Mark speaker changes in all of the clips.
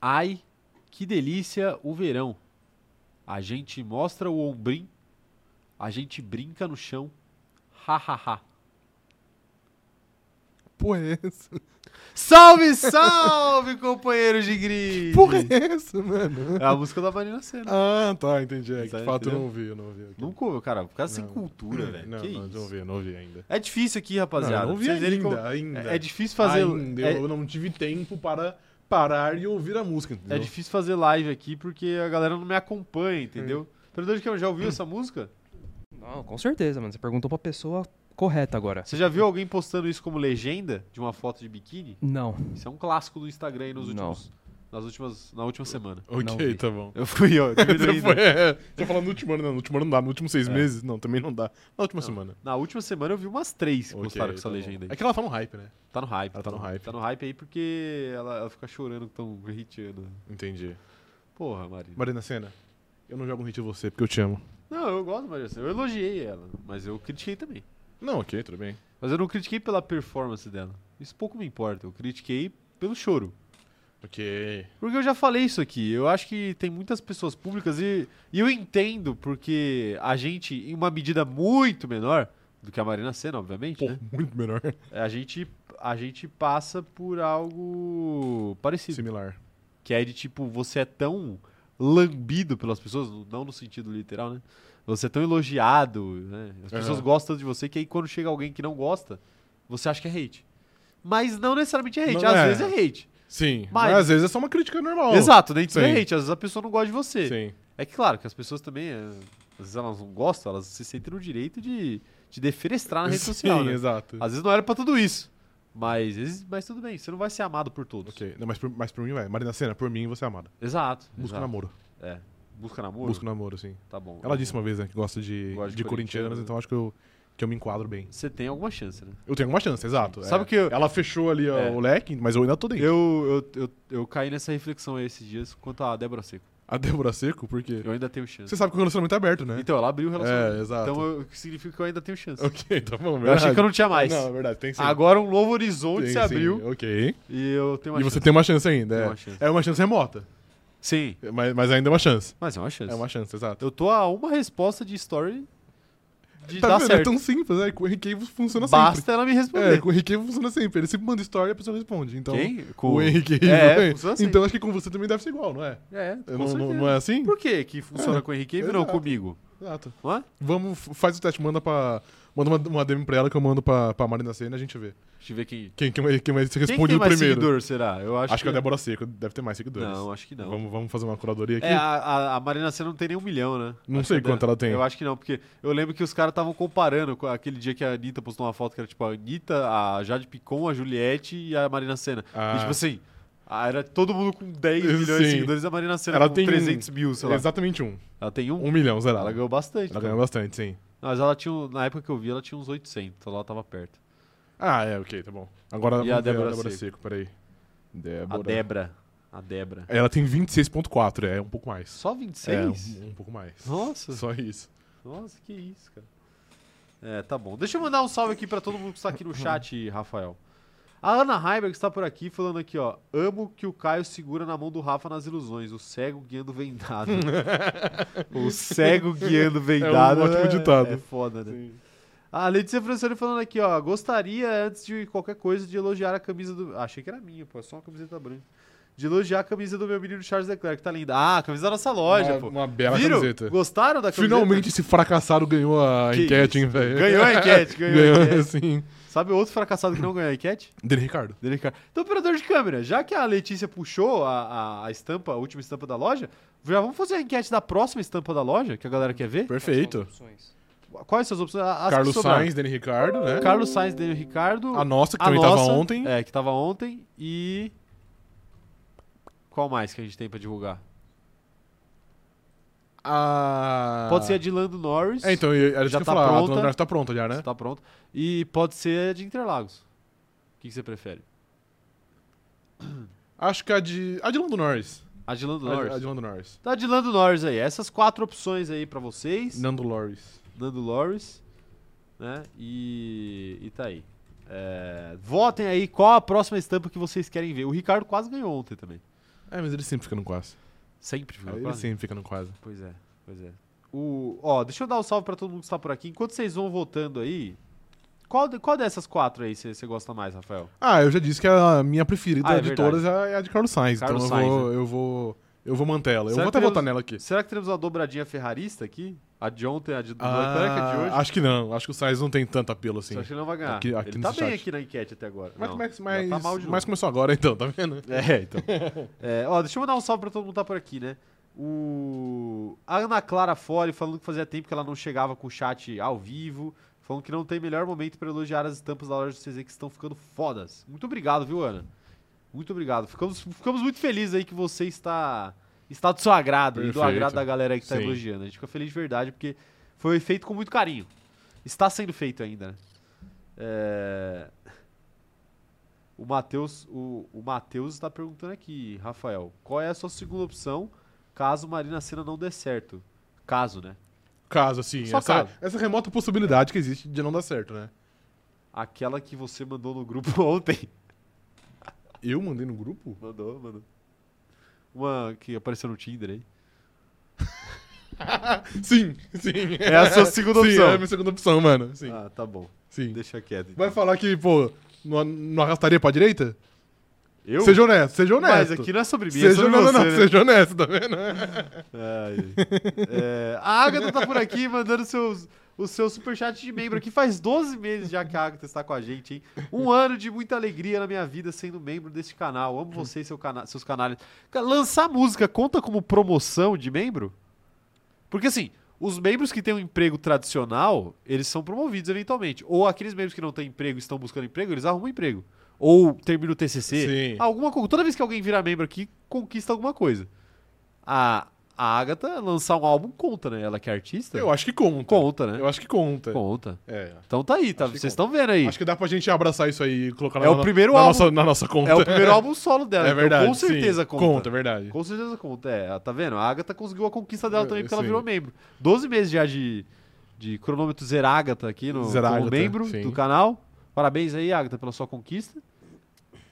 Speaker 1: Ai, que delícia o verão. A gente mostra o ombrim, a gente brinca no chão. Ha, ha, ha.
Speaker 2: Porra, é essa?
Speaker 1: Salve, salve, companheiros de grid!
Speaker 2: Porra, é essa, mano?
Speaker 1: É a música da Marina Sena.
Speaker 2: Ah, tá, entendi. É que, de
Speaker 1: Sabe,
Speaker 2: fato eu
Speaker 1: entendeu?
Speaker 2: não ouvi, eu não ouvi. aqui.
Speaker 1: Nunca ouviu, cara. Ficar sem
Speaker 2: Não.
Speaker 1: cultura, velho.
Speaker 2: Não,
Speaker 1: que
Speaker 2: não,
Speaker 1: isso?
Speaker 2: não ouvi, não ouvi ainda.
Speaker 1: É difícil aqui,
Speaker 2: Não,
Speaker 1: rapaziada.
Speaker 2: eu não ouvi
Speaker 1: Vocês verem
Speaker 2: ainda,
Speaker 1: como-
Speaker 2: ainda.
Speaker 1: É é difícil fazer.
Speaker 2: Ainda,
Speaker 1: é-
Speaker 2: eu não tive tempo para parar e ouvir a música, entendeu?
Speaker 1: É difícil fazer live aqui porque a galera não me acompanha, entendeu?
Speaker 2: Hum.
Speaker 1: Perdão de que eu já ouviu essa música?
Speaker 3: Não, com certeza, mano. Você perguntou pra pessoa correta agora.
Speaker 1: Você já viu alguém postando isso como legenda de uma foto de biquíni?
Speaker 3: Não.
Speaker 1: Isso é um clássico do Instagram aí nos
Speaker 3: Não.
Speaker 1: últimos, nas últimas, na última semana.
Speaker 3: Não
Speaker 2: Ok,
Speaker 3: ouvi.
Speaker 2: tá bom.
Speaker 1: Eu fui, ó,
Speaker 2: Você
Speaker 1: diminuindo.
Speaker 2: foi, é, você falou no último ano, não, no último ano não dá, no último
Speaker 1: É.
Speaker 2: seis meses, não, também não dá. Na última semana.
Speaker 1: Na última semana eu vi umas três que
Speaker 2: Ok,
Speaker 1: postaram com essa
Speaker 2: tá bom.
Speaker 1: legenda aí.
Speaker 2: É que ela tá no hype, né?
Speaker 1: Tá no hype.
Speaker 2: Ela tá no hype.
Speaker 1: Tá no hype aí porque ela, ela fica chorando que tão hateando.
Speaker 2: Entendi.
Speaker 1: Porra, Marina.
Speaker 2: Marina Senna, eu não jogo um hit de você porque eu te amo.
Speaker 1: Não, eu gosto da Marina. Sena. Eu elogiei ela, mas eu critiquei também.
Speaker 2: Não, ok, tudo bem.
Speaker 1: Mas eu não critiquei pela performance dela. Isso pouco me importa. Eu critiquei pelo choro.
Speaker 2: Ok.
Speaker 1: Porque eu já falei isso aqui. Eu acho que tem muitas pessoas públicas e, e eu entendo porque a gente, em uma medida muito menor do que a Marina Senna, obviamente,
Speaker 2: Pô,
Speaker 1: né?
Speaker 2: muito melhor.
Speaker 1: a gente a gente passa por algo parecido,
Speaker 2: Similar.
Speaker 1: que é de tipo você é tão lambido pelas pessoas, não no sentido literal, né? Você é tão elogiado, né? As pessoas
Speaker 2: Aham.
Speaker 1: gostam de você que aí quando chega alguém que não gosta, você acha que é hate. Mas não necessariamente é hate,
Speaker 2: Não
Speaker 1: às
Speaker 2: é.
Speaker 1: vezes é hate.
Speaker 2: Sim. Mas,
Speaker 1: Mas-
Speaker 2: às vezes é só uma crítica normal.
Speaker 1: Exato, nem tudo é
Speaker 2: Sim.
Speaker 1: hate, às vezes a pessoa não gosta de você.
Speaker 2: Sim.
Speaker 1: É que claro que as pessoas também, é, às vezes elas não gostam, elas se sentem no direito de, de defenestrar na rede
Speaker 2: Sim,
Speaker 1: social. Né?
Speaker 2: exato.
Speaker 1: Às vezes não era pra tudo isso. Mas, ex- mas tudo bem, você não vai ser amado por todos.
Speaker 2: Ok, não, mas, por, mas por mim vai. Marina Senna, por mim você é amada.
Speaker 1: Exato.
Speaker 2: Busca
Speaker 1: exato.
Speaker 2: namoro.
Speaker 1: É. Busca namoro?
Speaker 2: Busca namoro, sim.
Speaker 1: Tá bom.
Speaker 2: Ela disse uma vez, né, que gosta de,
Speaker 1: Gosta
Speaker 2: de,
Speaker 1: de
Speaker 2: corintianas,
Speaker 1: corintianos.
Speaker 2: então acho que eu, que eu me enquadro bem.
Speaker 1: Você tem alguma chance, né?
Speaker 2: Eu tenho alguma chance, exato.
Speaker 1: Sabe
Speaker 2: é.
Speaker 1: que eu-
Speaker 2: Ela fechou ali ó,
Speaker 1: É.
Speaker 2: o leque, mas eu ainda tô dentro.
Speaker 1: Eu, eu, eu, eu caí nessa reflexão aí esses dias quanto a Débora Seco.
Speaker 2: A Débora Seco, porque...
Speaker 1: Eu ainda tenho chance.
Speaker 2: Você sabe que o relacionamento é aberto, né?
Speaker 1: Então, ela abriu o relacionamento.
Speaker 2: É, exato.
Speaker 1: Então, eu- o que significa que eu ainda tenho chance.
Speaker 2: Ok, tá bom.
Speaker 1: Então. Eu achei que eu não tinha mais.
Speaker 2: Não, é verdade, tem sim.
Speaker 1: Agora um novo
Speaker 2: Tem
Speaker 1: horizonte se abriu
Speaker 2: sim, Ok.
Speaker 1: e eu tenho uma
Speaker 2: e
Speaker 1: chance.
Speaker 2: você tem uma chance ainda.
Speaker 1: Tem
Speaker 2: É
Speaker 1: uma chance.
Speaker 2: É uma chance remota,
Speaker 1: Sim,
Speaker 2: mas, mas ainda é uma chance.
Speaker 1: mas é uma chance.
Speaker 2: É uma chance, exato.
Speaker 1: Eu tô a uma resposta de story de
Speaker 2: Tá
Speaker 1: dar
Speaker 2: vendo?
Speaker 1: certo.
Speaker 2: É tão simples, é. Com o Henrique funciona
Speaker 1: Basta
Speaker 2: sempre.
Speaker 1: ela me
Speaker 2: É,
Speaker 1: responder.
Speaker 2: com o Henrique funciona sempre. Ele sempre manda história e a pessoa responde. Então,
Speaker 1: Quem? Com...
Speaker 2: o Henrique.
Speaker 1: É, funciona assim.
Speaker 2: Então acho que com você também deve ser igual, não é?
Speaker 1: É, com
Speaker 2: Não, não,
Speaker 1: certeza.
Speaker 2: não é assim?
Speaker 1: Por que que funciona com o Henrique e não
Speaker 2: exato.
Speaker 1: comigo?
Speaker 2: Exato.
Speaker 1: Não é?
Speaker 2: Vamos, f- faz o teste, manda pra. Manda uma, uma DM pra ela que eu mando pra, pra Marina Senna e a gente vê.
Speaker 1: Deixa eu ver quem...
Speaker 2: Quem, quem, vai- quem vai se
Speaker 1: Quem
Speaker 2: responde
Speaker 1: que tem
Speaker 2: o
Speaker 1: mais
Speaker 2: primeiro?
Speaker 1: seguidor, será? Eu acho,
Speaker 2: Acho que é a Débora Seco deve ter mais seguidores.
Speaker 1: Não, acho que não.
Speaker 2: Vamos, vamos fazer uma curadoria aqui?
Speaker 1: É, a, a- a Marina Senna não tem nem um milhão, né?
Speaker 2: Não
Speaker 1: Acho
Speaker 2: sei
Speaker 1: que a Dé-
Speaker 2: quanto ela tem.
Speaker 1: Eu acho que não, porque eu lembro que os caras estavam comparando com aquele dia que a Anitta postou uma foto que era tipo a Anitta, a Jade Picon, a Juliette e a Marina Senna.
Speaker 2: Ah.
Speaker 1: E tipo assim, ah, era todo mundo com 10
Speaker 2: Sim.
Speaker 1: milhões de seguidores, a Marina Senna
Speaker 2: Ela
Speaker 1: com
Speaker 2: tem um-
Speaker 1: 300 mil, sei lá.
Speaker 2: Exatamente um.
Speaker 1: Ela tem um?
Speaker 2: Um milhão, zerado.
Speaker 1: Ela ganhou bastante.
Speaker 2: Ela
Speaker 1: então.
Speaker 2: ganhou bastante, sim.
Speaker 1: Mas ela tinha, um- na época que eu vi, ela tinha uns 800, então ela tava perto.
Speaker 2: Ah, é, ok, tá bom. Agora vamos
Speaker 1: a
Speaker 2: ver
Speaker 1: Débora Seco?
Speaker 2: Seco, peraí.
Speaker 1: A
Speaker 2: Débora.
Speaker 1: Debra. A Debra.
Speaker 2: Ela tem 26,4, é um pouco mais.
Speaker 1: Só 26?
Speaker 2: É, um, um pouco mais.
Speaker 1: Nossa.
Speaker 2: Só isso.
Speaker 1: Nossa, que isso, cara. É, tá bom. Deixa eu mandar um salve aqui pra todo mundo que está aqui no chat, Rafael. A Ana Heiberg está por aqui falando aqui, ó. Amo que o Caio segura na mão do Rafa nas ilusões. O cego guiando o vendado. o cego guiando o vendado.
Speaker 2: um ótimo
Speaker 1: é-
Speaker 2: ditado.
Speaker 1: É foda, né? A Letícia Francione falando aqui, ó. Gostaria, antes de qualquer coisa, de elogiar a camisa do. Ah, achei que era minha, pô. É só uma camiseta branca. De elogiar a camisa do meu menino Charles Leclerc, que tá linda. Ah, a camisa da nossa loja,
Speaker 2: uma,
Speaker 1: pô.
Speaker 2: Uma bela
Speaker 1: Viram?
Speaker 2: camiseta.
Speaker 1: Gostaram da camiseta?
Speaker 2: Finalmente esse fracassado ganhou a
Speaker 1: Que
Speaker 2: enquete, hein,
Speaker 1: isso.
Speaker 2: velho.
Speaker 1: Ganhou a enquete, ganhou, a
Speaker 2: Ganhou,
Speaker 1: enquete.
Speaker 2: sim.
Speaker 1: Sabe outro fracassado que não ganhou a enquete?
Speaker 2: Dele Ricardo.
Speaker 1: Dele Ricardo. Então, operador de câmera, já que a Letícia puxou a, a- a estampa, a última estampa da loja, já vamos fazer a enquete da próxima estampa da loja, que a galera quer ver?
Speaker 2: Perfeito.
Speaker 3: Quais são as opções?
Speaker 1: Quais são as opções? As que
Speaker 2: Carlos
Speaker 1: sobraram.
Speaker 2: Sainz, Dele Ricardo, né?
Speaker 1: Carlos Sainz, Daniel Ricardo.
Speaker 2: A nossa, que também tava ontem.
Speaker 1: É, que tava ontem. E. Qual mais que a gente tem pra divulgar?
Speaker 2: A...
Speaker 1: Pode ser a de Lando Norris.
Speaker 2: Ah. É, então, eu- era isso
Speaker 1: Já
Speaker 2: que eu
Speaker 1: tá
Speaker 2: ia falar. A
Speaker 1: pronta.
Speaker 2: Dona Norte tá pronta já,
Speaker 1: se
Speaker 2: né?
Speaker 1: Tá pronto. E pode ser a de Interlagos. O que, que você prefere?
Speaker 2: Acho que a de... A de Lando Norris.
Speaker 1: A de Lando
Speaker 2: A-
Speaker 1: Norris.
Speaker 2: A de Lando Norris.
Speaker 1: Tá de Lando Norris aí. Essas quatro opções aí pra vocês.
Speaker 2: Nando Norris.
Speaker 1: Lando Norris, né? E, e tá aí. É, votem aí qual a próxima estampa que vocês querem ver. O Ricardo quase ganhou ontem também.
Speaker 2: É, mas ele sempre fica no quase.
Speaker 1: Sempre fica
Speaker 2: Ele
Speaker 1: quase.
Speaker 2: sempre fica no quase.
Speaker 1: Pois é, pois é. O, ó, deixa eu dar um salve pra todo mundo que está por aqui. Enquanto vocês vão votando aí, qual, de- qual dessas quatro aí você você gosta mais, Rafael?
Speaker 2: Ah, eu já disse que a minha preferida
Speaker 1: Ah, é
Speaker 2: de todas é a de Carlos Sainz.
Speaker 1: Carlos
Speaker 2: então
Speaker 1: Sainz, né?
Speaker 2: eu, vou, eu vou. Eu vou manter ela. Eu
Speaker 1: Será
Speaker 2: vou até
Speaker 1: que
Speaker 2: votar
Speaker 1: teremos-
Speaker 2: nela aqui.
Speaker 1: Será que teremos uma dobradinha ferrarista aqui? A de ontem, a de do Leclerc, a é de hoje?
Speaker 2: Ah, acho que não. Acho que o Sainz não tem tanto apelo assim.
Speaker 1: Você acha que ele não vai ganhar?
Speaker 2: Aqui- aqui
Speaker 1: ele
Speaker 2: no
Speaker 1: tá bem
Speaker 2: chat.
Speaker 1: aqui na enquete até agora.
Speaker 2: Mas, é
Speaker 1: Não,
Speaker 2: mas,
Speaker 1: já
Speaker 2: mas,
Speaker 1: tá mal de novo.
Speaker 2: mas começou agora então, tá vendo?
Speaker 1: É, então. É, ó, deixa eu mandar um salve pra todo mundo que tá por aqui, né? O... A Ana Clara Fore falando que fazia tempo que ela não chegava com o chat ao vivo. Falando que não tem melhor momento pra elogiar as estampas da loja do CZ que estão ficando fodas. Muito obrigado, viu, Ana? Muito obrigado. Ficamos, ficamos muito felizes aí que você está, está do seu agrado e do
Speaker 2: Perfeito.
Speaker 1: agrado da galera que está
Speaker 2: Sim.
Speaker 1: elogiando. A gente fica feliz de verdade porque foi feito com muito carinho. Está sendo feito ainda, né? É... O Matheus o, o Matheus está perguntando aqui, Rafael, qual é a sua segunda opção caso Marina Senna não dê certo? Caso, né?
Speaker 2: Caso, assim.
Speaker 1: Só
Speaker 2: essa,
Speaker 1: caso.
Speaker 2: essa remota possibilidade que existe de não dar certo, né?
Speaker 1: Aquela que você mandou no grupo ontem.
Speaker 2: Eu mandei no grupo?
Speaker 1: Mandou, mandou. Uma que apareceu no Tinder aí.
Speaker 2: Sim, sim.
Speaker 1: É a sua segunda
Speaker 2: Sim,
Speaker 1: opção.
Speaker 2: é a minha segunda opção, mano. Sim,
Speaker 1: Ah, tá bom.
Speaker 2: sim.
Speaker 1: Deixa quieto. então.
Speaker 2: Vai falar que, pô, não, não arrastaria pra direita?
Speaker 1: Eu?
Speaker 2: Seja honesto, seja
Speaker 1: Mas
Speaker 2: honesto.
Speaker 1: aqui não é sobre mim, é
Speaker 2: seja,
Speaker 1: sobre
Speaker 2: não, não,
Speaker 1: você,
Speaker 2: não,
Speaker 1: né?
Speaker 2: seja honesto, tá vendo?
Speaker 1: Ai, ai. É, a Agatha tá por aqui mandando seus, o seu superchat de membro aqui. Faz 12 meses já que a Agatha está com a gente, hein? Um ano de muita alegria na minha vida sendo membro deste canal. Amo você e seu cana seus canais. Cara, Lançar música conta como promoção de membro? Porque assim, os membros que têm um emprego tradicional, eles são promovidos eventualmente. Ou aqueles membros que não têm emprego e estão buscando emprego, eles arrumam um emprego. Ou termina o TCC.
Speaker 2: Sim.
Speaker 1: Alguma coisa. Toda vez que alguém vira membro aqui, conquista alguma coisa. A, a Agatha lançar um álbum conta, né? Ela que é artista.
Speaker 2: Eu acho que conta.
Speaker 1: Conta, né?
Speaker 2: Eu acho que conta.
Speaker 1: Conta.
Speaker 2: É.
Speaker 1: Então tá aí, tá?
Speaker 2: Acho que
Speaker 1: Vocês estão vendo aí.
Speaker 2: Acho que dá pra gente abraçar isso aí e colocar
Speaker 1: É
Speaker 2: na,
Speaker 1: o primeiro
Speaker 2: na,
Speaker 1: álbum.
Speaker 2: nossa, na nossa conta.
Speaker 1: É o primeiro álbum solo dela.
Speaker 2: É
Speaker 1: então
Speaker 2: verdade.
Speaker 1: com certeza
Speaker 2: sim.
Speaker 1: conta.
Speaker 2: é verdade.
Speaker 1: Com certeza conta. É, tá vendo? A Agatha conseguiu a conquista dela
Speaker 2: Eu-
Speaker 1: também,
Speaker 2: eu
Speaker 1: porque ela
Speaker 2: sei.
Speaker 1: virou membro. 12 meses já de, de cronômetro Zer Agatha aqui no
Speaker 2: Zer
Speaker 1: como
Speaker 2: Agatha,
Speaker 1: membro
Speaker 2: sim.
Speaker 1: do canal. Parabéns aí, Agatha, pela sua conquista.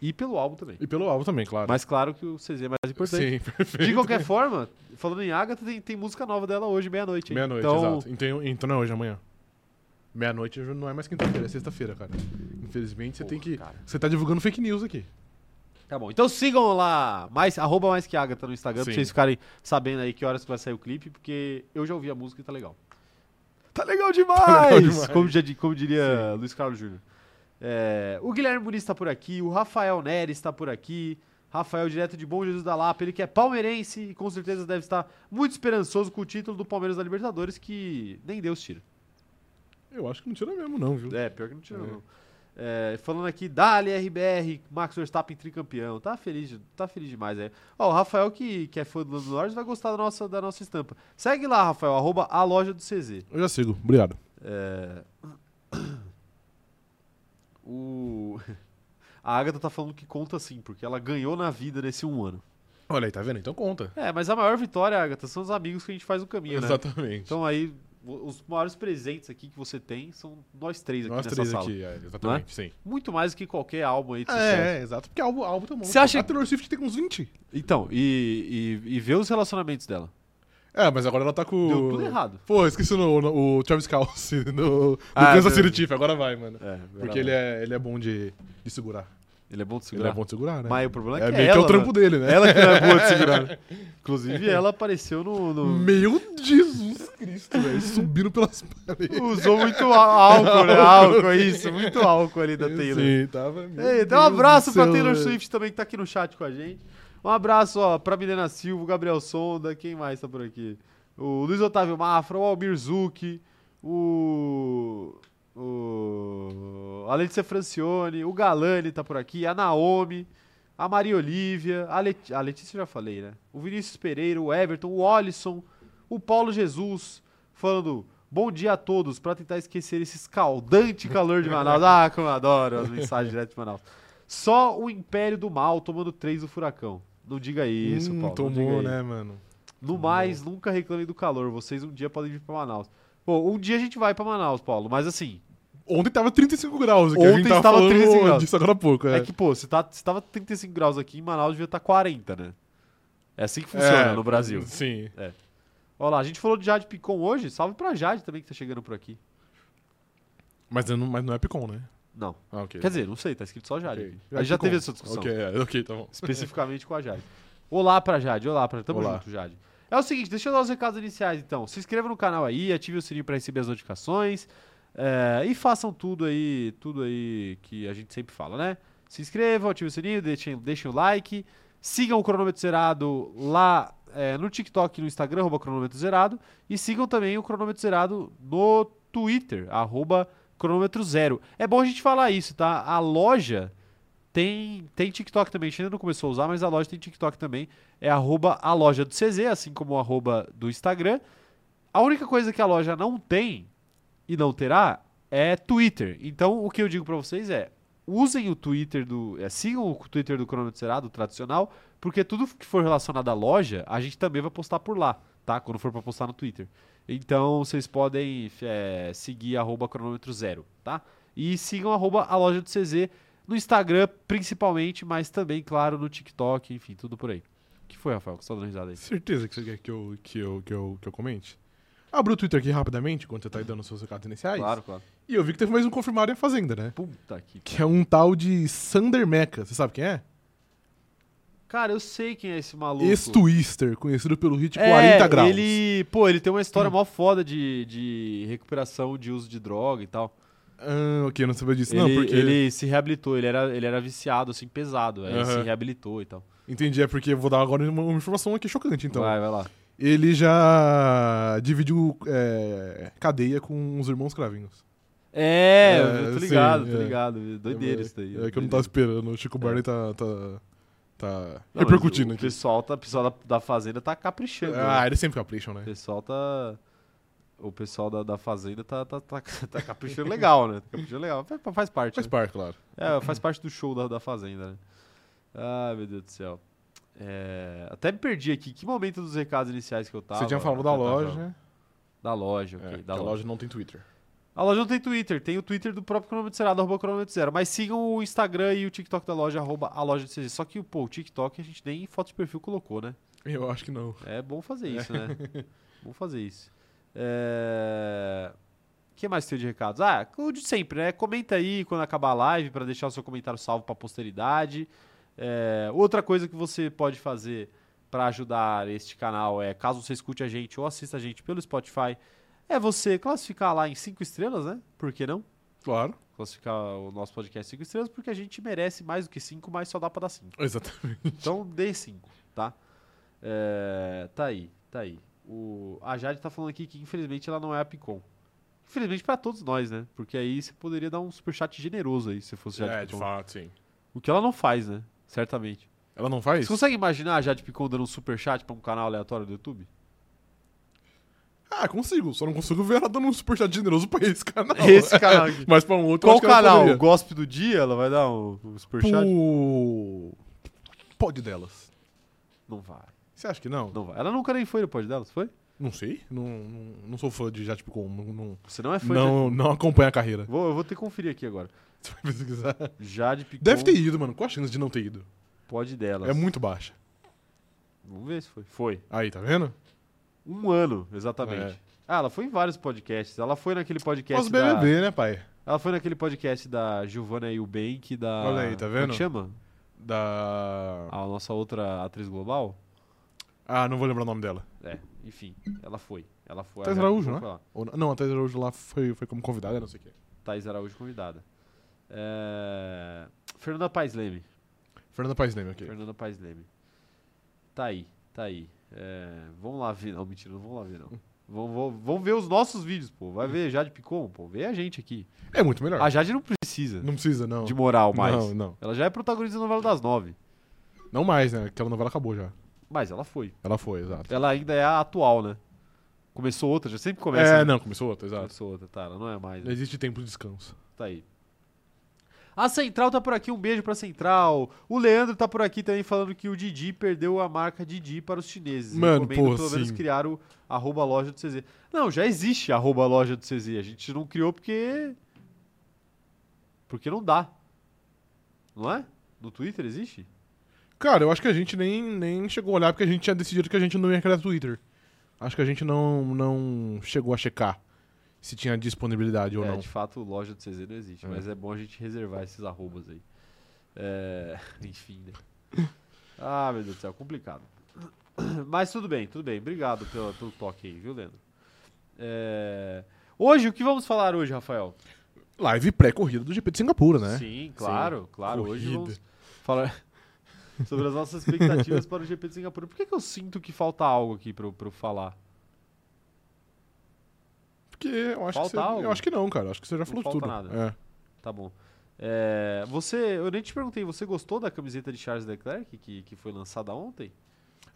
Speaker 1: E pelo álbum também.
Speaker 2: E pelo álbum também, claro.
Speaker 1: Mas claro que o CZ é mais importante.
Speaker 2: Sim, perfeito.
Speaker 1: De qualquer forma, falando em Agatha, tem, tem música nova dela hoje, meia-noite. hein?
Speaker 2: Meia-noite,
Speaker 1: então,
Speaker 2: exato. Então, então não é hoje, é amanhã. Meia-noite já não é mais quinta-feira, é sexta-feira, cara. Infelizmente você tem
Speaker 1: Porra,
Speaker 2: que.
Speaker 1: cara.
Speaker 2: Você tá divulgando fake news aqui.
Speaker 1: Tá bom. Então sigam lá, mais, arroba mais que Agatha no Instagram, pra
Speaker 2: Sim.
Speaker 1: vocês ficarem sabendo aí que horas que vai sair o clipe, porque eu já ouvi a música e tá legal. Tá legal demais!
Speaker 2: legal demais.
Speaker 1: Como, já di- como diria Luiz Carlos Júnior. É, o Guilherme Muniz tá por aqui, o Rafael Neres tá por aqui, Rafael direto de Bom Jesus da Lapa, ele que é palmeirense e com certeza deve estar muito esperançoso com o título do Palmeiras da Libertadores, que nem Deus tira.
Speaker 2: Eu acho que não tira mesmo, não, viu?
Speaker 1: É, pior que não tirou,
Speaker 2: É.
Speaker 1: não. É, falando aqui, Dali RBR, Max Verstappen tricampeão. Tá feliz, de- tá feliz demais aí. Ó, o Rafael, que, que é fã do Lando Norris, vai gostar da nossa, da nossa estampa. Segue lá, Rafael, arroba a loja do CZ.
Speaker 2: Eu já sigo, obrigado.
Speaker 1: É, O... A Agatha tá falando que conta sim, porque ela ganhou na vida nesse um ano.
Speaker 2: Olha aí, tá vendo? Então conta.
Speaker 1: É, mas a maior vitória, Agatha, são os amigos que a gente faz no caminho, né?
Speaker 2: Exatamente.
Speaker 1: Então aí, o- os maiores presentes aqui que você tem são nós três aqui
Speaker 2: Nós
Speaker 1: nessa
Speaker 2: três
Speaker 1: sala.
Speaker 2: aqui, é, exatamente, sim.
Speaker 1: Muito mais do que qualquer álbum aí de sucesso.
Speaker 2: É, é, exato, porque álbum, álbum tá bom.
Speaker 1: Você acha-
Speaker 2: A Taylor Swift tem uns 20.
Speaker 1: Então, e, e, e ver os relacionamentos dela.
Speaker 2: É, mas agora ela tá com.
Speaker 1: Deu tudo errado.
Speaker 2: Pô, esqueci o, no- o Travis Kalsi do, do
Speaker 1: Ah,
Speaker 2: Kansas
Speaker 1: meu-
Speaker 2: City Chief, agora vai, mano.
Speaker 1: É,
Speaker 2: Porque ele é, ele é bom de, de segurar.
Speaker 1: ele é bom de
Speaker 2: Ele
Speaker 1: segurar.
Speaker 2: é bom de segurar, né?
Speaker 1: Mas o problema é que
Speaker 2: é
Speaker 1: é,
Speaker 2: meio
Speaker 1: ela,
Speaker 2: que é o trampo dele, né?
Speaker 1: né? Ela que não é boa de segurar. né? Inclusive, ela apareceu no... no-
Speaker 2: Meu Jesus Cristo, velho. Subindo pelas paredes.
Speaker 1: Usou muito á- álcool, né? Álcool, é isso. Muito álcool ali da Taylor.
Speaker 2: Sim, tava. meu
Speaker 1: Ei, dá
Speaker 2: Deus
Speaker 1: um
Speaker 2: do
Speaker 1: abraço pra
Speaker 2: céu,
Speaker 1: Taylor
Speaker 2: velho.
Speaker 1: Swift também, que tá aqui no chat com a gente. Um abraço, ó, pra Milena Silva, o Gabriel Sonda, quem mais tá por aqui? O Luiz Otávio Mafra, o Almir Zucchi, o... o... A Letícia Francione, o Galani tá por aqui, a Naomi, a Maria Olívia, a, Let- a Letícia eu já falei, né? O Vinícius Pereira, o Everton, o Olisson, o Paulo Jesus, falando... Bom dia a todos, pra tentar esquecer esse escaldante calor de Manaus. Ah, como eu adoro as mensagens direto de Manaus. Só o Império do Mal tomando três do Furacão. Não diga isso,
Speaker 2: Hum,
Speaker 1: Paulo. não diga
Speaker 2: Tomou,
Speaker 1: isso.
Speaker 2: né, mano?
Speaker 1: No mais, nunca reclamem do calor. Vocês um dia podem vir pra Manaus. Bom, um dia a gente vai pra Manaus, Paulo. Mas assim,
Speaker 2: Ontem tava 35 graus. Que a
Speaker 1: Ontem
Speaker 2: gente tava
Speaker 1: estava
Speaker 2: falando
Speaker 1: 35 graus.
Speaker 2: disso agora há pouco.
Speaker 1: é,
Speaker 2: É.
Speaker 1: que, pô, se, tá, se tava 35 graus aqui, em Manaus devia estar 40, tá né? É assim que funciona
Speaker 2: É,
Speaker 1: no Brasil.
Speaker 2: Sim.
Speaker 1: Olha lá, a gente falou de Jade Picon hoje. Salve pra Jade também que tá chegando por aqui.
Speaker 2: Mas não, mas não é Picon, né?
Speaker 1: Não.
Speaker 2: Ah, ok.
Speaker 1: Quer dizer, não sei, tá escrito só Jade.
Speaker 2: Ok.
Speaker 1: A gente já
Speaker 2: Picon.
Speaker 1: teve essa discussão.
Speaker 2: Ok, é, ok, tá bom.
Speaker 1: Especificamente com a Jade. Olá pra Jade, olá pra. Tamo
Speaker 2: Olá.
Speaker 1: junto, Jade. É o seguinte, deixa eu dar os recados iniciais então. Se inscreva no canal aí, ative o sininho pra receber as notificações. é, e façam tudo aí, tudo aí que a gente sempre fala, né? Se inscrevam, ative o sininho, deixem, deixem o like. Sigam o Cronômetro Zerado lá é, no TikTok, e no Instagram, arroba Cronômetro Zerado. E sigam também o Cronômetro Zerado no Twitter, arroba Cronômetro Zero. É bom a gente falar isso, tá? A loja tem, tem TikTok também. A gente ainda não começou a usar, mas a loja tem TikTok também. É arroba a loja do CZ, assim como o arroba do Instagram. A única coisa que a loja não tem e não terá é Twitter. Então, o que eu digo pra vocês é, usem o Twitter do... é, sigam o Twitter do Cronômetro Cerado, o tradicional, porque tudo que for relacionado à loja, a gente também vai postar por lá, tá? Quando for pra postar no Twitter. Então, vocês podem é, seguir arroba cronômetro zero, tá? E sigam arroba a loja do CZ no Instagram, principalmente, mas também, claro, no TikTok, enfim, tudo por aí. O que foi, Rafael? Que você tá dando risada
Speaker 2: É
Speaker 1: aí?
Speaker 2: Certeza que você quer que eu, que eu, que eu, que eu comente? Abra o Twitter aqui rapidamente, enquanto você tá aí dando os seus recados iniciais.
Speaker 1: Claro, claro.
Speaker 2: E eu vi que teve mais um confirmado em A Fazenda, né?
Speaker 1: Puta que.
Speaker 2: Que é um tal de Sander Mecha. Você sabe quem é?
Speaker 1: Cara, eu sei quem é esse maluco.
Speaker 2: Ex-twister, conhecido pelo hit
Speaker 1: É,
Speaker 2: 40 graus. Hum.
Speaker 1: Ele, pô, ele tem uma história mó foda de, de recuperação de uso de droga e tal.
Speaker 2: Ah, ok, eu não sabia disso.
Speaker 1: Ele,
Speaker 2: não, porque.
Speaker 1: ele se reabilitou, ele era, ele era viciado, assim, pesado. Aí ele
Speaker 2: Aham.
Speaker 1: se reabilitou e tal.
Speaker 2: Entendi, é porque eu vou dar agora uma, uma informação aqui chocante, então.
Speaker 1: vai, vai lá.
Speaker 2: Ele já dividiu é, cadeia com os irmãos cravinhos.
Speaker 1: É,
Speaker 2: É,
Speaker 1: eu tô
Speaker 2: sim,
Speaker 1: ligado, tô
Speaker 2: é.
Speaker 1: ligado. Doideira isso daí.
Speaker 2: É que eu não
Speaker 1: doideira.
Speaker 2: tava esperando. O Chico
Speaker 1: É.
Speaker 2: Barney tá. tá, tá
Speaker 1: Não, mas
Speaker 2: repercutindo
Speaker 1: o
Speaker 2: aqui.
Speaker 1: pessoal, tá, o pessoal da, da Fazenda tá caprichando. né?
Speaker 2: Ah, eles sempre capricham,
Speaker 1: O
Speaker 2: né?
Speaker 1: pessoal tá. O pessoal da, da Fazenda tá, tá, tá, tá caprichando legal, né? Tá Caprichando legal. Faz, faz parte.
Speaker 2: Faz
Speaker 1: né?
Speaker 2: parte, claro.
Speaker 1: É, faz parte do show da, da Fazenda, né? Ah, meu Deus do céu. É, até me perdi aqui. Que momento dos recados iniciais que eu tava?
Speaker 2: Você tinha falado da
Speaker 1: Até tava-
Speaker 2: loja. né?
Speaker 1: Da loja, ok.
Speaker 2: É, que
Speaker 1: da
Speaker 2: a
Speaker 1: loja.
Speaker 2: loja não tem Twitter.
Speaker 1: A loja não tem Twitter, tem o Twitter do próprio cronômetro zerado, arroba cronômetro zero. Mas sigam o Instagram e o TikTok da loja, arroba a loja de CZ. Só que, pô, o TikTok a gente nem foto de perfil colocou, né?
Speaker 2: Eu acho que não.
Speaker 1: É bom fazer isso, né? bom fazer isso. É... O que mais tem de recados? Ah, o de sempre, né? Comenta aí quando acabar a live para deixar o seu comentário salvo para a posteridade. É, Outra coisa que você pode fazer para ajudar este canal é, caso você escute a gente ou assista a gente pelo Spotify, é você classificar lá em cinco estrelas, né? Por que não?
Speaker 2: Claro.
Speaker 1: Classificar o nosso podcast 5 estrelas, porque a gente merece mais do que cinco, mas só dá para dar cinco.
Speaker 2: Exatamente.
Speaker 1: Então dê 5, tá? É, tá aí, tá aí. O, a Jade tá falando aqui que infelizmente ela não é a Picon. Infelizmente pra todos nós, né? Porque aí você poderia dar um superchat generoso aí, se fosse Jade
Speaker 2: É, de
Speaker 1: Picon.
Speaker 2: fato, sim.
Speaker 1: O que ela não faz, né? Certamente.
Speaker 2: Ela não faz?
Speaker 1: Você consegue imaginar a Jade Picon dando um superchat pra um canal aleatório do YouTube?
Speaker 2: Ah, consigo. Só não consigo ver ela dando um superchat generoso pra esse canal.
Speaker 1: Esse canal aqui.
Speaker 2: Mas pra um outro, eu
Speaker 1: Qual
Speaker 2: acho que ela
Speaker 1: canal? O
Speaker 2: poderia.
Speaker 1: Gospe do Dia? Ela vai dar um, um superchat?
Speaker 2: Pro... Pod delas.
Speaker 1: Não vai,
Speaker 2: Você acha que não? Não,
Speaker 1: não vai. Ela nunca nem foi no pod dela, você foi?
Speaker 2: sei. Não, não, não sou fã de já, tipo, com... Não, não,
Speaker 1: Você não é fã
Speaker 2: não, não acompanha a carreira.
Speaker 1: de... Vou, eu vou ter que conferir aqui agora.
Speaker 2: Você vai pesquisar.
Speaker 1: Jade Picon,
Speaker 2: Deve ter ido, mano. Qual a chance de não ter ido?
Speaker 1: pod dela.
Speaker 2: É muito baixa.
Speaker 1: Vamos ver se foi. Foi.
Speaker 2: Aí, tá vendo?
Speaker 1: Um ano, exatamente.
Speaker 2: É.
Speaker 1: Ah, ela foi em vários podcasts. Ela foi naquele podcast. é
Speaker 2: Os
Speaker 1: da-
Speaker 2: BBB, né, pai?
Speaker 1: Ela foi naquele podcast da Giovanna Eubank e da.
Speaker 2: Olha aí, tá
Speaker 1: Como é
Speaker 2: vendo?
Speaker 1: que chama?
Speaker 2: Da...
Speaker 1: A nossa outra atriz global?
Speaker 2: Ah, não vou lembrar o nome dela.
Speaker 1: É, enfim, ela foi. Ela foi.
Speaker 2: Thais
Speaker 1: a Jade
Speaker 2: Araújo,
Speaker 1: Picon
Speaker 2: né?
Speaker 1: foi lá.
Speaker 2: Ou não- não, a Thais Araújo lá foi, foi como convidada, não sei o quê.
Speaker 1: Thais Araújo convidada. É, Fernanda Paes Leme.
Speaker 2: Fernanda Paes Leme, ok.
Speaker 1: Fernanda Paes Leme. Tá aí, tá aí. É, Vamos lá ver, não, mentira, não vamos lá ver, não. Vão, vão- vão ver os nossos vídeos, pô. Vai ver Jade Picon, pô. Vê a gente aqui.
Speaker 2: É muito melhor.
Speaker 1: A Jade não precisa
Speaker 2: Não precisa, não.
Speaker 1: de moral mais.
Speaker 2: Não, não.
Speaker 1: Ela já é protagonista da novela das nove.
Speaker 2: Não mais, né? Aquela novela acabou já.
Speaker 1: Mas ela foi.
Speaker 2: Ela foi, exato.
Speaker 1: Ela ainda é a atual, né? Começou outra, já sempre começa.
Speaker 2: É,
Speaker 1: né?
Speaker 2: não, começou outra, exato.
Speaker 1: Começou outra, tá? Ela não é mais.
Speaker 2: Não
Speaker 1: Né?
Speaker 2: existe tempo de descanso.
Speaker 1: Tá aí. A Central tá por aqui, um beijo pra Central. O Leandro tá por aqui também falando que o Didi perdeu a marca Didi para os chineses.
Speaker 2: Mano,
Speaker 1: Recomendo
Speaker 2: pô,
Speaker 1: pelo menos
Speaker 2: sim.
Speaker 1: criar o arroba loja do CZ. Não, já existe arroba loja do CZ. A gente não criou porque. Porque não dá. Não é? No Twitter existe?
Speaker 2: Cara, eu acho que a gente nem, nem chegou a olhar porque a gente tinha decidido que a gente não ia criar Twitter. Acho que a gente não, não chegou a checar se tinha disponibilidade ou
Speaker 1: é,
Speaker 2: não.
Speaker 1: de fato, loja do CZ não existe,
Speaker 2: É.
Speaker 1: mas é bom a gente reservar esses arrobas aí. É, Enfim, né? Ah, meu Deus do céu, complicado. Mas tudo bem, tudo bem. Obrigado pelo, pelo toque aí, viu, Leandro? É, Hoje, o que vamos falar hoje, Rafael?
Speaker 2: Live pré-corrida do GP de Singapura, né?
Speaker 1: Sim, claro, claro. Hoje
Speaker 2: Corrida.
Speaker 1: vamos falar sobre as nossas expectativas para o GP de Singapura. Por que, que eu sinto que falta algo aqui para eu falar?
Speaker 2: Porque eu acho, que
Speaker 1: Falta
Speaker 2: você-
Speaker 1: algo?
Speaker 2: eu acho que não, cara. Acho que você já falou
Speaker 1: falta
Speaker 2: tudo.
Speaker 1: nada.
Speaker 2: É.
Speaker 1: Tá bom. É, você, eu nem te perguntei, você gostou da camiseta de Charles Leclerc que, que foi lançada ontem?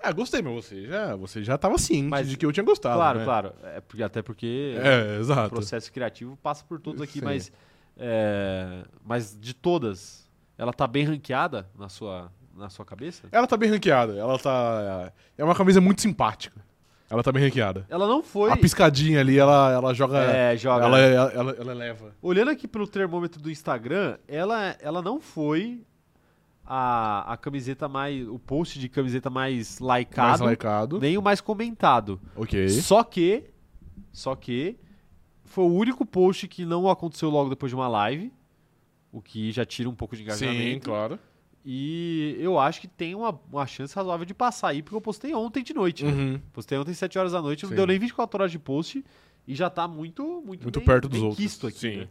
Speaker 2: Ah, gostei, mas você já, você já tava ciente
Speaker 1: Mas-
Speaker 2: de que eu tinha gostado.
Speaker 1: claro,
Speaker 2: né?
Speaker 1: claro. É, porque- até porque
Speaker 2: É,
Speaker 1: o
Speaker 2: exato.
Speaker 1: processo criativo passa por todos aqui,
Speaker 2: Sim.
Speaker 1: mas, é, mas de todas, ela tá bem ranqueada na sua, na sua cabeça?
Speaker 2: Ela tá bem ranqueada. Ela tá. É uma camisa muito simpática. Ela tá bem ranqueada.
Speaker 1: Ela não foi.
Speaker 2: A piscadinha ali, ela, ela joga.
Speaker 1: É, joga.
Speaker 2: Ela, ela, ela, ela eleva.
Speaker 1: Olhando aqui pelo termômetro do Instagram, ela, ela não foi a, a camiseta mais. o post de camiseta mais
Speaker 2: Mais
Speaker 1: likeado,
Speaker 2: laicado.
Speaker 1: nem o mais comentado.
Speaker 2: Ok.
Speaker 1: Só que. Só que. Foi o único post que não aconteceu logo depois de uma live. O que já tira um pouco de engajamento.
Speaker 2: Sim, claro.
Speaker 1: E eu acho que tem uma, uma chance razoável de passar aí, porque eu postei ontem de noite. né?
Speaker 2: Uhum.
Speaker 1: Postei ontem 7 horas da noite, não
Speaker 2: Sim.
Speaker 1: deu nem 24 horas de post e já tá muito muito,
Speaker 2: Muito
Speaker 1: bem-
Speaker 2: perto dos
Speaker 1: bem
Speaker 2: outros.
Speaker 1: quisto aqui,
Speaker 2: Sim.
Speaker 1: né?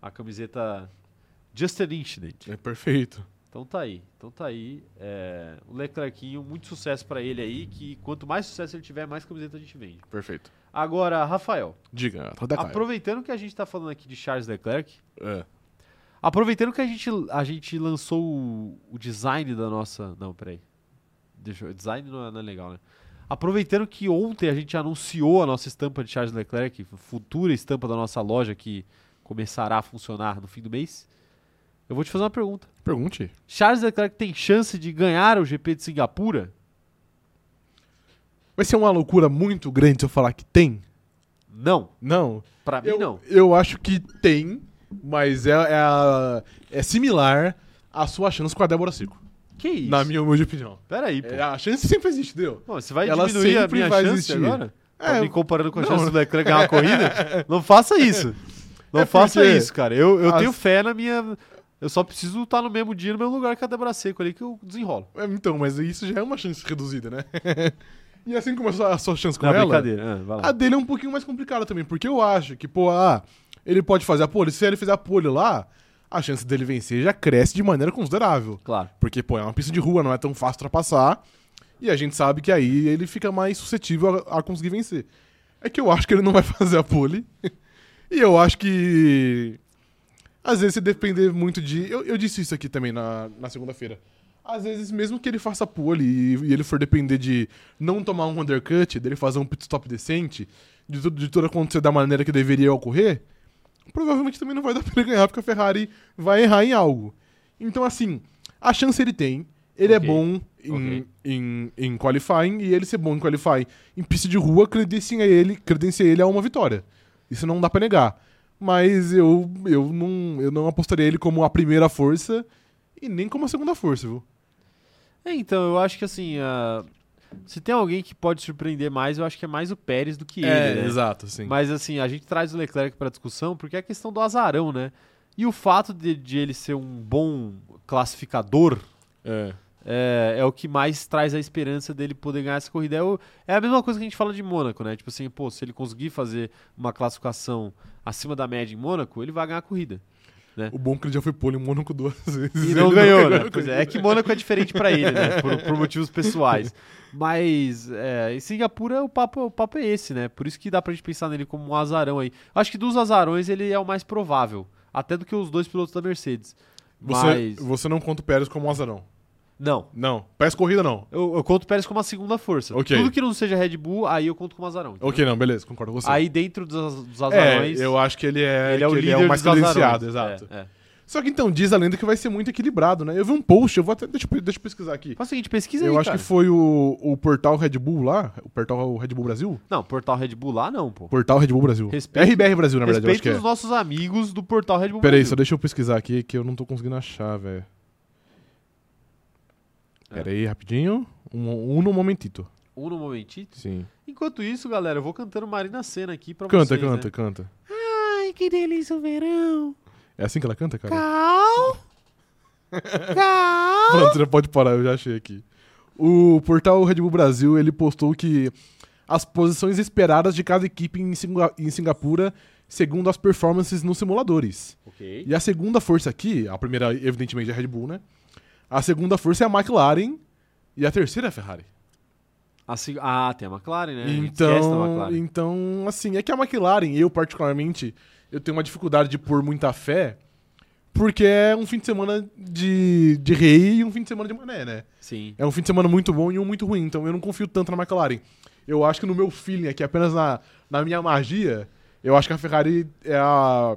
Speaker 1: A camiseta Justin Incident.
Speaker 2: É perfeito.
Speaker 1: Então tá aí. Então tá aí. É, o Leclerquinho, muito sucesso pra ele aí, que quanto mais sucesso ele tiver, mais camiseta a gente vende.
Speaker 2: Perfeito.
Speaker 1: Agora, Rafael,
Speaker 2: Diga, roda a Caio.
Speaker 1: aproveitando que a gente tá falando aqui de Charles Leclerc,
Speaker 2: É.
Speaker 1: aproveitando que a gente, a gente lançou o, o design da nossa. Não, peraí. Deixa eu... Design não é, não é legal, né? Aproveitando que ontem a gente anunciou a nossa estampa de Charles Leclerc, futura estampa da nossa loja que começará a funcionar no fim do mês, eu vou te fazer uma pergunta.
Speaker 2: Pergunte.
Speaker 1: Charles Leclerc tem chance de ganhar o GP de Singapura?
Speaker 2: Vai ser uma loucura muito grande se eu falar que tem?
Speaker 1: Não,
Speaker 2: Não.
Speaker 1: pra mim
Speaker 2: eu,
Speaker 1: não.
Speaker 2: Eu acho que tem, mas é, é, a- é similar à sua chance com a Débora Seco.
Speaker 1: Que isso?
Speaker 2: Na minha humilde opinião.
Speaker 1: Peraí, pô.
Speaker 2: É, a chance sempre existe, deu?
Speaker 1: Pô, você vai
Speaker 2: Ela
Speaker 1: diminuir a
Speaker 2: sempre
Speaker 1: minha
Speaker 2: vai
Speaker 1: chance
Speaker 2: existir.
Speaker 1: agora? Tá
Speaker 2: É,
Speaker 1: me comparando com a
Speaker 2: não.
Speaker 1: chance do Leclerc ganhar uma corrida? Não faça isso. Não
Speaker 2: É
Speaker 1: faça
Speaker 2: porque
Speaker 1: isso, cara. Eu, eu
Speaker 2: as-
Speaker 1: tenho fé na minha... Eu só preciso estar no mesmo dia, no mesmo lugar que a Débora Seco ali, que eu desenrolo.
Speaker 2: É, Então, mas isso já é uma chance reduzida, né? e assim como a sua, a sua chance com
Speaker 1: Não,
Speaker 2: ela,
Speaker 1: brincadeira. Ah, vai lá.
Speaker 2: a dele é um pouquinho mais complicada também, porque eu acho que, pô, ah, ele pode fazer a pole. Se ele fizer a pole lá, a chance dele vencer já cresce de maneira considerável.
Speaker 1: Claro.
Speaker 2: Porque, pô, é uma pista de rua, não é tão fácil ultrapassar. E a gente sabe que aí ele fica mais suscetível a, a conseguir vencer. É que eu acho que ele não vai fazer a pole. e eu acho que. Às vezes, se depender muito de. Eu, eu disse isso aqui também na, na segunda-feira. Às vezes, mesmo que ele faça pole e, e ele for depender de não tomar um undercut, dele fazer um pit stop decente, de tudo, de tudo acontecer da maneira que deveria ocorrer, provavelmente também não vai dar pra ele ganhar, porque a Ferrari vai errar em algo. Então, assim, a chance ele tem.
Speaker 1: Ok.
Speaker 2: Ele é bom em,
Speaker 1: Ok.
Speaker 2: em, em qualifying, e ele ser bom em qualifying em pista de rua credencia ele, credencia ele a uma vitória. Isso não dá pra negar. Mas eu, eu, não, eu não apostaria ele como a primeira força e nem como a segunda força, viu?
Speaker 1: É, então, eu acho que assim... ah, Se tem alguém que pode surpreender mais, eu acho que é mais o Pérez do que ele, né?
Speaker 2: É, exato, sim.
Speaker 1: Mas assim, a gente traz o Leclerc para discussão porque é a questão do azarão, né? E o fato de- de ele ser um bom classificador
Speaker 2: É.
Speaker 1: É, é o que mais traz a esperança dele poder ganhar essa corrida. É, o- é a mesma coisa que a gente fala de Mônaco, né? Tipo assim, pô, se ele conseguir fazer uma classificação acima da média em Mônaco, ele vai ganhar a corrida.
Speaker 2: O bom é que ele já foi pole em Mônaco duas vezes.
Speaker 1: E
Speaker 2: Ele
Speaker 1: não ganhou,
Speaker 2: ganhou
Speaker 1: né?
Speaker 2: a
Speaker 1: Pois
Speaker 2: corrida.
Speaker 1: é, é que Mônaco é diferente pra ele, né? Por, por motivos pessoais. Mas é, em Singapura o papo, o papo é esse, né? Por isso que dá pra gente pensar nele como um azarão aí. Acho que dos azarões ele é o mais provável. Até do que os dois pilotos da Mercedes.
Speaker 2: Você,
Speaker 1: Mas.
Speaker 2: você não conta o Pérez como um azarão.
Speaker 1: Não.
Speaker 2: Não. Pérez corrida, não.
Speaker 1: Eu, eu conto o Pérez como a segunda força.
Speaker 2: Ok.
Speaker 1: Tudo que não seja Red Bull, aí eu conto como azarão. entendeu?
Speaker 2: Ok, não, beleza, concordo com você.
Speaker 1: Aí dentro dos, az- dos
Speaker 2: é,
Speaker 1: azarões,
Speaker 2: eu acho que ele é,
Speaker 1: ele é o
Speaker 2: que
Speaker 1: líder
Speaker 2: ele é o mais
Speaker 1: dos azarões.
Speaker 2: credenciado, exato.
Speaker 1: É, é.
Speaker 2: Só que então diz a lenda que vai ser muito equilibrado, né? Eu vi um post, eu vou até. Deixa, eu- deixa eu pesquisar aqui.
Speaker 1: Faz o seguinte, pesquisa aí,
Speaker 2: Eu acho
Speaker 1: cara.
Speaker 2: que foi o, o portal Red Bull lá, o portal Red Bull Brasil?
Speaker 1: Não, Portal Red Bull lá não, pô.
Speaker 2: Portal Red Bull Brasil.
Speaker 1: Respeito-
Speaker 2: RBR Brasil, na verdade, eu acho que
Speaker 1: Respeito
Speaker 2: é.
Speaker 1: os nossos amigos do Portal Red Bull
Speaker 2: Pera aí, só
Speaker 1: Brasil.
Speaker 2: deixa eu pesquisar aqui que eu não tô conseguindo achar, velho.
Speaker 1: É.
Speaker 2: Pera aí, rapidinho. Um, um no momentito.
Speaker 1: Um no momentito.
Speaker 2: Sim.
Speaker 1: Enquanto isso, galera, eu vou cantando Marina Senna aqui pra
Speaker 2: Canta,
Speaker 1: vocês.
Speaker 2: canta,
Speaker 1: né?
Speaker 2: canta.
Speaker 1: Ai, que delícia o verão.
Speaker 2: É assim que ela canta, cara?
Speaker 1: Cal. Cal.
Speaker 2: Pronto, já pode parar, eu já achei aqui. O portal Red Bull Brasil, ele postou que as posições esperadas de cada equipe em, Singa- em Singapura segundo as performances nos simuladores.
Speaker 1: Ok.
Speaker 2: E a segunda força aqui, a primeira evidentemente é a Red Bull, né? A segunda força é a McLaren e a terceira é a Ferrari.
Speaker 1: A se- Ah, tem a McLaren, né? A gente esquece da
Speaker 2: então,
Speaker 1: McLaren.
Speaker 2: então, assim, é que a McLaren, eu particularmente, eu tenho uma dificuldade de pôr muita fé, porque é um fim de semana de, de rei e um fim de semana de mané, né?
Speaker 1: Sim.
Speaker 2: É um fim de semana muito bom e um muito ruim, então eu não confio tanto na McLaren. Eu acho que no meu feeling aqui, apenas na, na minha magia, eu acho que a Ferrari é a,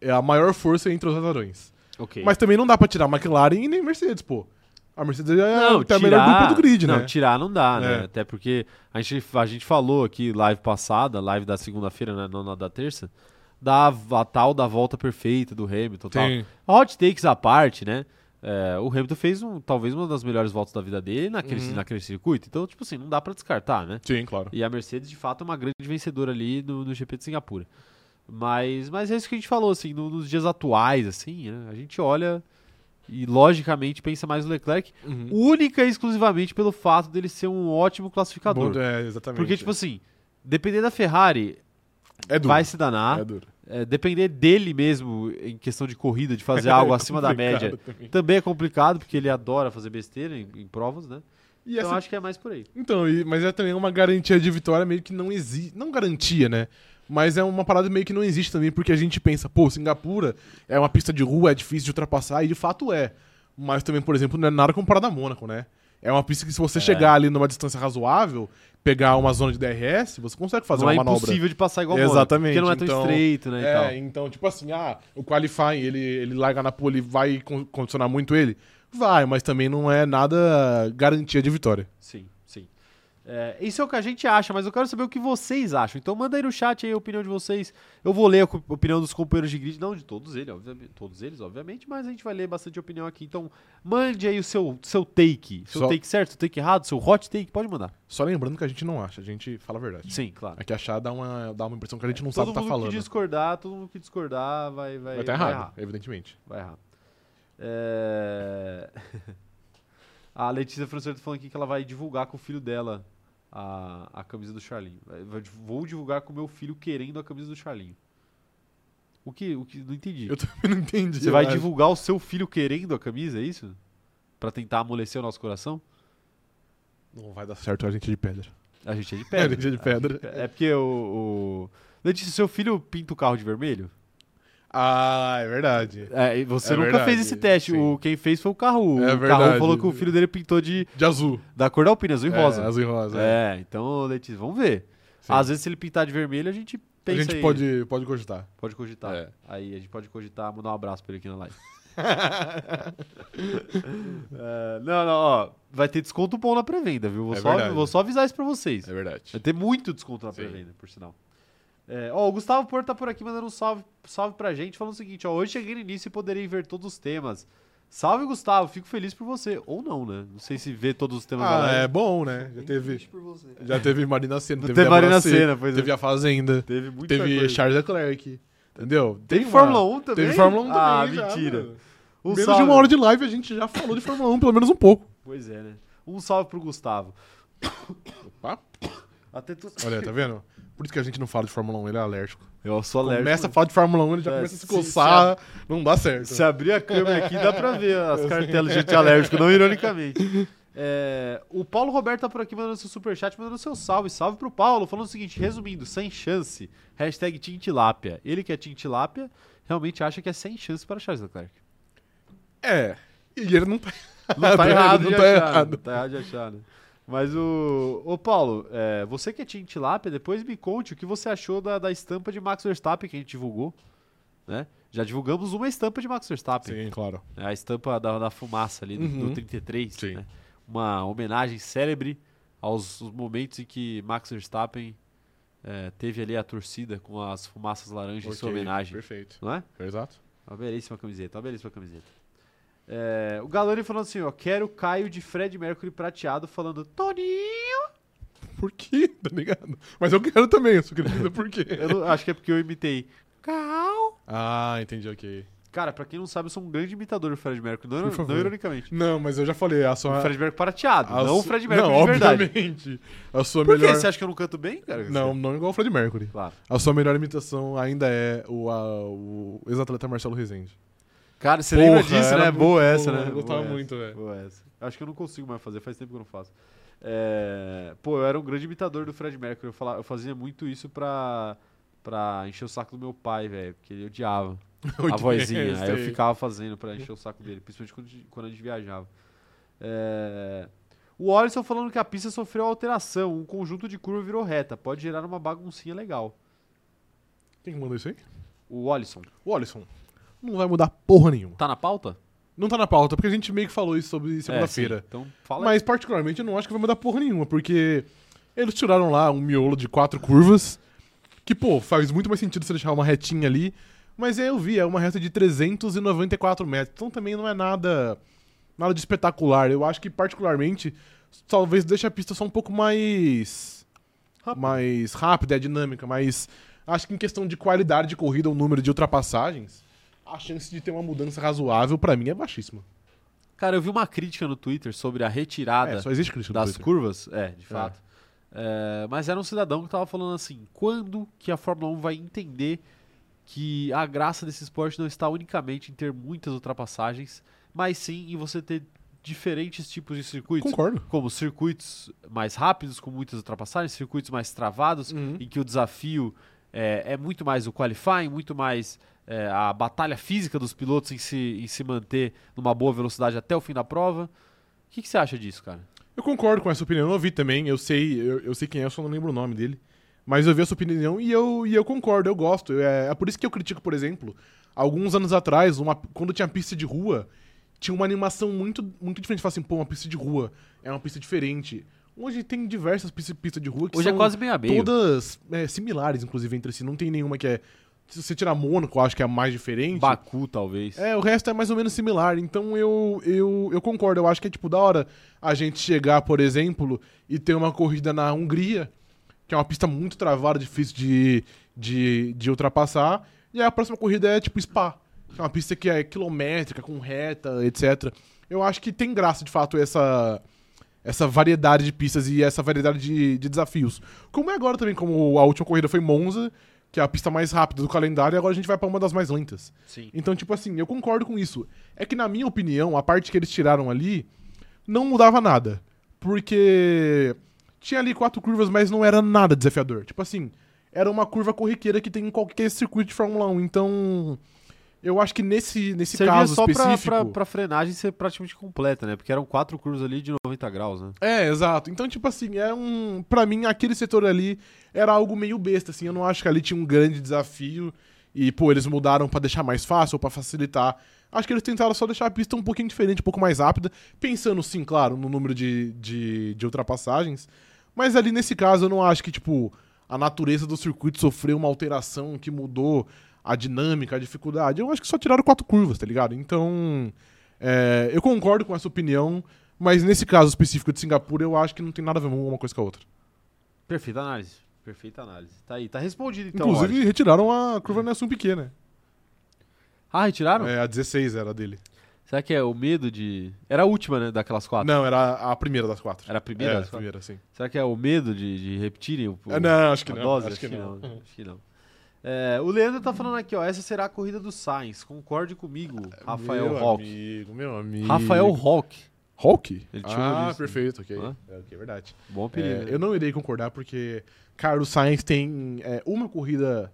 Speaker 2: é a maior força entre os azarões.
Speaker 1: Ok.
Speaker 2: Mas também não dá pra tirar a McLaren e nem Mercedes, pô. A Mercedes é
Speaker 1: não, tirar,
Speaker 2: até a melhor dupla do grid,
Speaker 1: não,
Speaker 2: né?
Speaker 1: tirar não dá, né?
Speaker 2: É.
Speaker 1: Até porque a gente, a gente falou aqui, live passada, live da segunda-feira, né? Não na da terça, da a tal da volta perfeita do Hamilton e tal.
Speaker 2: Sim.
Speaker 1: Hot takes à parte, né? É, o Hamilton fez um, talvez uma das melhores voltas da vida dele naquele,
Speaker 2: Uhum.
Speaker 1: naquele circuito. Então, tipo assim, não dá pra descartar, né?
Speaker 2: Sim, claro.
Speaker 1: E a Mercedes, de fato, é uma grande vencedora ali no, no GP de Singapura. Mas, mas é isso que a gente falou, assim, no- nos dias atuais, assim, né? a gente olha e logicamente pensa mais no Leclerc, Uhum. única e exclusivamente pelo fato dele ser um ótimo classificador.
Speaker 2: Bom, é, exatamente.
Speaker 1: Porque, tipo assim, depender da Ferrari,
Speaker 2: é duro.
Speaker 1: vai se danar.
Speaker 2: É duro.
Speaker 1: É, depender dele mesmo em questão de corrida, de
Speaker 2: É
Speaker 1: fazer algo acima da média,
Speaker 2: Também.
Speaker 1: também é complicado, porque ele adora fazer besteira em, em provas, né?
Speaker 2: E assim,
Speaker 1: Então
Speaker 2: essa
Speaker 1: acho que é mais por aí.
Speaker 2: Então, e- mas é também uma garantia de vitória meio que não existe. Não garantia, né? Mas é uma parada meio que não existe também, porque a gente pensa, pô, Singapura é uma pista de rua, é difícil de ultrapassar, e de fato é. Mas também, por exemplo, não é nada comparado a Mônaco, né? É uma pista que se você chegar ali numa distância razoável, pegar uma zona de DRS, você consegue fazer
Speaker 1: não
Speaker 2: uma
Speaker 1: é
Speaker 2: manobra.
Speaker 1: impossível de passar igual o Mônaco,
Speaker 2: Exatamente,
Speaker 1: porque não é tão
Speaker 2: então,
Speaker 1: estreito, né, e tal.
Speaker 2: É, então, tipo assim, ah, o qualifying, ele, ele larga na pole, vai con- condicionar muito ele? Vai, mas também não é nada garantia de vitória.
Speaker 1: Sim, sim. É, isso é o que a gente acha, mas eu quero saber o que vocês acham. Então manda aí no chat aí a opinião de vocês. Eu vou ler a co- opinião dos companheiros de grid, não de todos eles, obviamente, todos eles, obviamente, mas a gente vai ler bastante opinião aqui. Então mande aí o seu, seu take, seu
Speaker 2: Só-
Speaker 1: take certo, seu take errado, seu hot take, pode mandar.
Speaker 2: Só lembrando que a gente não acha, a gente fala a verdade.
Speaker 1: Sim, claro.
Speaker 2: É que achar dá uma, dá uma impressão que a gente não
Speaker 1: É, Todo
Speaker 2: sabe o
Speaker 1: mundo
Speaker 2: que tá falando.
Speaker 1: que é discordar, todo mundo que discordar vai vai
Speaker 2: Vai estar
Speaker 1: vai
Speaker 2: errado,
Speaker 1: errar.
Speaker 2: evidentemente.
Speaker 1: Vai errar. É... A Letícia Francisco tá falando aqui que ela vai divulgar com o filho dela a, a camisa do Charlinho. Vai- vai- Vou divulgar com o meu filho querendo a camisa do Charlinho. O que, o que não entendi.
Speaker 2: Eu também não entendi.
Speaker 1: Você vai
Speaker 2: eu acho.
Speaker 1: divulgar o seu filho querendo a camisa, é isso? Pra tentar amolecer o nosso coração?
Speaker 2: Não vai dar certo a gente é de pedra.
Speaker 1: A gente é de
Speaker 2: É, a
Speaker 1: pedra.
Speaker 2: gente é de pedra.
Speaker 1: É porque o, o- Letícia, seu filho pinta o carro de vermelho?
Speaker 2: Ah, é verdade.
Speaker 1: É, e você
Speaker 2: É
Speaker 1: nunca
Speaker 2: verdade,
Speaker 1: fez esse teste.
Speaker 2: sim.
Speaker 1: O, quem fez foi o carro.
Speaker 2: É
Speaker 1: o carro
Speaker 2: verdade.
Speaker 1: falou que o filho dele pintou de
Speaker 2: De azul.
Speaker 1: da cor da Alpina, azul e
Speaker 2: É,
Speaker 1: rosa.
Speaker 2: azul e rosa. é.
Speaker 1: É, então, Letícia, vamos ver.
Speaker 2: Sim.
Speaker 1: Às vezes, se ele pintar de vermelho, a gente
Speaker 2: A
Speaker 1: pensa
Speaker 2: gente
Speaker 1: aí. Tá.
Speaker 2: pode, pode cogitar.
Speaker 1: Pode cogitar.
Speaker 2: É.
Speaker 1: Aí a gente pode cogitar, mandar um abraço pra ele aqui na live. É, não, não, ó. Vai ter desconto bom na pré-venda, viu? Vou,
Speaker 2: É
Speaker 1: só,
Speaker 2: verdade.
Speaker 1: vou só avisar isso pra vocês.
Speaker 2: É verdade.
Speaker 1: Vai ter muito desconto na
Speaker 2: Sim.
Speaker 1: pré-venda, por sinal. É, ó, o Gustavo Porto tá por aqui mandando um salve, salve pra gente, falando o seguinte, ó. Hoje cheguei no início e poderei ver todos os temas. Salve, Gustavo. Fico feliz por você. Ou não, né? Não sei se ver todos os temas da
Speaker 2: Ah,
Speaker 1: live.
Speaker 2: é bom, né? Já teve,
Speaker 3: Por você.
Speaker 2: já teve Marina Senna,
Speaker 1: Não
Speaker 2: teve,
Speaker 1: teve
Speaker 2: Débora
Speaker 1: Marina
Speaker 2: C,
Speaker 1: Senna, pois é.
Speaker 2: teve a Fazenda,
Speaker 1: Teve muita
Speaker 2: teve
Speaker 1: coisa.
Speaker 2: Charles Leclerc, entendeu?
Speaker 1: Teve
Speaker 2: uma-
Speaker 1: Fórmula 1 também?
Speaker 2: Teve Fórmula 1
Speaker 1: Ah,
Speaker 2: também já,
Speaker 1: mentira.
Speaker 2: mano.
Speaker 1: Um
Speaker 2: Menos
Speaker 1: salve.
Speaker 2: de uma hora de live a gente já falou de Fórmula 1, pelo menos um pouco.
Speaker 1: Pois é, né? Um salve pro Gustavo.
Speaker 2: Opa.
Speaker 1: Até tu...
Speaker 2: Olha, tá vendo? Por isso que a gente não fala de Fórmula 1, ele é alérgico.
Speaker 1: Eu sou alérgico.
Speaker 2: Começa a falar de Fórmula 1, ele já
Speaker 1: É,
Speaker 2: começa a
Speaker 1: se-
Speaker 2: se coçar, não dá certo.
Speaker 1: Se abrir a câmera aqui, dá pra ver as cartelas de gente alérgico, não ironicamente. É, o Paulo Roberto tá por aqui mandando seu superchat, mandando seu salve. Salve pro Paulo, falando o seguinte, resumindo, sem chance, hashtag Tintilápia. Ele que é Tintilápia, realmente acha que é sem chance para Charles Leclerc.
Speaker 2: É. E ele não tá
Speaker 1: Não tá
Speaker 2: Ele
Speaker 1: errado
Speaker 2: não
Speaker 1: de
Speaker 2: tá
Speaker 1: achar,
Speaker 2: errado.
Speaker 1: Não tá errado de achar, né? Mas o. Ô, Paulo, é, você que é Tim Tilápia, depois me conte o que você achou da, da estampa de Max Verstappen que a gente divulgou. Né? Já divulgamos uma estampa de Max Verstappen.
Speaker 2: Sim, claro.
Speaker 1: né? A estampa da, da fumaça ali do, do
Speaker 2: Uhum.
Speaker 1: 33.
Speaker 2: Sim.
Speaker 1: né? Uma homenagem célebre aos os momentos em que Max Verstappen é, teve ali a torcida com as fumaças laranjas em sua
Speaker 2: Ok,
Speaker 1: homenagem.
Speaker 2: Perfeito.
Speaker 1: Não é?
Speaker 2: Exato.
Speaker 1: Uma belíssima tá camiseta, uma belíssima camiseta. É, o Galani falando assim, ó, quero o Caio de Fred Mercury prateado falando Toninho.
Speaker 2: Por quê? Tá ligado? Mas eu quero também, eu só queria dizer por quê.
Speaker 1: Eu não- acho que é porque eu imitei. Cal.
Speaker 2: Ah, entendi, ok.
Speaker 1: Cara, pra quem não sabe, eu sou um grande imitador do Fred Mercury, não,
Speaker 2: Por favor.
Speaker 1: não ironicamente.
Speaker 2: Não, mas eu já falei, a sua.
Speaker 1: O Fred Mercury prateado,
Speaker 2: a
Speaker 1: não o
Speaker 2: su-
Speaker 1: Fred Mercury
Speaker 2: Não,
Speaker 1: de verdade.
Speaker 2: obviamente. A sua
Speaker 1: Por
Speaker 2: melhor.
Speaker 1: quê? Você é- acha que eu não canto bem, cara?
Speaker 2: Não, não igual o Fred Mercury.
Speaker 1: Claro.
Speaker 2: A sua melhor imitação ainda é o, a- o ex-atleta Marcelo Rezende.
Speaker 1: Cara, você
Speaker 2: Porra,
Speaker 1: lembra disso,
Speaker 2: era
Speaker 1: né?
Speaker 2: muito
Speaker 1: Boa essa,
Speaker 2: boa,
Speaker 1: né?
Speaker 2: eu gostava
Speaker 1: Boa
Speaker 2: muito,
Speaker 1: essa,
Speaker 2: velho.
Speaker 1: Boa essa. Acho que eu não consigo mais fazer, faz tempo que eu não faço. É, Pô, eu era um grande imitador do Fred Mercury. Eu, falava- eu fazia muito isso pra... pra encher o saco do meu pai, velho, porque ele odiava a vozinha.
Speaker 2: né?
Speaker 1: aí eu ficava fazendo pra encher o saco dele, principalmente quando, a gente- quando a gente viajava. É, O Orson falando que a pista sofreu alteração, um conjunto de curva virou reta, pode gerar uma baguncinha legal.
Speaker 2: Quem mandou isso aí?
Speaker 1: O Olisson,
Speaker 2: O Alisson. Não vai mudar porra nenhuma.
Speaker 1: tá na pauta?
Speaker 2: Não tá na pauta, porque a gente meio que falou isso sobre
Speaker 1: É,
Speaker 2: segunda-feira.
Speaker 1: sim. então fala aí.
Speaker 2: Mas, particularmente, eu não acho que vai mudar porra nenhuma, porque eles tiraram lá um miolo de quatro curvas, que, pô, faz muito mais sentido você deixar uma retinha ali. Mas aí eu vi, é uma reta de 394 metros, então também não é nada nada de espetacular. Eu acho que, particularmente, talvez deixe a pista só um pouco mais.
Speaker 1: Rápido.
Speaker 2: mais rápida, é dinâmica, mas acho que em questão de qualidade de corrida ou número de ultrapassagens, a chance de ter uma mudança razoável, pra mim, é baixíssima.
Speaker 1: Cara, eu vi uma crítica no Twitter sobre a retirada
Speaker 2: É, só existe crítica no
Speaker 1: das
Speaker 2: Twitter.
Speaker 1: curvas. É, de fato. É, mas era um cidadão que tava falando assim: quando que a Fórmula 1 vai entender que a graça desse esporte não está unicamente em ter muitas ultrapassagens, mas sim em você ter diferentes tipos de circuitos?
Speaker 2: Concordo.
Speaker 1: Como circuitos mais rápidos, com muitas ultrapassagens, circuitos mais travados,
Speaker 2: Uhum.
Speaker 1: em que o desafio é, é muito mais o qualifying, muito mais é, a batalha física dos pilotos em se, em se manter numa boa velocidade até o fim da prova. O que, que você acha disso, cara?
Speaker 2: Eu concordo com essa opinião, eu ouvi também, eu sei, eu, eu sei quem é, eu só não lembro o nome dele. Mas eu vi essa opinião e eu, e eu concordo, eu gosto. É, é por isso que eu critico, por exemplo, alguns anos atrás, uma- quando tinha pista de rua, tinha uma animação muito, muito diferente. Fala assim, pô, uma pista de rua, é uma pista diferente. Hoje tem diversas pistas pista de rua que
Speaker 1: Hoje é
Speaker 2: são
Speaker 1: quase meia meia.
Speaker 2: todas é, similares, inclusive, entre si. Não tem nenhuma que é... Se você tirar Mônaco, eu acho que é a mais diferente.
Speaker 1: Baku, talvez.
Speaker 2: É, o resto é mais ou menos similar. Então eu, eu, eu concordo. Eu acho que é tipo da hora a gente chegar, por exemplo, e ter uma corrida na Hungria, que é uma pista muito travada, difícil de, de, de ultrapassar. E aí a próxima corrida é tipo Spa, que é uma pista que é quilométrica, com reta, etc. Eu acho que tem graça, de fato, essa, essa variedade de pistas e essa variedade de, de desafios. Como é agora também, como a última corrida foi Monza, que é a pista mais rápida do calendário, e agora a gente vai pra uma das mais lentas.
Speaker 1: Sim.
Speaker 2: Então, tipo assim, eu concordo com isso. É que, na minha opinião, a parte que eles tiraram ali não mudava nada. Porque tinha ali quatro curvas, mas não era nada desafiador. Tipo assim, era uma curva corriqueira que tem em qualquer circuito de Fórmula 1. Então, eu acho que nesse, nesse
Speaker 1: Servia
Speaker 2: caso
Speaker 1: só pra,
Speaker 2: específico...
Speaker 1: pra, pra frenagem ser praticamente completa, né? Porque eram quatro curvas ali de 90 graus, né?
Speaker 2: É, exato. Então, tipo assim, é um. Pra mim, aquele setor ali era algo meio besta, assim. Eu não acho que ali tinha um grande desafio. E, pô, eles mudaram pra deixar mais fácil ou pra facilitar. Acho que eles tentaram só deixar a pista um pouquinho diferente, um pouco mais rápida. Pensando, sim, claro, no número de, de, de ultrapassagens. Mas ali, nesse caso, eu não acho que, tipo, a natureza do circuito sofreu uma alteração que mudou a dinâmica, a dificuldade. Eu acho que só tiraram quatro curvas, tá ligado? Então. É, eu concordo com essa opinião, mas nesse caso específico de Singapura, eu acho que não tem nada a ver uma coisa com a outra.
Speaker 1: Perfeita análise. Perfeita análise. Tá aí, tá respondido então.
Speaker 2: Inclusive,
Speaker 1: Roger.
Speaker 2: retiraram a curva Nelson Piquet, né?
Speaker 1: Ah, retiraram?
Speaker 2: É, a 16 era a dele.
Speaker 1: Será que é o medo de. Era a última, né? Daquelas quatro.
Speaker 2: Não, era a primeira das quatro.
Speaker 1: Era a primeira?
Speaker 2: É,
Speaker 1: das
Speaker 2: a
Speaker 1: quatro?
Speaker 2: primeira, sim.
Speaker 1: Será que é o medo de, de repetirem o,
Speaker 2: É, não, acho que
Speaker 1: a
Speaker 2: não.
Speaker 1: dose? assim,
Speaker 2: acho que não.
Speaker 1: Acho que não. É, o Leandro tá falando aqui, ó. Essa será a corrida do Sainz. Concorde comigo, Rafael
Speaker 2: É, meu
Speaker 1: Rock.
Speaker 2: Amigo, meu amigo.
Speaker 1: Rafael Rock.
Speaker 2: Rock?
Speaker 1: Ele tinha
Speaker 2: ah,
Speaker 1: isso. né?
Speaker 2: perfeito, ok.
Speaker 1: Hã?
Speaker 2: É, ok, verdade.
Speaker 1: Bom
Speaker 2: É,
Speaker 1: apelido. né?
Speaker 2: eu não irei concordar porque Carlos Sainz tem é, uma corrida.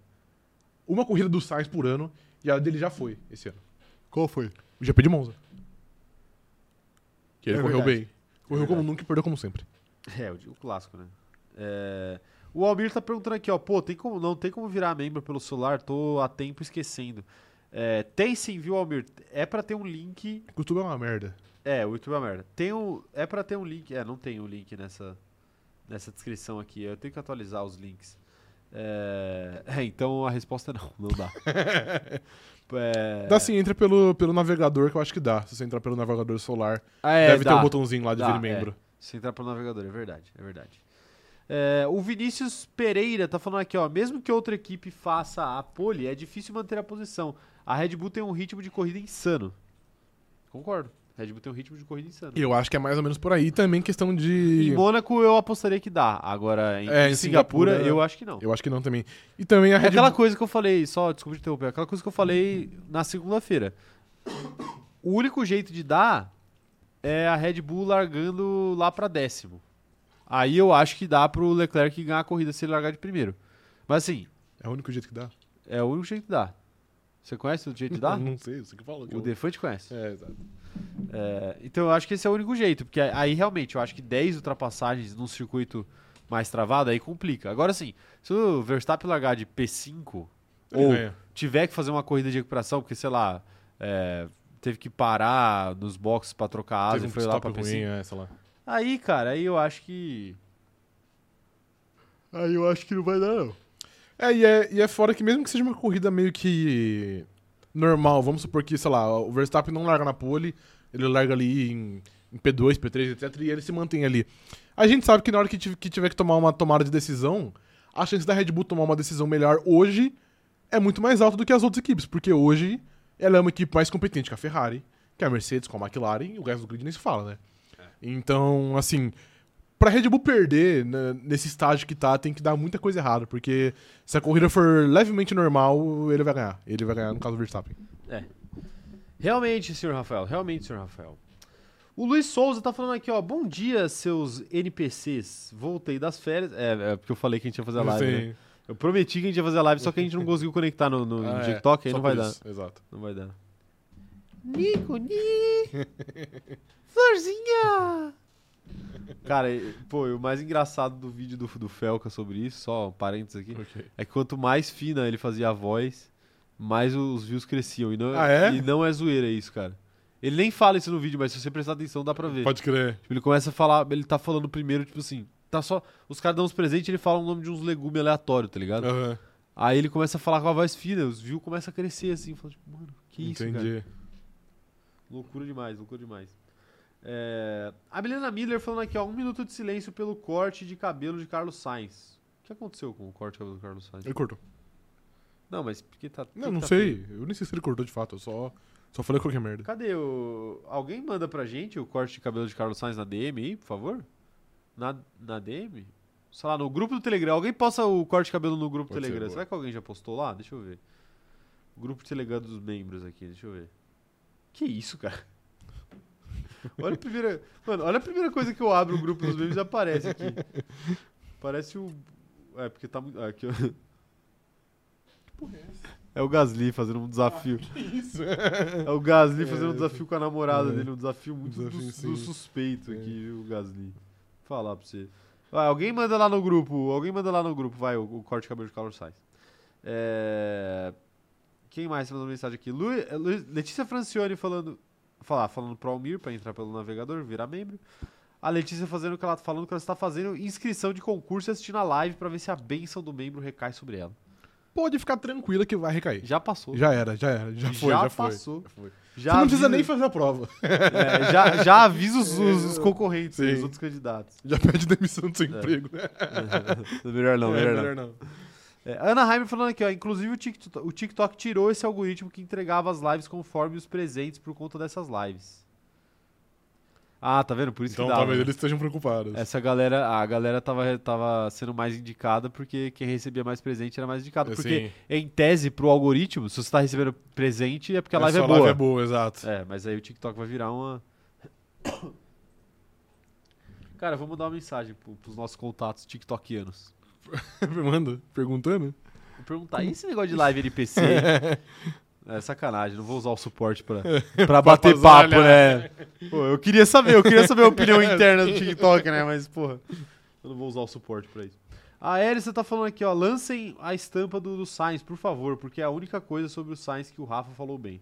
Speaker 2: Uma corrida do Sainz por ano e a dele já foi esse ano. Qual foi? O GP de Monza. Que ele
Speaker 1: É
Speaker 2: correu
Speaker 1: verdade.
Speaker 2: bem. Correu
Speaker 1: É
Speaker 2: como
Speaker 1: verdade.
Speaker 2: nunca e perdeu como sempre.
Speaker 1: É, o, o clássico, né? É, o Almir tá perguntando aqui, ó. Pô, tem como, não tem como virar membro pelo celular? Tô há tempo esquecendo. É, tem sim, viu, Almir? É pra ter um link.
Speaker 2: O YouTube é uma merda.
Speaker 1: É, o YouTube é uma merda. Tem um, é pra ter um link. É, não tem o link nessa, nessa descrição aqui. Eu tenho que atualizar os links. É, é, então a resposta é não, não dá. É...
Speaker 2: Dá sim, Tá assim, entra pelo, pelo navegador, que eu acho que dá. Se você entrar pelo navegador solar,
Speaker 1: Ah, é,
Speaker 2: deve ter
Speaker 1: dá.
Speaker 2: um botãozinho lá de
Speaker 1: Dá, é.
Speaker 2: vir membro.
Speaker 1: Se entrar pelo navegador, é verdade, é verdade. É, o Vinícius Pereira tá falando aqui, ó. Mesmo que outra equipe faça a pole, é difícil manter a posição. A Red Bull tem um ritmo de corrida insano. Concordo. Red Bull tem um ritmo de corrida insano.
Speaker 2: Eu acho que é mais ou menos por aí. E Também questão
Speaker 1: Em
Speaker 2: de.
Speaker 1: Mônaco eu apostaria que dá. Agora, em,
Speaker 2: É, em
Speaker 1: Singapura,
Speaker 2: Singapura,
Speaker 1: eu acho que não.
Speaker 2: Eu acho que não também. E também a
Speaker 1: É
Speaker 2: Red
Speaker 1: aquela
Speaker 2: Bull-
Speaker 1: coisa que eu falei, só desculpa te interromper, é aquela coisa que eu falei na segunda-feira. O único jeito de dar é a Red Bull largando lá pra décimo. Aí eu acho que dá pro Leclerc ganhar a corrida se ele largar de primeiro. Mas assim,
Speaker 2: É o único jeito que dá.
Speaker 1: é o único jeito de dar. Você conhece o jeito de dar?
Speaker 2: Não sei, você que falou. que
Speaker 1: o
Speaker 2: eu-
Speaker 1: Defante conhece.
Speaker 2: É, exato.
Speaker 1: É, então eu acho que esse é o único jeito, porque aí realmente eu acho que 10 ultrapassagens num circuito mais travado aí complica. Agora sim, se o Verstappen largar de P5
Speaker 2: Ele
Speaker 1: ou
Speaker 2: ganha.
Speaker 1: tiver que fazer uma corrida de recuperação, porque, sei lá, é, teve que parar nos boxes pra trocar asa
Speaker 2: Teve
Speaker 1: e
Speaker 2: um
Speaker 1: foi lá
Speaker 2: stop
Speaker 1: pra
Speaker 2: ruim,
Speaker 1: PC.
Speaker 2: é, sei lá.
Speaker 1: Aí, cara, aí eu acho que.
Speaker 2: Aí eu acho que não vai dar, não. É e, é, e é fora que mesmo que seja uma corrida meio que normal, vamos supor que, sei lá, o Verstappen não larga na pole, ele larga ali em, em P2, P3, etc, e ele se mantém ali. A gente sabe que na hora que, tive- que tiver que tomar uma tomada de decisão, a chance da Red Bull tomar uma decisão melhor hoje é muito mais alta do que as outras equipes, porque hoje ela é uma equipe mais competente que a Ferrari, que a Mercedes, com a McLaren, e o resto do grid nem se fala, né? Então, assim, pra Red Bull perder né, nesse estágio que tá, tem que dar muita coisa errada, porque se a corrida for levemente normal, ele vai ganhar. Ele vai ganhar, no caso do Verstappen.
Speaker 1: Realmente, senhor Rafael, realmente, senhor Rafael. O Luiz Souza tá falando aqui, ó. Bom dia, seus NPCs. Voltei das férias. É, é porque eu falei que a gente ia fazer a live. né?
Speaker 2: Sim.
Speaker 1: Eu prometi que a gente ia fazer a live, só que a gente não conseguiu conectar no, no
Speaker 2: Ah, é.
Speaker 1: TikTok, aí
Speaker 2: Só
Speaker 1: não vai
Speaker 2: por
Speaker 1: dar.
Speaker 2: isso, Exato.
Speaker 1: Não vai dar. Nico, ni! Florzinha! Cara, e- pô, e o mais engraçado do vídeo do, do Felca sobre isso, só um parênteses aqui,
Speaker 2: Ok.
Speaker 1: é que quanto mais fina ele fazia a voz, mais os views cresciam. E não,
Speaker 2: Ah, é?
Speaker 1: e não é zoeira isso, cara. Ele nem fala isso no vídeo, mas se você prestar atenção dá pra ver.
Speaker 2: Pode crer.
Speaker 1: Tipo, ele começa a falar, ele tá falando primeiro, tipo assim, tá só. Os caras dão uns presentes e ele fala o nome de uns legumes aleatórios, tá ligado?
Speaker 2: Aham,
Speaker 1: Aí ele começa a falar com a voz fina, os views começam a crescer assim, fala, tipo, mano, que isso, cara?
Speaker 2: Entendi.
Speaker 1: Loucura demais, loucura demais. É, A Milena Miller falando aqui, ó, um minuto de silêncio pelo corte de cabelo de Carlos Sainz. O que aconteceu com o corte de cabelo do Carlos Sainz?
Speaker 2: Ele cortou.
Speaker 1: Não, mas porque tá. por
Speaker 2: Não,
Speaker 1: que
Speaker 2: não
Speaker 1: tá feio?
Speaker 2: sei. Eu nem sei se ele cortou de fato. Eu só, só falei qualquer merda.
Speaker 1: Cadê o. Alguém manda pra gente o corte de cabelo de Carlos Sainz na DM aí, por favor? Na, na DM? Sei lá, no grupo do Telegram. Alguém posta o corte de cabelo no grupo do
Speaker 2: Pode ser,
Speaker 1: Telegram.
Speaker 2: boa.
Speaker 1: Será que alguém já postou lá? Deixa eu ver. O grupo do Telegram dos membros aqui, deixa eu ver. Que isso, cara? Olha a primeira. Mano, olha a primeira coisa que eu abro o grupo dos membros e aparece aqui. Parece o. É, porque tá muito. ah, Aqui, ó. É o Gasly fazendo um desafio.
Speaker 2: Isso.
Speaker 1: É o Gasly
Speaker 2: É,
Speaker 1: fazendo um
Speaker 2: eu
Speaker 1: desafio com a namorada
Speaker 2: é.
Speaker 1: dele, um desafio muito
Speaker 2: Desafio,
Speaker 1: do,
Speaker 2: sim.
Speaker 1: do suspeito
Speaker 2: É.
Speaker 1: aqui, viu, Gasly? Vou falar pra você. Vai, alguém manda lá no grupo, alguém manda lá no grupo, vai, o, o corte de cabelo de Carlos Sainz. É, Quem mais mandou mensagem aqui? Lu- é, Lu- Letícia Francione falando, falar, falando pro Almir pra entrar pelo navegador, virar membro. A Letícia fazendo o que ela falando que ela está fazendo inscrição de concurso e assistindo a live pra ver se a benção do membro recai sobre ela.
Speaker 2: Pode ficar tranquila que vai recair.
Speaker 1: Já passou.
Speaker 2: Já era, já era. Já foi,
Speaker 1: Já
Speaker 2: já, foi.
Speaker 1: passou.
Speaker 2: Já foi.
Speaker 1: Já
Speaker 2: Você não precisa
Speaker 1: avisa-
Speaker 2: nem fazer a prova.
Speaker 1: É, já, já avisa os, os- os concorrentes,
Speaker 2: Sim.
Speaker 1: os outros candidatos.
Speaker 2: Já pede demissão do seu
Speaker 1: É.
Speaker 2: emprego. né?
Speaker 1: melhor não,
Speaker 2: É,
Speaker 1: melhor não.
Speaker 2: não.
Speaker 1: É, Ana Heimer falando aqui, ó. Inclusive o TikTok, o TikTok tirou esse algoritmo que entregava as lives conforme os presentes por conta dessas lives. Ah, tá vendo? Por isso
Speaker 2: Então
Speaker 1: que dá.
Speaker 2: talvez
Speaker 1: né?
Speaker 2: eles estejam preocupados. É,
Speaker 1: Essa galera, a galera tava, tava sendo mais indicada porque quem recebia mais presente era mais indicado. Porque,
Speaker 2: Assim,
Speaker 1: em tese, pro algoritmo, se você tá recebendo presente é porque a live é
Speaker 2: essa
Speaker 1: boa.
Speaker 2: live é boa, exato.
Speaker 1: É, mas aí o TikTok vai virar uma. Cara, eu vou mandar uma mensagem pro, pros nossos contatos tiktokianos.
Speaker 2: Manda, perguntando.
Speaker 1: Vou perguntar, e esse negócio de live NPC? é sacanagem, não vou usar o suporte pra, pra bater
Speaker 2: Pra
Speaker 1: papo,
Speaker 2: zoalhar.
Speaker 1: né? Pô, eu queria saber, eu queria saber a opinião interna do TikTok, né? Mas, porra, eu não vou usar o suporte pra isso. A Erissa tá falando aqui, ó, lancem a estampa do, do Sainz, por favor, porque é a única coisa sobre o Sainz que o Rafa falou bem.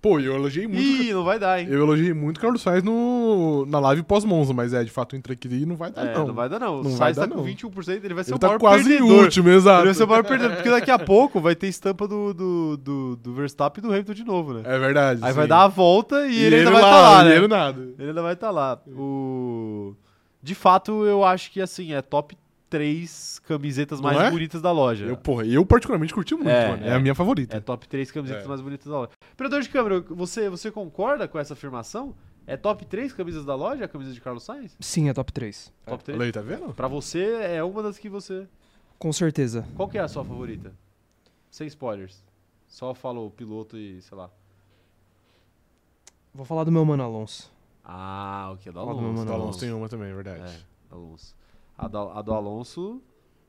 Speaker 2: Pô, eu elogiei muito.
Speaker 1: Ih, não vai dar, hein?
Speaker 2: Eu elogiei muito o Carlos Sainz no, na live pós-Monza, mas é, de fato, entra aqui e não vai dar,
Speaker 1: É,
Speaker 2: não.
Speaker 1: não vai dar, não.
Speaker 2: Não
Speaker 1: o
Speaker 2: vai
Speaker 1: Sainz
Speaker 2: dar,
Speaker 1: tá com
Speaker 2: não.
Speaker 1: 21%, ele vai ser
Speaker 2: Ele
Speaker 1: o
Speaker 2: tá
Speaker 1: maior
Speaker 2: quase em
Speaker 1: perdedor.
Speaker 2: último,
Speaker 1: Ele
Speaker 2: exato.
Speaker 1: vai ser o maior perdedor, porque daqui a pouco vai ter estampa do, do, do, do Verstappen e do Hamilton de novo, né?
Speaker 2: É verdade.
Speaker 1: Aí
Speaker 2: sim.
Speaker 1: vai dar a volta e,
Speaker 2: E
Speaker 1: ele, ainda vai estar lá, né?
Speaker 2: e ele nada.
Speaker 1: Ele ainda vai estar lá. O... De fato, eu acho que assim, é top 3 camisetas
Speaker 2: Não
Speaker 1: mais
Speaker 2: é?
Speaker 1: bonitas da loja.
Speaker 2: Eu, porra, eu particularmente curti muito,
Speaker 1: É,
Speaker 2: mano. É,
Speaker 1: é.
Speaker 2: a minha favorita.
Speaker 1: É top 3 camisetas
Speaker 2: É.
Speaker 1: mais bonitas da loja. Operador de câmera, você, você concorda com essa afirmação? É top 3 camisas da loja a camisa de Carlos Sainz?
Speaker 3: Sim, é top 3.
Speaker 1: Top 3?
Speaker 2: Olha aí, tá vendo?
Speaker 1: Pra você, é uma das que você...
Speaker 3: Com certeza.
Speaker 1: Qual que é a sua favorita? Sem spoilers. Só fala o piloto e, sei lá.
Speaker 3: Vou falar do meu mano Alonso.
Speaker 1: Ah, o que é do
Speaker 3: Fala do
Speaker 1: Alonso.
Speaker 3: meu
Speaker 2: O
Speaker 3: mano
Speaker 2: Alonso tem uma também, é verdade.
Speaker 1: É, Alonso. A do, a do Alonso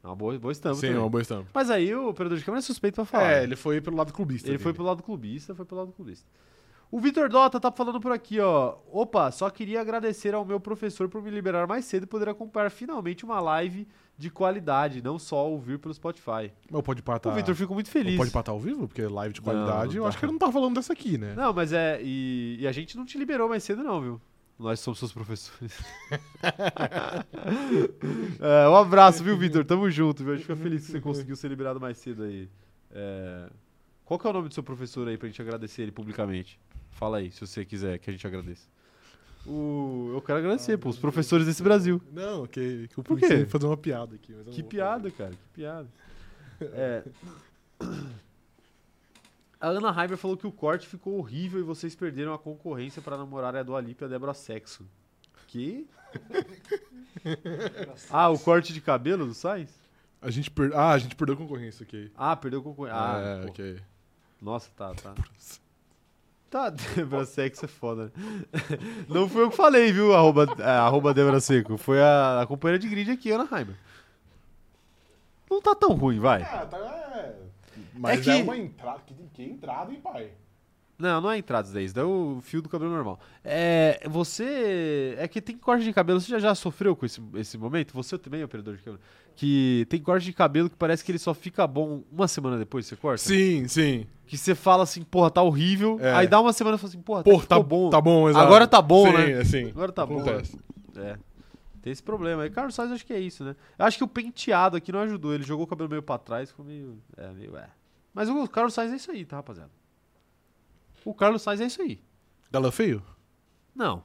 Speaker 1: é uma boa, boa estampa
Speaker 2: Sim, é
Speaker 1: também.
Speaker 2: uma boa estampa.
Speaker 1: Mas aí o operador de câmera é suspeito pra falar.
Speaker 2: É,
Speaker 1: ele
Speaker 2: ele foi pelo lado clubista. dele.
Speaker 1: foi pro lado clubista, foi pro lado clubista. O Vitor Dota tá falando por aqui, ó. Opa, só queria agradecer ao meu professor por me liberar mais cedo e poder acompanhar finalmente uma live de qualidade, não só ouvir pelo Spotify.
Speaker 2: Mas o Pode
Speaker 1: O
Speaker 2: Patar.
Speaker 1: Vitor ficou muito feliz.
Speaker 2: Tá. Pode Patar ao vivo? Porque é live de qualidade.
Speaker 1: Não,
Speaker 2: eu
Speaker 1: tá.
Speaker 2: acho que ele não tá falando dessa aqui, né?
Speaker 1: Não, mas é. E, e a gente não te liberou mais cedo, não, viu? Nós somos seus professores. É, um abraço, viu, Vitor? Tamo junto, viu? A gente fica feliz que você conseguiu ser liberado mais cedo aí. É, Qual que é o nome do seu professor aí pra gente agradecer ele publicamente? Fala aí, se você quiser que a gente agradeça. O... Eu quero agradecer, pô, os professores desse Brasil.
Speaker 2: Não, que, que eu
Speaker 1: Por quê?
Speaker 2: pensei em fazer uma piada aqui. mas eu não
Speaker 1: Que
Speaker 2: vou
Speaker 1: piada, cara, que piada. É. A Ana Heimer falou que o corte ficou horrível e vocês perderam a concorrência para namorar a Dua Lipa e a Débora Sexo. Que? ah, o corte de cabelo do Sainz?
Speaker 2: fazer. A gente per... Ah, a gente perdeu a concorrência, ok.
Speaker 1: Ah, perdeu concorrência. Ah,
Speaker 2: é,
Speaker 1: pô.
Speaker 2: ok.
Speaker 1: Nossa, tá, tá. Tá, Débora Seco é foda. né? Não fui eu que falei, viu? Arroba, é, arroba Débora Seco. Foi a, a companheira de grid aqui, Ana Heimer. Não tá tão ruim, vai.
Speaker 2: Ah, tá. É...
Speaker 1: Mas É que- é uma
Speaker 2: entrada. Que, entrada, hein, pai?
Speaker 1: Não, não é entrada isso daí, isso daí é o fio do cabelo normal. É, você. É que tem corte de cabelo, você já, já sofreu com esse, esse momento? Você também é operador de cabelo. Que tem corte de cabelo que parece que ele só fica bom uma semana depois, que você corta?
Speaker 2: Sim, sim.
Speaker 1: Que você fala assim, porra, tá horrível.
Speaker 2: É.
Speaker 1: Aí dá uma semana e fala assim, porra,
Speaker 2: Pô,
Speaker 1: ficou
Speaker 2: tá
Speaker 1: bom.
Speaker 2: bom. Tá bom, exato.
Speaker 1: Agora tá bom,
Speaker 2: sim, é
Speaker 1: né?
Speaker 2: Sim,
Speaker 1: Agora tá bom,
Speaker 2: Acontece.
Speaker 1: É. Tem esse problema aí. Carlos Sainz acho que é isso, né? Eu acho que o penteado aqui não ajudou. Ele jogou o cabelo meio pra trás, ficou meio. É, meio. É. Mas o Carlos Sainz é isso aí, tá, rapaziada? O Carlos Sainz é isso aí.
Speaker 2: Galã feio?
Speaker 1: Não.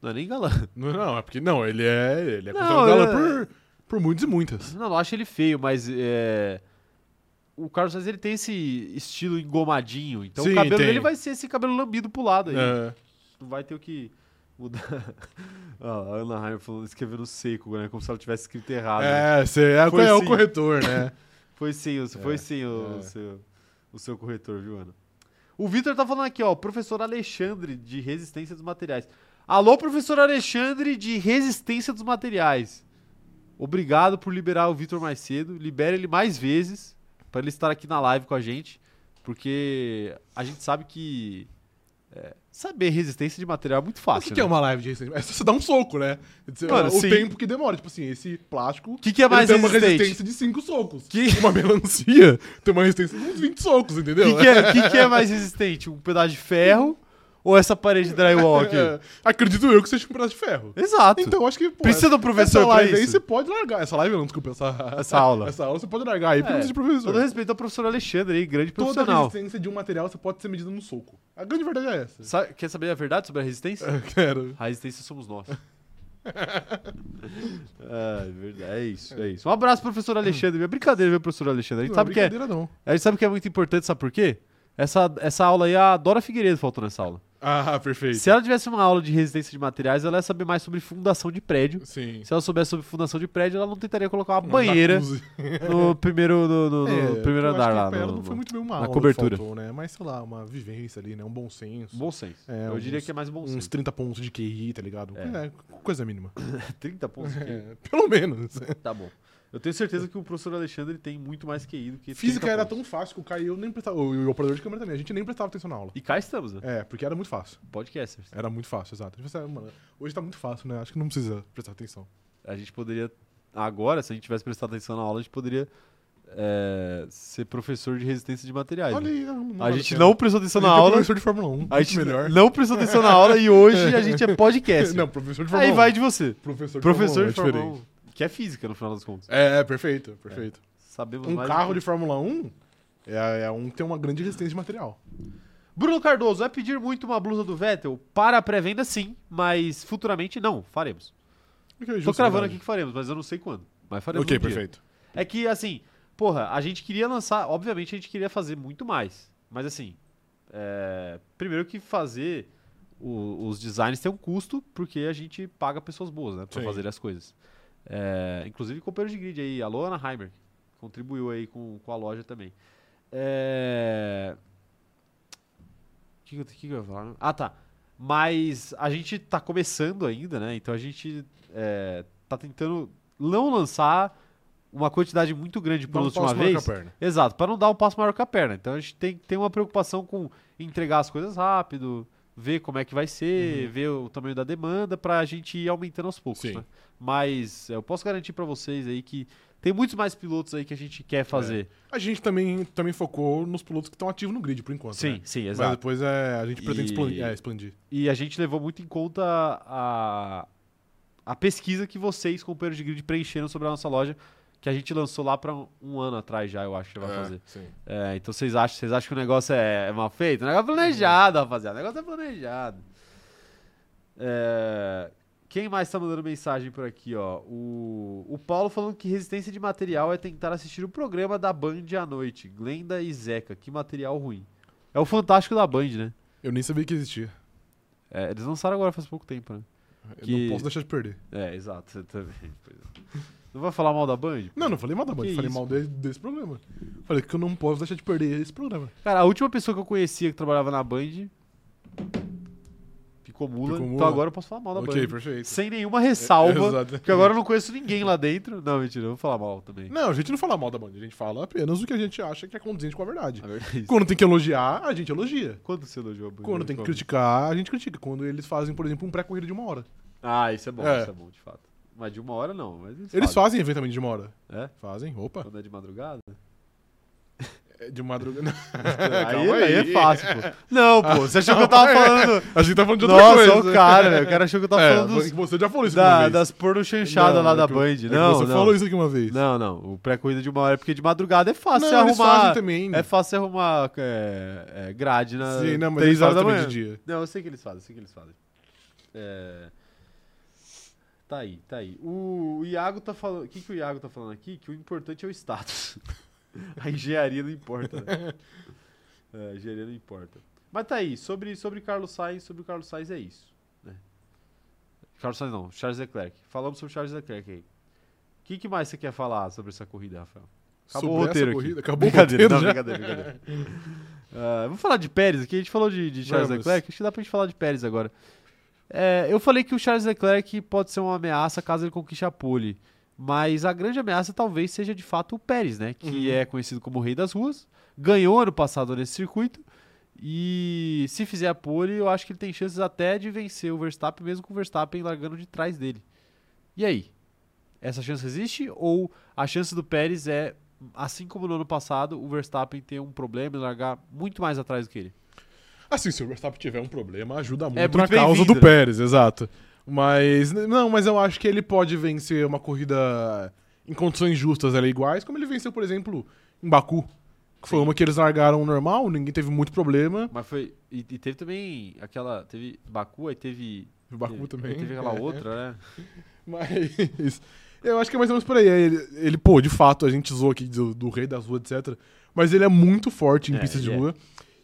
Speaker 1: Não é nem galã.
Speaker 2: Não, não, é porque. Não, ele é. Ele é
Speaker 1: Não,
Speaker 2: considerado galã
Speaker 1: eu-
Speaker 2: por, por muitos e muitas.
Speaker 1: Não, não acho ele feio, mas é, o Carlos Sainz ele tem esse estilo engomadinho, então o
Speaker 2: Sim,
Speaker 1: cabelo
Speaker 2: tem.
Speaker 1: dele vai ser esse cabelo lambido pro lado aí.
Speaker 2: É.
Speaker 1: Não vai ter o que mudar. Ó, a Ana Heimer falando, escrevendo seco, né? Como se ela tivesse escrito errado. né?
Speaker 2: É, você é,
Speaker 1: Foi
Speaker 2: é o
Speaker 1: sim.
Speaker 2: corretor, né?
Speaker 1: Foi sim, o- foi sim o,
Speaker 2: é.
Speaker 1: seu, o seu corretor, viu, Ana? O Vitor tá falando aqui, ó, professor Alexandre de Resistência dos Materiais. Alô, professor Alexandre de Resistência dos Materiais. Obrigado por liberar o Vitor mais cedo. Libere ele mais vezes para ele estar aqui na live com a gente, porque a gente sabe que é, saber resistência de material é muito
Speaker 2: o
Speaker 1: fácil.
Speaker 2: que, que é
Speaker 1: né?
Speaker 2: uma live de resistência? É só você dar um soco, né? Você-
Speaker 1: Mano,
Speaker 2: o
Speaker 1: sim.
Speaker 2: tempo que demora. Tipo assim, esse plástico.
Speaker 1: Que que é
Speaker 2: ele
Speaker 1: mais
Speaker 2: tem uma
Speaker 1: resistente?
Speaker 2: resistência de 5 socos.
Speaker 1: Que-
Speaker 2: Uma melancia tem uma resistência de uns 20 socos, entendeu?
Speaker 1: Que que é- que que é mais resistente? Um pedaço de ferro ou essa parede de drywall aqui?
Speaker 2: É, acredito eu que seja um pedaço de ferro.
Speaker 1: Exato.
Speaker 2: Então, acho que. pô,
Speaker 1: Precisa do professor
Speaker 2: essa
Speaker 1: pra
Speaker 2: live aí
Speaker 1: isso?
Speaker 2: você pode largar. Essa live não, desculpa, essa,
Speaker 1: Essa aula.
Speaker 2: Essa aula você pode largar aí,
Speaker 1: É,
Speaker 2: porque não precisa de professor.
Speaker 1: Todo respeito ao professor Alexandre aí, grande
Speaker 2: Toda
Speaker 1: profissional.
Speaker 2: resistência de um material você pode ser medida no soco. A grande verdade é essa.
Speaker 1: Sa- quer saber a verdade sobre a resistência?
Speaker 2: Eu quero.
Speaker 1: A resistência somos nós. é, verdade. é isso, é isso. Um abraço, professor Alexandre. É brincadeira, viu, professor Alexandre? A gente,
Speaker 2: Não,
Speaker 1: sabe que é,
Speaker 2: brincadeira não.
Speaker 1: a gente sabe que é muito importante, sabe por quê? Essa, essa aula aí, a Dora Figueiredo faltou nessa aula.
Speaker 2: Ah, perfeito.
Speaker 1: Se ela tivesse uma aula de resistência de materiais, ela ia saber mais sobre fundação de prédio.
Speaker 2: Sim.
Speaker 1: Se ela soubesse sobre fundação de prédio, ela não tentaria colocar uma
Speaker 2: Um
Speaker 1: banheira
Speaker 2: jacuzzi.
Speaker 1: no primeiro, no, no- no
Speaker 2: É,
Speaker 1: primeiro
Speaker 2: eu acho
Speaker 1: andar
Speaker 2: que
Speaker 1: lá.
Speaker 2: pra
Speaker 1: no-
Speaker 2: ela não
Speaker 1: no-
Speaker 2: foi muito bem uma
Speaker 1: na
Speaker 2: aula que
Speaker 1: cobertura.
Speaker 2: faltou, né? Mas, sei lá, uma vivência ali, né? Um bom senso.
Speaker 1: Bom senso.
Speaker 2: É,
Speaker 1: Eu diria
Speaker 2: uns-
Speaker 1: que é mais bom
Speaker 2: Uns
Speaker 1: senso.
Speaker 2: 30 pontos de QI, tá ligado?
Speaker 1: É.
Speaker 2: É, coisa mínima.
Speaker 1: 30 pontos aqui.
Speaker 2: É, pelo menos.
Speaker 1: Tá bom. Eu tenho certeza que o professor Alexandre tem muito mais QI do que. 30
Speaker 2: Física era
Speaker 1: pontos.
Speaker 2: tão fácil que o Caio nem prestava. O, o operador de câmera também, a gente nem prestava atenção na aula.
Speaker 1: E cá estamos, né?
Speaker 2: É, porque era muito fácil.
Speaker 1: Podcasters.
Speaker 2: Era muito fácil, exato. A gente pensava, mano, hoje tá muito fácil, né? Acho que não precisa prestar atenção.
Speaker 1: A gente poderia. Agora, se a gente tivesse prestado atenção na aula, a gente poderia. é, ser professor de resistência de materiais.
Speaker 2: Olha
Speaker 1: né?
Speaker 2: aí, não,
Speaker 1: A
Speaker 2: vale
Speaker 1: gente
Speaker 2: pena.
Speaker 1: não prestou atenção na
Speaker 2: A gente é
Speaker 1: aula.
Speaker 2: professor de Fórmula 1.
Speaker 1: A gente
Speaker 2: melhor.
Speaker 1: não prestou atenção na aula e hoje a gente é podcast.
Speaker 2: Não, professor de Fórmula
Speaker 1: Aí
Speaker 2: 1.
Speaker 1: vai de você.
Speaker 2: Professor de
Speaker 1: Professor de
Speaker 2: Fórmula
Speaker 1: Fórmula
Speaker 2: 1. é diferente.
Speaker 1: 1, Que é física, no final das contas.
Speaker 2: É, é, perfeito, perfeito.
Speaker 1: Sabemos
Speaker 2: Um
Speaker 1: mais do
Speaker 2: carro
Speaker 1: que-
Speaker 2: de Fórmula 1 é, é um que tem uma grande resistência de material.
Speaker 1: Bruno Cardoso, é pedir muito uma blusa do Vettel? Para a pré-venda, sim, mas futuramente não, faremos.
Speaker 2: O que é
Speaker 1: Tô
Speaker 2: justo,
Speaker 1: cravando
Speaker 2: verdade.
Speaker 1: aqui que faremos, mas eu não sei quando. Mas faremos.
Speaker 2: Ok,
Speaker 1: um dia.
Speaker 2: perfeito.
Speaker 1: É que, assim, porra, a gente queria lançar. Obviamente a gente queria fazer muito mais. Mas, assim, é, primeiro que fazer o- os designs tem um custo, porque a gente paga pessoas boas, né, pra
Speaker 2: Sim.
Speaker 1: fazer as coisas. É, inclusive, companheiro de grid aí, alô Anaheimer, que contribuiu aí com, com a loja também. É. O que, que eu- que que eu ia falar? mesmo? Ah, tá. Mas a gente tá começando ainda, né? Então a gente é, tá tentando não lançar uma quantidade muito grande
Speaker 2: Dá
Speaker 1: por
Speaker 2: um
Speaker 1: última
Speaker 2: passo maior
Speaker 1: vez.
Speaker 2: que a perna.
Speaker 1: Exato, para não dar um passo maior que a perna. Então a gente tem que ter uma preocupação com entregar as coisas rápido, ver como é que vai ser, ver o tamanho da demanda, pra gente ir aumentando aos poucos.
Speaker 2: Uhum. Sim.
Speaker 1: Né? Mas é, eu posso garantir pra vocês aí que tem muitos mais pilotos aí que a gente
Speaker 2: É,
Speaker 1: quer fazer.
Speaker 2: A gente também, também focou nos pilotos que estão ativos no grid, por enquanto.
Speaker 1: sim,
Speaker 2: né?
Speaker 1: sim,
Speaker 2: Mas
Speaker 1: exato.
Speaker 2: depois é, a gente pretende
Speaker 1: E-
Speaker 2: expandir. É, expandir.
Speaker 1: E a gente levou muito em conta a, a pesquisa que vocês, companheiros de grid, preencheram sobre a nossa loja, que a gente lançou lá pra um, um ano atrás já, eu acho que vai
Speaker 2: É,
Speaker 1: fazer.
Speaker 2: sim.
Speaker 1: É, então vocês acham, vocês acham que o negócio é, é mal feito? O negócio é planejado, rapaziada. O negócio é planejado. É, quem mais tá mandando mensagem por aqui, ó? O, o Paulo falando que resistência de material é tentar assistir o programa da Band à noite. Glenda e Zeca, que material ruim. É o fantástico da Band, né?
Speaker 2: Eu nem sabia que existia.
Speaker 1: É, eles lançaram agora faz pouco tempo, né?
Speaker 2: Eu
Speaker 1: Que-
Speaker 2: não posso deixar de perder.
Speaker 1: É, exato, você também. pois é. Não vai falar mal da Band?
Speaker 2: Não, não falei mal da Band,
Speaker 1: Que
Speaker 2: falei
Speaker 1: isso,
Speaker 2: mal de- desse programa. Falei que eu não posso deixar de perder esse programa.
Speaker 1: Cara, a última pessoa que eu conhecia que trabalhava na Band ficou mula,
Speaker 2: Ficou
Speaker 1: então
Speaker 2: mula.
Speaker 1: agora eu posso falar mal da
Speaker 2: ok,
Speaker 1: Band.
Speaker 2: perfeito.
Speaker 1: Sem nenhuma ressalva,
Speaker 2: Exato.
Speaker 1: porque agora eu não conheço ninguém lá dentro. Não, mentira, eu vou falar mal também.
Speaker 2: Não, a gente não fala mal da Band, a gente fala apenas o que a gente acha que é condizente com a verdade.
Speaker 1: Na verdade,
Speaker 2: Quando tem que elogiar, a gente elogia.
Speaker 1: Quando você elogiou a Band?
Speaker 2: Quando tem que
Speaker 1: Qual?
Speaker 2: criticar, a gente critica. Quando eles fazem, por exemplo, um pré-corrida de uma hora.
Speaker 1: Ah, isso é bom,
Speaker 2: É.
Speaker 1: isso é bom, de fato. Mas de uma hora não, mas eles,
Speaker 2: Eles
Speaker 1: fazem.
Speaker 2: fazem eventualmente de uma hora.
Speaker 1: É?
Speaker 2: Fazem, opa.
Speaker 1: Quando é de madrugada.
Speaker 2: É De madrugada.
Speaker 1: aí, aí é fácil, pô. Não, pô, você achou que eu tava falando...
Speaker 2: A gente tá falando de outra
Speaker 1: Nossa,
Speaker 2: coisa.
Speaker 1: olha o cara, velho. O cara achou que eu tava
Speaker 2: É,
Speaker 1: falando dos
Speaker 2: Você já falou isso
Speaker 1: Da-
Speaker 2: uma vez.
Speaker 1: das porno chanchadas
Speaker 2: Não,
Speaker 1: lá
Speaker 2: é
Speaker 1: da
Speaker 2: que-
Speaker 1: Band.
Speaker 2: é que
Speaker 1: não,
Speaker 2: Você
Speaker 1: não.
Speaker 2: falou isso aqui uma vez.
Speaker 1: Não, não. O pré-corrida de uma hora é porque de madrugada é fácil você
Speaker 2: Não, eles fazem
Speaker 1: arrumar.
Speaker 2: também.
Speaker 1: É fácil você arrumar é, é, grade na
Speaker 2: Sim, não, mas
Speaker 1: três
Speaker 2: eles
Speaker 1: horas da
Speaker 2: fazem
Speaker 1: manhã.
Speaker 2: também de dia.
Speaker 1: Não, eu sei que eles fazem, eu sei que eles fazem. É, Tá aí, tá aí. O Iago tá falando. O que, que o Iago tá falando aqui? Que o importante é o status. A engenharia não importa, né? É, a engenharia não importa. Mas tá aí, sobre, sobre Carlos Sainz, sobre o Carlos Sainz é isso. né? Carlos Sainz não, Charles Leclerc. Falamos sobre Charles Leclerc aí. O que, que mais você quer falar sobre essa corrida, Rafael? Acabou o
Speaker 2: Sobre essa
Speaker 1: roteiro aqui.
Speaker 2: corrida, Acabou o
Speaker 1: Brincadeira,
Speaker 2: roteiro
Speaker 1: não,
Speaker 2: já.
Speaker 1: brincadeira, brincadeira. Ah, vou falar de Pérez aqui. A gente falou de, de Charles
Speaker 2: Vamos.
Speaker 1: Leclerc. Acho que dá pra gente falar de Pérez agora. É, eu falei que o Charles Leclerc pode ser uma ameaça caso ele conquiste a pole. Mas a grande ameaça talvez seja de fato o Pérez, né?
Speaker 2: Uhum.
Speaker 1: Que é conhecido como o rei das ruas. Ganhou ano passado nesse circuito. E se fizer a pole, eu acho que ele tem chances até de vencer o Verstappen, mesmo com o Verstappen largando de trás dele. E aí? Essa chance existe? Ou a chance do Pérez é, assim como no ano passado, o Verstappen ter um problema e largar muito mais atrás do que ele?
Speaker 2: Assim, se o Verstappen tiver um problema, ajuda muito,
Speaker 1: muito
Speaker 2: na causa
Speaker 1: bem-vindo,
Speaker 2: do
Speaker 1: É, né?
Speaker 2: Pérez, exato. Mas, não, mas eu acho que ele pode vencer uma corrida em condições justas, ela é iguais, como ele venceu, por exemplo, em Baku. Que foi uma que eles largaram normal, ninguém teve muito problema.
Speaker 1: Mas foi. E, e teve também aquela. Teve Baku, aí teve.
Speaker 2: O Baku
Speaker 1: teve,
Speaker 2: também.
Speaker 1: aí Teve aquela
Speaker 2: É.
Speaker 1: outra, né?
Speaker 2: Mas eu acho que é mais ou menos por aí. Ele, ele, pô, de fato, a gente zoou aqui do, do rei das ruas, etc. Mas ele é muito forte em
Speaker 1: É,
Speaker 2: pista de
Speaker 1: ele é.
Speaker 2: rua.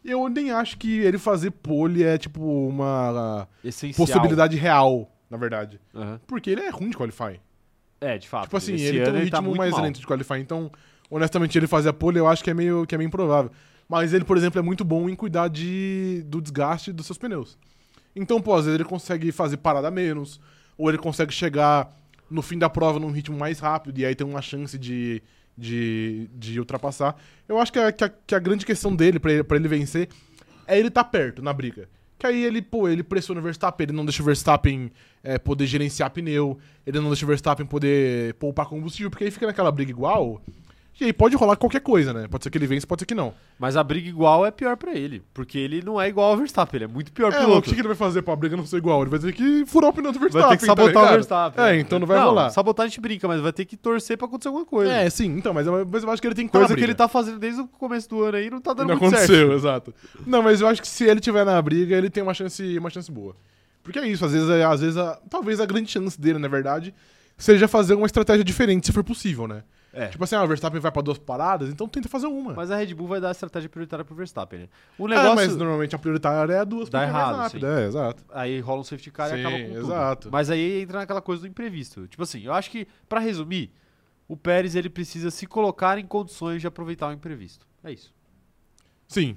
Speaker 2: E eu nem acho que ele fazer pole é, tipo, uma
Speaker 1: Essencial.
Speaker 2: possibilidade real, na verdade.
Speaker 1: Aham.
Speaker 2: Porque ele é ruim de qualify.
Speaker 1: É, de fato.
Speaker 2: tipo assim,
Speaker 1: esse
Speaker 2: ele
Speaker 1: ano
Speaker 2: tem um ritmo
Speaker 1: tá muito
Speaker 2: mais
Speaker 1: mal.
Speaker 2: lento de qualify. Então, honestamente, ele fazer a pole eu acho que é meio, que é meio improvável. Mas ele, por exemplo, é muito bom em cuidar de, do desgaste dos seus pneus. Então, pô, às vezes ele consegue fazer parada menos, ou ele consegue chegar no fim da prova num ritmo mais rápido e aí tem uma chance de, de, de ultrapassar. Eu acho que a, que a, que a grande questão dele, pra ele, pra ele vencer, é ele tá perto na briga. Que aí ele, pô, ele pressiona o Verstappen, ele não deixa o Verstappen é, poder gerenciar pneu, ele não deixa o Verstappen poder poupar combustível, porque aí fica naquela briga igual. E aí pode rolar qualquer coisa, né? Pode ser que ele vença, pode ser que não.
Speaker 1: Mas a briga igual é pior pra ele, porque ele não é igual ao Verstappen, ele é muito pior
Speaker 2: É, mas o
Speaker 1: piloto.
Speaker 2: que, que ele vai fazer pra briga não ser igual? Ele vai ter que furar o pneu do Verstappen.
Speaker 1: Vai ter que
Speaker 2: tá
Speaker 1: sabotar o
Speaker 2: ligado?
Speaker 1: Verstappen. né?
Speaker 2: É, então não vai rolar.
Speaker 1: Sabotar a gente brinca, mas vai ter que torcer pra acontecer alguma coisa.
Speaker 2: É, sim, então, mas, eu- mas eu acho que ele tem que
Speaker 1: coisa
Speaker 2: tá na
Speaker 1: que ele
Speaker 2: briga.
Speaker 1: tá fazendo desde o começo do ano aí não tá dando
Speaker 2: Não
Speaker 1: muito
Speaker 2: aconteceu,
Speaker 1: certo.
Speaker 2: exato. Não, mas eu acho que se ele tiver na briga, ele tem uma chance, uma chance boa. Porque é isso, às vezes, é- às vezes a- talvez a grande chance dele, na verdade, seja fazer uma estratégia diferente, se for possível, né?
Speaker 1: É.
Speaker 2: Tipo assim, ah, o Verstappen vai pra duas paradas, então tenta fazer uma.
Speaker 1: Mas a Red Bull vai dar a estratégia prioritária pro Verstappen, né? O
Speaker 2: É,
Speaker 1: negócio.
Speaker 2: mas normalmente a prioritária é a duas,
Speaker 1: Dá
Speaker 2: porque é mais
Speaker 1: errado,
Speaker 2: rápida, É, exato.
Speaker 1: Aí rola um safety car e
Speaker 2: Sim,
Speaker 1: acaba com tudo.
Speaker 2: exato.
Speaker 1: Mas aí entra naquela coisa do imprevisto. Tipo assim, eu acho que, pra resumir, o Pérez ele precisa se colocar em condições de aproveitar o imprevisto. É isso.
Speaker 2: Sim.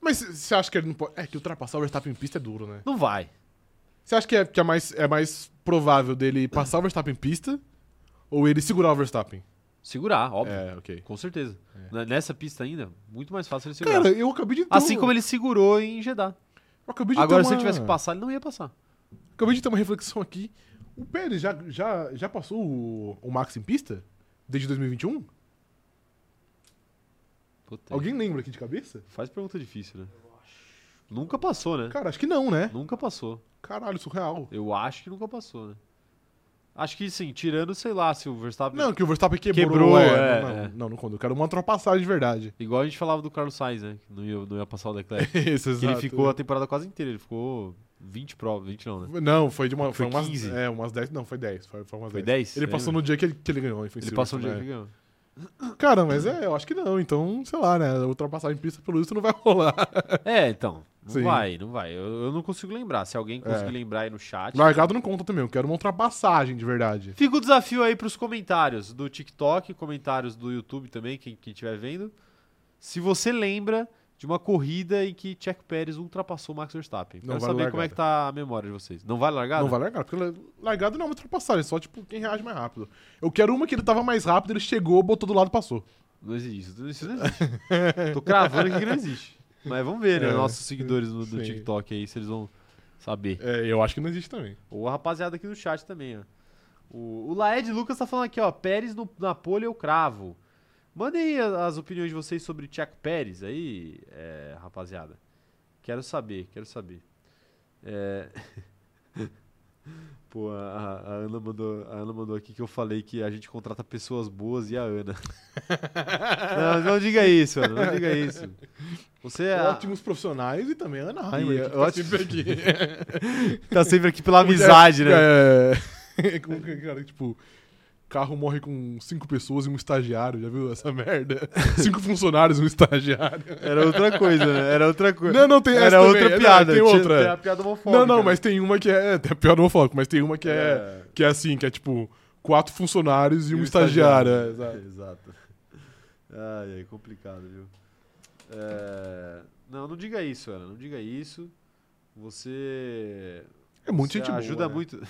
Speaker 2: Mas c- você acha que ele não pode... É que ultrapassar o Verstappen em pista é duro, né?
Speaker 1: Não vai.
Speaker 2: Você acha que é, que é, mais, é mais provável dele passar o Verstappen em pista ou ele segurar o Verstappen?
Speaker 1: Segurar, óbvio.
Speaker 2: É, ok.
Speaker 1: Com certeza. N- Nessa pista ainda, muito mais fácil ele segurar.
Speaker 2: Cara, eu acabei de ter
Speaker 1: assim
Speaker 2: um-
Speaker 1: como ele segurou em Jeddah.
Speaker 2: Eu acabei de
Speaker 1: Agora,
Speaker 2: ter
Speaker 1: se ele
Speaker 2: uma-
Speaker 1: tivesse que passar, ele não ia passar.
Speaker 2: Acabei de ter uma reflexão aqui. O Pérez já, já, já passou o, o Max em pista? Desde 2021?
Speaker 1: Puta,
Speaker 2: Alguém lembra aqui de cabeça?
Speaker 1: Faz pergunta difícil, né? Nunca passou, né?
Speaker 2: Cara, acho que não, né?
Speaker 1: Nunca passou.
Speaker 2: Caralho, surreal.
Speaker 1: Eu acho que nunca passou, né? Acho que sim, tirando, sei lá, se o Verstappen.
Speaker 2: Não, que o Verstappen quebrou.
Speaker 1: Quebrou, é,
Speaker 2: não, não,
Speaker 1: é.
Speaker 2: não, não conta. Eu quero uma ultrapassagem de verdade.
Speaker 1: Igual a gente falava do Carlos Sainz, né? Que não ia, não ia passar o Leclerc.
Speaker 2: Isso,
Speaker 1: que ele
Speaker 2: exato.
Speaker 1: ficou a temporada quase inteira, ele ficou 20 provas, 20 não, né?
Speaker 2: Não, foi de uma.
Speaker 1: Foi
Speaker 2: Foi, umas,
Speaker 1: 15?
Speaker 2: É, umas 10. Não, foi 10. Foi, foi umas
Speaker 1: Foi
Speaker 2: 10.
Speaker 1: 10?
Speaker 2: Ele
Speaker 1: Você
Speaker 2: passou
Speaker 1: lembra?
Speaker 2: no dia que ele, que ele né? ganhou. Ele
Speaker 1: Ele passou um dia que ele ganhou.
Speaker 2: ganhou. Cara, mas é, eu acho que não. Então, sei lá, né? Ultrapassagem em pista, pelo visto, não vai rolar.
Speaker 1: É, então. Não
Speaker 2: Sim.
Speaker 1: vai, não vai. Eu, eu não consigo lembrar. Se alguém conseguir
Speaker 2: É.
Speaker 1: lembrar aí no chat.
Speaker 2: Largado não conta também. Eu quero uma ultrapassagem de verdade.
Speaker 1: Fica o desafio aí pros comentários do TikTok, comentários do YouTube também, quem quem estiver vendo. Se você lembra de uma corrida em que Checo Pérez ultrapassou Max Verstappen.
Speaker 2: Não
Speaker 1: Quero
Speaker 2: vale
Speaker 1: saber como é
Speaker 2: largada.
Speaker 1: que tá a memória de vocês. Não vai largar?
Speaker 2: Não vai largar, porque la- largado não é uma ultrapassagem, é só tipo quem reage mais rápido. Eu quero uma que ele tava mais rápido, ele chegou, botou do lado e passou.
Speaker 1: Não existe, isso, isso não existe. Tô cravando aqui que não existe. Mas vamos ver, né?
Speaker 2: É,
Speaker 1: Nossos seguidores no, do
Speaker 2: sim.
Speaker 1: TikTok aí, se eles vão saber.
Speaker 2: É, eu acho que não existe também.
Speaker 1: Ou a rapaziada aqui no chat também, ó. O, o Laed Lucas tá falando aqui, ó. Pérez no, na polha eu cravo. Mandem aí a- as opiniões de vocês sobre o Tcheco Pérez aí, é, rapaziada. Quero saber, quero saber. É... Pô, a, a- a Ana mandou, a Ana mandou aqui que eu falei que a gente contrata pessoas boas e a Ana. não, não diga isso, Ana, não diga isso. Você é a-
Speaker 2: Ótimos profissionais e também a Ana
Speaker 1: E,
Speaker 2: Heimer. que tá
Speaker 1: ótimo-
Speaker 2: sempre aqui.
Speaker 1: tá sempre aqui pela amizade, né?
Speaker 2: É, como que, cara, tipo, carro morre com cinco pessoas e um estagiário, já viu essa merda? Cinco funcionários e um estagiário.
Speaker 1: Era outra coisa, né? Era outra coisa.
Speaker 2: Não, não, tem essa
Speaker 1: Era
Speaker 2: também.
Speaker 1: outra
Speaker 2: Não,
Speaker 1: piada.
Speaker 2: Tem
Speaker 1: tinha-
Speaker 2: outra.
Speaker 1: Tem a piada homofóbica.
Speaker 2: Não, não,
Speaker 1: né?
Speaker 2: mas tem uma que é. Tem a pior homofóbico, mas tem uma que é,
Speaker 1: É.
Speaker 2: que é assim, que é tipo, quatro funcionários e, um,
Speaker 1: um
Speaker 2: estagiário.
Speaker 1: estagiário.
Speaker 2: é, exato.
Speaker 1: Exato. Ai, é complicado, viu? É, Não, não diga isso, Ana. Não diga isso. Você.
Speaker 2: É muito
Speaker 1: você
Speaker 2: gente boa,
Speaker 1: ajuda
Speaker 2: né?
Speaker 1: muito.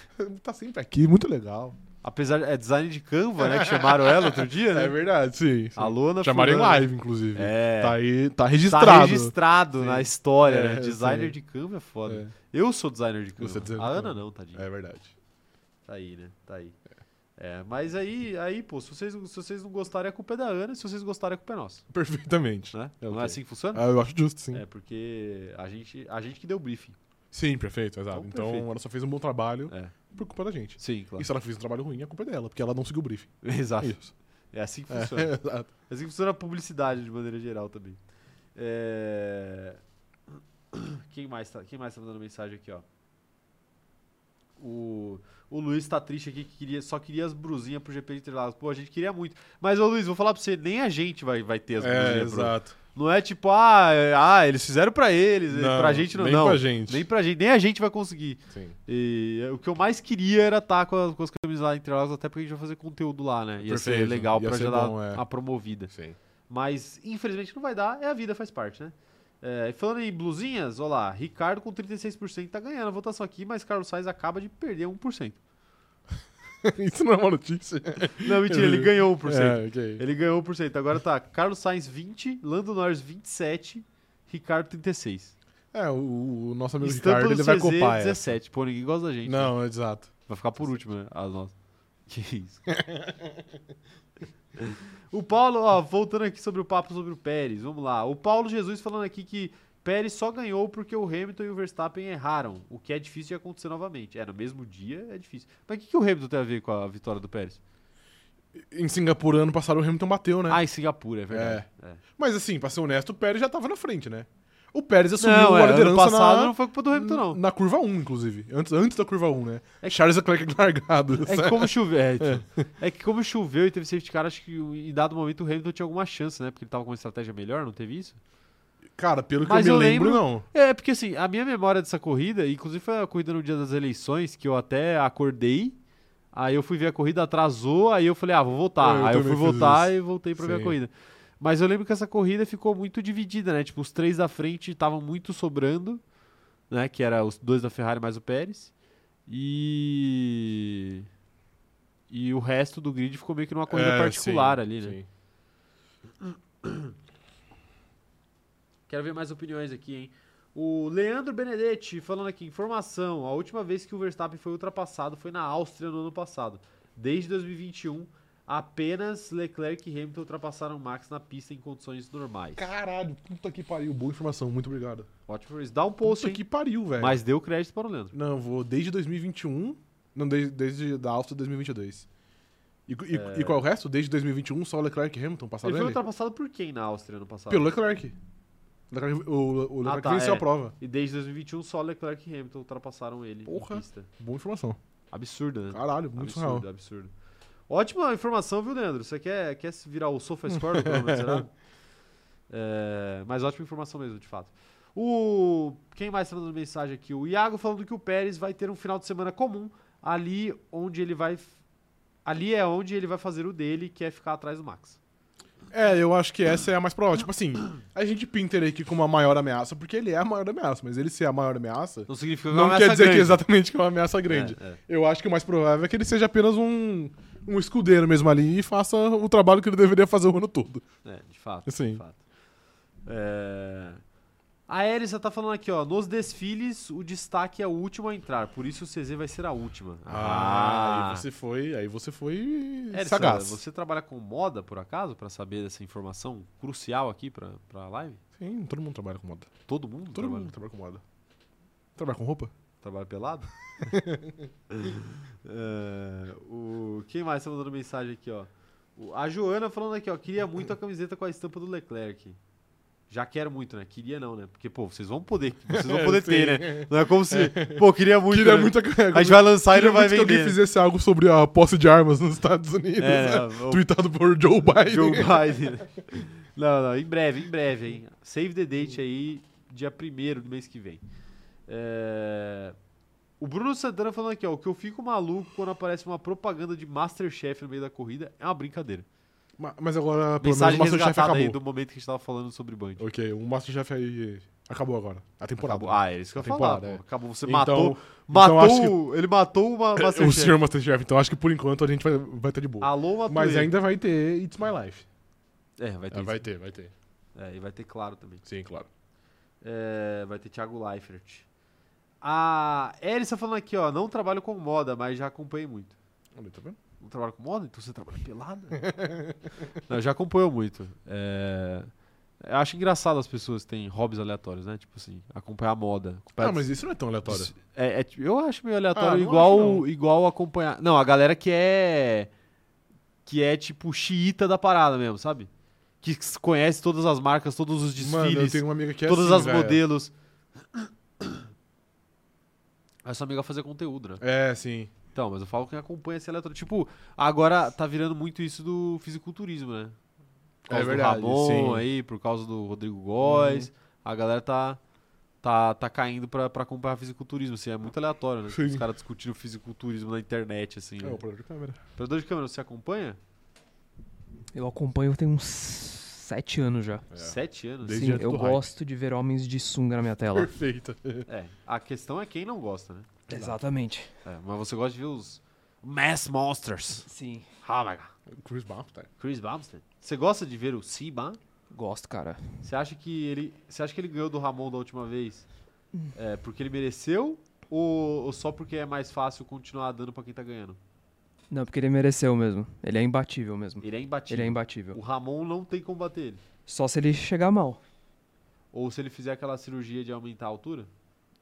Speaker 2: Tá sempre aqui, muito legal.
Speaker 1: Apesar. É design de Canva, né? Que chamaram ela outro dia,
Speaker 2: É
Speaker 1: né?
Speaker 2: verdade, sim. sim.
Speaker 1: Alô, Ana
Speaker 2: Chamaram em
Speaker 1: fulana.
Speaker 2: live, inclusive.
Speaker 1: É.
Speaker 2: Tá aí, tá
Speaker 1: Tá
Speaker 2: registrado.
Speaker 1: registrado na história,
Speaker 2: É,
Speaker 1: né? Designer
Speaker 2: sim.
Speaker 1: de Canva é foda.
Speaker 2: É.
Speaker 1: Eu sou designer de Canva.
Speaker 2: Você é designer
Speaker 1: a
Speaker 2: de
Speaker 1: Ana
Speaker 2: Canva.
Speaker 1: não, tadinha.
Speaker 2: É verdade.
Speaker 1: Tá aí, né? Tá aí. É, mas aí, aí, pô, se vocês, se vocês não gostarem, a culpa é da Ana, se vocês gostarem, a culpa é nossa,
Speaker 2: Perfeitamente.
Speaker 1: né?
Speaker 2: É,
Speaker 1: Não
Speaker 2: ok.
Speaker 1: é assim que funciona?
Speaker 2: Ah, eu acho justo, sim.
Speaker 1: É, porque a gente, a gente que deu o briefing.
Speaker 2: Sim, perfeito, exato.
Speaker 1: Então,
Speaker 2: Então,
Speaker 1: perfeito.
Speaker 2: ela só fez um bom trabalho
Speaker 1: É.
Speaker 2: por culpa da gente.
Speaker 1: Sim, claro.
Speaker 2: E se ela fez um trabalho ruim, a culpa é dela, porque ela não seguiu o briefing. É
Speaker 1: Exato.
Speaker 2: isso.
Speaker 1: É assim que
Speaker 2: É,
Speaker 1: funciona. É,
Speaker 2: exato.
Speaker 1: assim que funciona a publicidade de maneira geral também. É... Quem, mais tá, quem mais tá mandando mensagem aqui, ó? O, o Luiz tá triste aqui que queria, só queria as brusinhas pro GP de Interlagos. Pô, a gente queria muito. Mas, ô Luiz, vou falar pra você, nem a gente vai, vai ter as
Speaker 2: É,
Speaker 1: brusinhas pro-
Speaker 2: exato.
Speaker 1: Não é tipo, ah, é- ah eles fizeram pra eles, é, pra gente não.
Speaker 2: Nem
Speaker 1: não.
Speaker 2: pra gente.
Speaker 1: Nem pra gente, nem a gente vai conseguir.
Speaker 2: Sim.
Speaker 1: E é, o que eu mais queria era estar com as, com as camisas lá entre elas, até porque a gente vai fazer conteúdo lá, né? Ia ser
Speaker 2: Perfeito,
Speaker 1: legal
Speaker 2: ia
Speaker 1: pra
Speaker 2: ser
Speaker 1: ajudar
Speaker 2: bom, é.
Speaker 1: a promovida.
Speaker 2: Sim.
Speaker 1: Mas, infelizmente, não vai dar, é a vida, faz parte, né? É, falando em blusinhas, olha lá, Ricardo com 36% tá ganhando a votação aqui, mas Carlos Sainz acaba de perder 1%.
Speaker 2: isso não é uma notícia.
Speaker 1: Não, mentira, ele ganhou 1%.
Speaker 2: É, ok.
Speaker 1: Ele ganhou 1%. Agora tá Carlos Sainz 20, Lando Norris 27, Ricardo 36.
Speaker 2: É, o, o nosso amigo
Speaker 1: Estampa
Speaker 2: Ricardo,
Speaker 1: do
Speaker 2: ele vai
Speaker 1: CZ
Speaker 2: copar. é. essa.
Speaker 1: 17. Pô, ninguém gosta da gente. né?
Speaker 2: Não, exato.
Speaker 1: Vai ficar por último, né? As nossas. Que isso. O Paulo, ó, voltando aqui sobre o papo sobre o Pérez, vamos lá. O Paulo Jesus falando aqui que Pérez só ganhou porque o Hamilton e o Verstappen erraram, o que é difícil de acontecer novamente. É, no mesmo dia é difícil. Mas o que, que o Hamilton tem a ver com a vitória do Pérez?
Speaker 2: Em Singapura, ano passado, o Hamilton bateu, né?
Speaker 1: Ah, em Singapura, é verdade. É.
Speaker 2: Mas assim, pra ser honesto, o Pérez já tava na frente, né? O Pérez assumiu
Speaker 1: Não,
Speaker 2: a
Speaker 1: é, ano
Speaker 2: liderança
Speaker 1: passado não
Speaker 2: na,
Speaker 1: foi culpa do Hamilton, não.
Speaker 2: na curva 1, inclusive. Antes, antes da curva 1, né? Charles Leclerc largado.
Speaker 1: É que como choveu, é, tipo, é que como choveu e teve safety car, acho que em dado momento o Hamilton tinha alguma chance, né? Porque ele tava com uma estratégia melhor, não teve isso?
Speaker 2: Cara, pelo que
Speaker 1: Mas
Speaker 2: eu
Speaker 1: eu
Speaker 2: me lembro,
Speaker 1: lembro-
Speaker 2: não.
Speaker 1: É, porque assim, a minha memória dessa corrida, inclusive foi a corrida no dia das eleições, que eu até acordei, aí eu fui ver a corrida, atrasou, aí eu falei, ah, vou voltar.
Speaker 2: É, Eu
Speaker 1: aí eu
Speaker 2: também
Speaker 1: fui
Speaker 2: fiz
Speaker 1: voltar
Speaker 2: isso.
Speaker 1: e voltei pra ver a
Speaker 2: Sim.
Speaker 1: corrida. Mas eu lembro que essa corrida ficou muito dividida, né? Tipo, os três da frente estavam muito sobrando, né? Que era os dois da Ferrari mais o Pérez. E. E o resto do grid ficou meio que numa corrida
Speaker 2: É,
Speaker 1: particular
Speaker 2: sim,
Speaker 1: ali, né?
Speaker 2: sim.
Speaker 1: Quero ver mais opiniões aqui, hein? O Leandro Benedetti falando aqui, informação. A última vez que o Verstappen foi ultrapassado foi na Áustria no ano passado. Desde 2021, apenas Leclerc e Hamilton ultrapassaram Max na pista em condições normais.
Speaker 2: Caralho, puta que pariu. Boa informação, muito obrigado.
Speaker 1: Ótimo, Fabrício. dá um post,
Speaker 2: Puta
Speaker 1: hein?
Speaker 2: que pariu, velho.
Speaker 1: Mas deu crédito para o Leandro.
Speaker 2: Não, vou desde 2021. Não, desde, desde da Áustria 2022. E, e, e qual é o resto? Desde 2021, só Leclerc e Hamilton passaram
Speaker 1: Ele foi
Speaker 2: ele?
Speaker 1: ultrapassado por quem na Áustria ano passado?
Speaker 2: Pelo Leclerc. Leclerc- o, o Leclerc
Speaker 1: tá,
Speaker 2: venceu
Speaker 1: é.
Speaker 2: a prova.
Speaker 1: E desde 2021, só Leclerc e Hamilton ultrapassaram ele
Speaker 2: Porra.
Speaker 1: em pista.
Speaker 2: Boa informação.
Speaker 1: Absurdo, né?
Speaker 2: Caralho, muito surreal.
Speaker 1: absurdo, absurdo. Ótima informação, viu, Leandro? Você quer, quer se virar o SofaScore do programa, será? É, mas ótima informação mesmo, de fato. O, quem mais tá mandando mensagem aqui? O Iago falando que o Pérez vai ter um final de semana comum ali onde ele vai... Ali é onde ele vai fazer o dele, que é ficar atrás do Max.
Speaker 2: É, eu acho que essa é a mais provável. Tipo assim, a gente pinta ele aqui como a maior ameaça, porque ele é a maior ameaça, mas ele ser a maior ameaça
Speaker 1: Não significa
Speaker 2: não é quer dizer Então que exatamente que é uma ameaça grande.
Speaker 1: É, é.
Speaker 2: Eu acho que o mais provável é que ele seja apenas um, um escudeiro mesmo ali e faça o trabalho que ele deveria fazer o ano todo.
Speaker 1: É, de fato.
Speaker 2: Sim.
Speaker 1: De fato. É... A Elisa tá falando aqui, ó. Nos desfiles, o destaque é o último a entrar, por isso o CZ vai ser a última. Ah.
Speaker 2: aí Ah, você foi, aí você foi
Speaker 1: Elisa,
Speaker 2: sagaz.
Speaker 1: É, você trabalha com moda, por acaso, pra saber dessa informação crucial aqui pra, pra live?
Speaker 2: Sim, todo mundo trabalha com moda.
Speaker 1: Todo mundo
Speaker 2: Todo
Speaker 1: trabalha,
Speaker 2: mundo trabalha com moda. Trabalha com roupa?
Speaker 1: trabalha pelado? É, o... Quem mais tá mandando mensagem aqui, ó? O- A Joana falando aqui, ó. Queria muito a camiseta com a estampa do Leclerc. Já quero muito, né? Queria não, né? Porque, pô, vocês vão poder. Vocês vão poder ter, né? Não é como se. Pô, queria muito.
Speaker 2: Queria
Speaker 1: né?
Speaker 2: muito
Speaker 1: A gente vai lançar e
Speaker 2: Queria
Speaker 1: não vai
Speaker 2: muito que alguém
Speaker 1: vender.
Speaker 2: fizesse algo sobre a posse de armas nos Estados Unidos.
Speaker 1: É,
Speaker 2: né?
Speaker 1: o-
Speaker 2: Tweetado por Joe Biden.
Speaker 1: Joe Biden. né? Não, não, em breve, em breve, hein? Save the date aí, dia 1 do mês que vem. É, O Bruno Santana falando aqui, ó, o que eu fico maluco quando aparece uma propaganda de Masterchef no meio da corrida é uma brincadeira.
Speaker 2: Ma- Mas agora, pelo menos,
Speaker 1: Mensagem
Speaker 2: o Masterchef
Speaker 1: resgatada aí
Speaker 2: acabou.
Speaker 1: do momento que a gente tava falando sobre Band.
Speaker 2: Ok, o Masterchef aí acabou agora. A temporada.
Speaker 1: Acabou. Ah, é isso que eu ia
Speaker 2: A temporada,
Speaker 1: falar, pô.
Speaker 2: é.
Speaker 1: Acabou, você
Speaker 2: Então-
Speaker 1: matou,
Speaker 2: então
Speaker 1: matou,
Speaker 2: acho
Speaker 1: ele matou uma
Speaker 2: o
Speaker 1: Masterchef. Ah,
Speaker 2: senhor Masterchef, então acho que por enquanto a gente vai, vai ter de boa.
Speaker 1: Alô, matou
Speaker 2: Mas
Speaker 1: ele.
Speaker 2: ainda vai ter It's My Life.
Speaker 1: É, vai ter,
Speaker 2: Ah,
Speaker 1: isso.
Speaker 2: vai ter, vai ter.
Speaker 1: É, e vai ter claro também.
Speaker 2: Sim, claro.
Speaker 1: É, vai ter Thiago Leifert. A Elissa falando aqui, ó. Não trabalho com moda, mas já acompanhei muito.
Speaker 2: Olha, tá vendo?
Speaker 1: Não trabalho com moda? Então você trabalha pelada? não, já acompanho muito. É, Eu acho engraçado as pessoas que têm hobbies aleatórios, né? Tipo assim, acompanhar moda. acompanhar-
Speaker 2: Ah, mas isso não é tão aleatório.
Speaker 1: Isso- é- é tipo- eu acho meio
Speaker 2: Ah,
Speaker 1: aleatório,
Speaker 2: não
Speaker 1: igual,
Speaker 2: acho, não.
Speaker 1: igual acompanhar. Não, a galera que é. Que é tipo xiita da parada mesmo, sabe? Que s- conhece todas as marcas, todos os desfiles
Speaker 2: Mano, eu tenho uma amiga que é
Speaker 1: todas
Speaker 2: assim,
Speaker 1: as
Speaker 2: velho.
Speaker 1: modelos. Essa amiga fazer conteúdo, né?
Speaker 2: É, sim.
Speaker 1: Então, mas eu falo que acompanha esse eletro. Tipo, agora tá virando muito isso do fisiculturismo, né? Por
Speaker 2: É
Speaker 1: causa
Speaker 2: verdade,
Speaker 1: do Ramon
Speaker 2: sim. Uhum.
Speaker 1: aí, por causa do Rodrigo Góes. A galera tá, tá, tá caindo pra, pra acompanhar fisiculturismo, assim. É muito aleatório, né?
Speaker 2: Sim.
Speaker 1: Os caras discutindo fisiculturismo na internet, assim.
Speaker 2: É o
Speaker 1: Né?
Speaker 2: operador de câmera.
Speaker 1: Operador de câmera, você acompanha?
Speaker 3: Eu acompanho tem uns sete anos já.
Speaker 2: É.
Speaker 1: Sete anos.
Speaker 2: Desde
Speaker 3: Sim,
Speaker 2: antes
Speaker 3: eu
Speaker 2: do hype.
Speaker 3: gosto de ver homens de sunga na minha tela.
Speaker 2: Perfeita.
Speaker 1: É. A questão é quem não gosta, né?
Speaker 3: Exatamente.
Speaker 1: É, mas você gosta de ver os Mass Monsters.
Speaker 3: Sim.
Speaker 1: Ah, my God.
Speaker 2: Chris tá. Bumstein.
Speaker 1: Chris Bumstead. Você gosta de ver o Siba?
Speaker 3: Gosto, cara.
Speaker 1: Você acha que ele, você acha que ele ganhou do Ramon da última vez? É, porque ele mereceu ou, ou só porque é mais fácil continuar dando pra quem tá ganhando?
Speaker 3: Não, porque ele mereceu mesmo. Ele é imbatível mesmo.
Speaker 1: Ele é imbatível.
Speaker 3: Ele é imbatível.
Speaker 1: O Ramon não tem como bater ele.
Speaker 3: Só se ele chegar mal.
Speaker 1: Ou se ele fizer aquela cirurgia de aumentar a altura,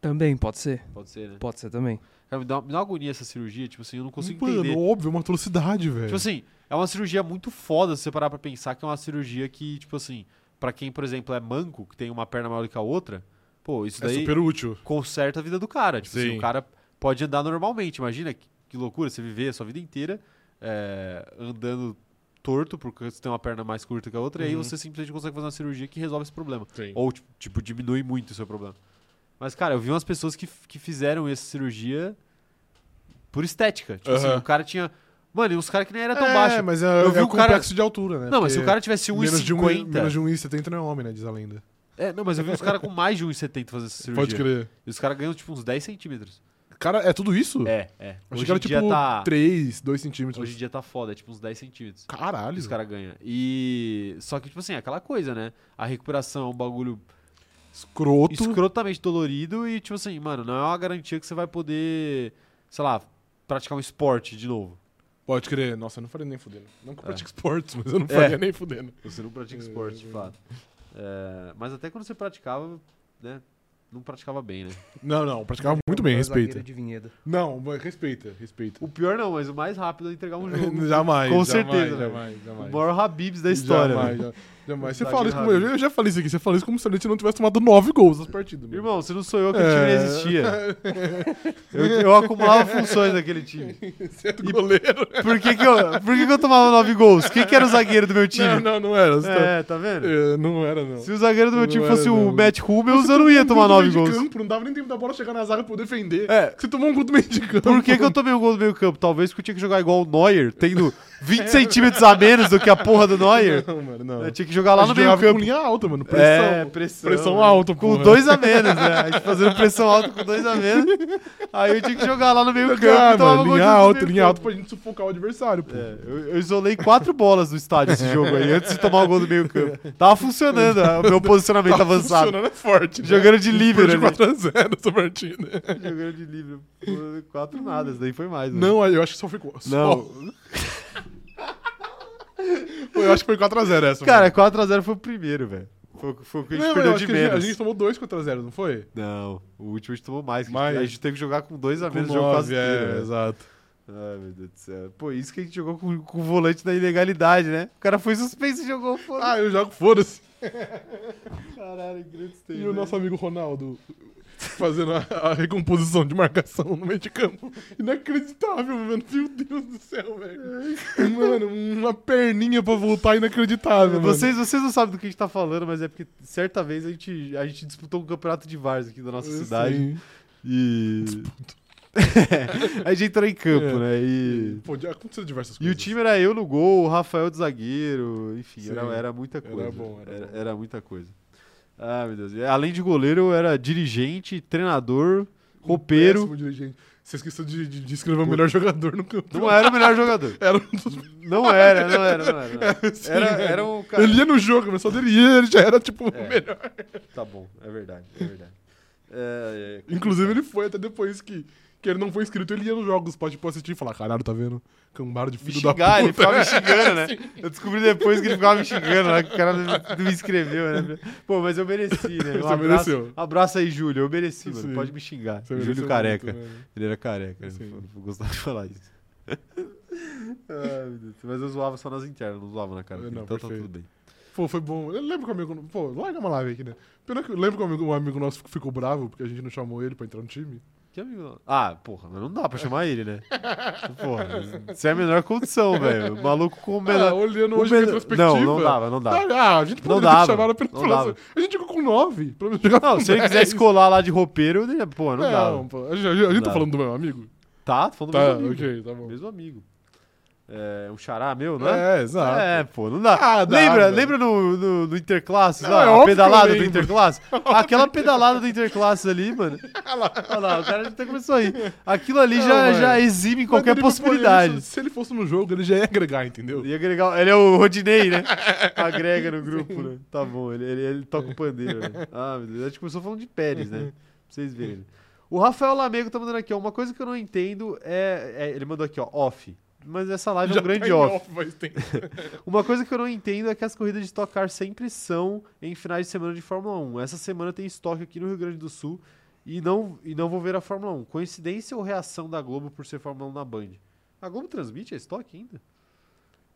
Speaker 3: Também, pode ser.
Speaker 1: pode ser, né?
Speaker 3: Pode ser também.
Speaker 1: Cara, me dá, me dá uma agonia essa cirurgia, tipo assim, eu não consigo
Speaker 2: Mano,
Speaker 1: entender.
Speaker 2: óbvio, é uma atrocidade, velho.
Speaker 1: Tipo assim, é uma cirurgia muito foda se você parar pra pensar que é uma cirurgia que, tipo assim, pra quem, por exemplo, é manco, que tem uma perna maior que a outra, pô, isso
Speaker 2: é
Speaker 1: daí
Speaker 2: super útil.
Speaker 1: conserta a vida do cara. Tipo assim,
Speaker 2: Sim.
Speaker 1: o cara pode andar normalmente. Imagina que, que loucura você viver a sua vida inteira é, andando torto porque você tem uma perna mais curta que a outra, e aí
Speaker 3: Uhum.
Speaker 1: você simplesmente consegue fazer uma cirurgia que resolve esse problema.
Speaker 2: Sim.
Speaker 1: Ou, tipo, tipo, diminui muito o seu problema. Mas, cara, eu vi umas pessoas que, que fizeram essa cirurgia por estética. Tipo assim,
Speaker 2: Aham.
Speaker 1: o cara tinha. Mano, e os caras que nem era tão
Speaker 2: é,
Speaker 1: baixo.
Speaker 2: mas é,
Speaker 1: Eu vi
Speaker 2: é
Speaker 1: o cara-
Speaker 2: complexo de altura, né?
Speaker 1: não, mas se o
Speaker 2: Porque
Speaker 1: cara tivesse
Speaker 2: menos de, um,
Speaker 1: 1,50.
Speaker 2: menos de 1,70 não é homem, né? Diz a lenda.
Speaker 1: É, não, mas eu vi uns caras com mais de 1,70 fazer essa cirurgia.
Speaker 2: Pode crer.
Speaker 1: E os caras ganham, tipo, uns 10 centímetros.
Speaker 2: Cara, é tudo isso?
Speaker 1: É, é.
Speaker 2: Acho que era
Speaker 1: em dia
Speaker 2: tipo
Speaker 1: tá-
Speaker 2: 3, 2 centímetros.
Speaker 1: Hoje em dia tá foda, é tipo uns 10 centímetros.
Speaker 2: Caralho.
Speaker 1: Os caras ganham. E. Só que, tipo assim, é aquela coisa, né? A recuperação é um bagulho
Speaker 2: Escroto.
Speaker 1: escrotamente dolorido e, tipo assim, mano, não é uma garantia que você vai poder, sei lá, praticar um esporte de novo.
Speaker 2: Pode crer. Nossa, eu não faria nem fudendo. Não que eu
Speaker 1: É.
Speaker 2: pratique esportes, mas eu não
Speaker 1: É.
Speaker 2: faria nem fudendo.
Speaker 1: Você não pratica
Speaker 2: É,
Speaker 1: esporte, de fato. É, mas até quando você praticava, né? Não praticava bem, né?
Speaker 2: Não, não. Praticava muito bem, respeita.
Speaker 3: é de vinhedo.
Speaker 2: Não, mas respeita, respeita.
Speaker 1: O pior não, mas o mais rápido é entregar um jogo.
Speaker 2: jamais.
Speaker 1: Com
Speaker 2: jamais,
Speaker 1: certeza, velho.
Speaker 2: Jamais,
Speaker 1: o
Speaker 2: jamais.
Speaker 1: maior Habibs da história. né?
Speaker 2: Jamais,
Speaker 1: velho.
Speaker 2: já- jamais. Você
Speaker 1: Zagueiro
Speaker 2: fala isso como,
Speaker 1: rápido.
Speaker 2: eu já falei isso aqui. Você fala isso como se a gente não tivesse tomado nove gols nas partidas. mano.
Speaker 1: Irmão, se não sou eu, aquele time
Speaker 2: É.
Speaker 1: não existia. Eu, eu acumulava funções naquele time.
Speaker 2: Você é do goleiro.
Speaker 1: Por que, que, eu, por que, que eu tomava nove gols? Quem que era o zagueiro do meu time?
Speaker 2: Não, não, não era. Você tá-
Speaker 1: É, tá vendo?
Speaker 2: É, não era, não.
Speaker 1: Se o zagueiro do meu
Speaker 2: Não
Speaker 1: time
Speaker 2: era,
Speaker 1: fosse o
Speaker 2: não.
Speaker 1: Matt Hummels, eu não ia tomar
Speaker 2: Tomou um
Speaker 1: nove
Speaker 2: gol de
Speaker 1: gols.
Speaker 2: Campo, não dava nem tempo da bola chegar na zaga pra eu defender.
Speaker 1: É.
Speaker 2: Você tomou um gol do meio de campo.
Speaker 1: Por que, que eu tomei um gol do meio campo? Talvez porque eu tinha que jogar igual o Neuer, tendo 20 centímetros a menos do que a porra do Neuer.
Speaker 2: Não, mano, não.
Speaker 1: Eu tinha que jogar lá
Speaker 2: A
Speaker 1: no
Speaker 2: gente
Speaker 1: meio
Speaker 2: jogava
Speaker 1: campo.
Speaker 2: com linha alta, mano. Pressão.
Speaker 1: É, pressão.
Speaker 2: Pressão
Speaker 1: né?
Speaker 2: alta,
Speaker 1: Com
Speaker 2: porra. Ah,
Speaker 1: dois a menos, né? A gente fazendo pressão alta com dois a menos. Aí eu tinha que jogar lá no meio campo.
Speaker 2: Ah,
Speaker 1: e tomava
Speaker 2: mano,
Speaker 1: gol de
Speaker 2: linha
Speaker 1: outro
Speaker 2: alta,
Speaker 1: meio
Speaker 2: linha
Speaker 1: campo.
Speaker 2: alta pra gente sufocar o adversário, pô.
Speaker 1: É, eu, eu isolei quatro bolas no estádio esse jogo aí, antes de tomar o gol do meio campo. Tava funcionando ah, o meu posicionamento avançado.
Speaker 2: Funcionando é forte. Né?
Speaker 1: Jogando de livre,
Speaker 2: Perde
Speaker 1: ali.
Speaker 2: 4x0 essa partida.
Speaker 1: Jogando de livre. Pô, Quatro nada, isso daí foi mais. né?
Speaker 2: Não, eu acho que só foi. Só.
Speaker 1: Não.
Speaker 2: Pô, eu acho que foi 4x0 essa.
Speaker 1: Cara, 4x0 foi o primeiro, velho. Foi, foi o que a gente
Speaker 2: mano. não, eu
Speaker 1: perdeu
Speaker 2: acho
Speaker 1: de
Speaker 2: que a gente-
Speaker 1: menos.
Speaker 2: A gente tomou 2 4x0, não foi?
Speaker 1: Não, o último a gente tomou mais. que a gente-
Speaker 2: Mais.
Speaker 1: A gente teve que jogar com dois a menos o
Speaker 2: nove,
Speaker 1: jogo né? quase
Speaker 2: é,
Speaker 1: inteiro. velho.
Speaker 2: exato.
Speaker 1: Ai, meu Deus do céu. Pô, isso que a gente jogou com, com o volante da ilegalidade, né? O cara foi suspenso e jogou foda.
Speaker 2: Ah, eu jogo, foda-se.
Speaker 1: Caralho, que grande
Speaker 2: E o nosso amigo Ronaldo fazendo a, a recomposição de marcação no meio de campo. Inacreditável, mano. Meu Deus do céu, velho. Mano, uma perninha pra voltar inacreditável, mano.
Speaker 1: Vocês, vocês não sabem do que a gente tá falando, mas é porque certa vez a gente, a gente disputou um campeonato de VARs aqui da nossa cidade.
Speaker 2: Sim.
Speaker 1: E. a gente entrou em campo,
Speaker 2: É.
Speaker 1: né? E.
Speaker 2: Pô, já aconteceu diversas
Speaker 1: E
Speaker 2: coisas.
Speaker 1: o time era eu no gol, o Rafael de zagueiro, enfim, era,
Speaker 2: Sim.
Speaker 1: era muita
Speaker 2: Era
Speaker 1: coisa.
Speaker 2: bom, era bom.
Speaker 1: era muita coisa. Ah, meu Deus. E Além de goleiro, eu era dirigente, treinador, roupeiro.
Speaker 2: Um Péssimo dirigente. Você esqueceu de, de- de escrever o melhor jogador no campo.
Speaker 1: Não era o melhor jogador.
Speaker 2: Era um dos...
Speaker 1: Não era, não era, não era. não era.
Speaker 2: Sim,
Speaker 1: Era,
Speaker 2: velho.
Speaker 1: era um cara.
Speaker 2: Ele ia no jogo, mas só dele ia, ele já era, tipo,
Speaker 1: É.
Speaker 2: o melhor.
Speaker 1: Tá bom, é verdade, é verdade. É, é,
Speaker 2: Inclusive, ele foi até depois que, que ele não foi inscrito, ele ia nos jogos pra, tipo, assistir e falar, caralho, tá vendo? Cambaro de
Speaker 1: me
Speaker 2: filho da
Speaker 1: xingar, ele
Speaker 2: puta.
Speaker 1: ficava me xingando, né? Eu descobri depois que ele ficava me xingando, né? Que o cara não me escreveu, né? Pô, mas eu mereci, né? Um
Speaker 2: Você
Speaker 1: abraço,
Speaker 2: mereceu.
Speaker 1: abraço aí, Júlio. Eu mereci, mano.
Speaker 2: Sim.
Speaker 1: Pode me xingar.
Speaker 2: Você mereceu
Speaker 1: Júlio
Speaker 2: é muito,
Speaker 1: Careca.
Speaker 2: velho.
Speaker 1: Ele era careca, né?
Speaker 2: Sim.
Speaker 1: eu vou gostar de falar isso. Ai, meu Deus. Mas eu zoava só nas internas, não zoava na cara. dele.
Speaker 2: Não,
Speaker 1: então tá
Speaker 2: perfeito.
Speaker 1: tudo bem.
Speaker 2: Pô, foi bom. Eu lembro que o amigo... Pô, larga uma live aqui, né? Pena que eu lembro que um amigo, um amigo nosso ficou bravo porque a gente não chamou ele pra entrar no time.
Speaker 1: Que amigo não? Ah, porra, mas não dá pra chamar ele, né? Porra, isso é a menor condição, velho. O maluco com o
Speaker 2: ah,
Speaker 1: menor.
Speaker 2: olhando
Speaker 1: o
Speaker 2: hoje em
Speaker 1: menor-
Speaker 2: retrospectiva...
Speaker 1: Não, não dava, não dava.
Speaker 2: Ah, a gente
Speaker 1: Não
Speaker 2: poderia
Speaker 1: dava,
Speaker 2: ter chamado pelo
Speaker 1: não
Speaker 2: pela...
Speaker 1: dava.
Speaker 2: A gente ficou com nove, pelo menos jogar
Speaker 1: Não, se ele quisesse colar lá de roupeiro, eu diria, pô, não dava.
Speaker 2: Não, pô, a gente, a gente
Speaker 1: Não
Speaker 2: tá
Speaker 1: dava.
Speaker 2: falando do meu amigo?
Speaker 1: Tá, tô falando do
Speaker 2: Tá,
Speaker 1: mesmo amigo.
Speaker 2: ok, tá bom.
Speaker 1: Mesmo amigo. É, um xará meu, não é?
Speaker 2: exato.
Speaker 1: pô, não dá.
Speaker 2: Ah, dá,
Speaker 1: lembra,
Speaker 2: velho.
Speaker 1: lembra no, no, no Interclasses
Speaker 2: Não,
Speaker 1: lá?
Speaker 2: é
Speaker 1: a
Speaker 2: óbvio que eu
Speaker 1: pedalada do
Speaker 2: lembro.
Speaker 1: Interclasses? Aquela pedalada do Interclasses ali, mano. Olha lá, o cara já até começou aí. Aquilo ali
Speaker 2: Não,
Speaker 1: já,
Speaker 2: mano.
Speaker 1: já exime
Speaker 2: Mas
Speaker 1: qualquer
Speaker 2: ele-
Speaker 1: possibilidade.
Speaker 2: ele- se ele fosse no jogo, ele já ia agregar, entendeu?
Speaker 1: E agregar. Ele é o Rodinei, né? Agrega no grupo, né? Tá bom, ele, ele, ele toca o pandeiro. Né? Ah, meu Deus. A gente começou falando de Pérez, né? Pra vocês verem. O Rafael Lamego tá mandando aqui, ó. Uma coisa que eu não entendo é. é- ele mandou aqui, ó, off. mas essa live é
Speaker 2: Já
Speaker 1: um grande
Speaker 2: tá em
Speaker 1: off.
Speaker 2: faz tempo.
Speaker 1: Uma coisa que eu não entendo é que as corridas de Stock Car sempre são em finais de semana de Fórmula 1. Essa semana tem estoque aqui no Rio Grande do Sul e não, e não vou ver a Fórmula 1. Coincidência ou reação da Globo por ser Fórmula 1 na Band? A Globo transmite a estoque ainda?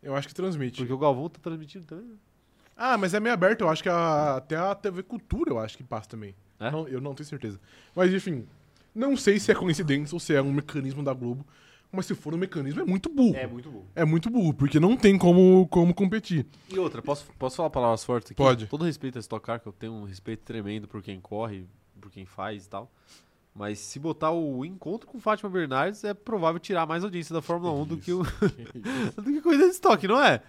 Speaker 2: Eu acho que transmite.
Speaker 1: Porque o Galvão tá transmitindo também. né?
Speaker 2: Ah, mas é meio aberto, eu acho que a- até a TV Cultura eu acho que passa também.
Speaker 1: É?
Speaker 2: Não, eu não tenho certeza. Mas enfim, não sei se é coincidência ou se é um mecanismo da Globo, mas se for um mecanismo é muito burro. É,
Speaker 1: muito bom.
Speaker 2: muito burro, porque não tem como, como competir.
Speaker 1: E outra, posso, posso falar palavras fortes aqui?
Speaker 2: Pode.
Speaker 1: Todo respeito a Stock Car, que eu tenho um respeito tremendo por quem corre, por quem faz e tal. Mas se botar o encontro com Fátima Bernardes, é provável tirar mais audiência da Fórmula 1 do que, o, do que corrida de estoque, não é?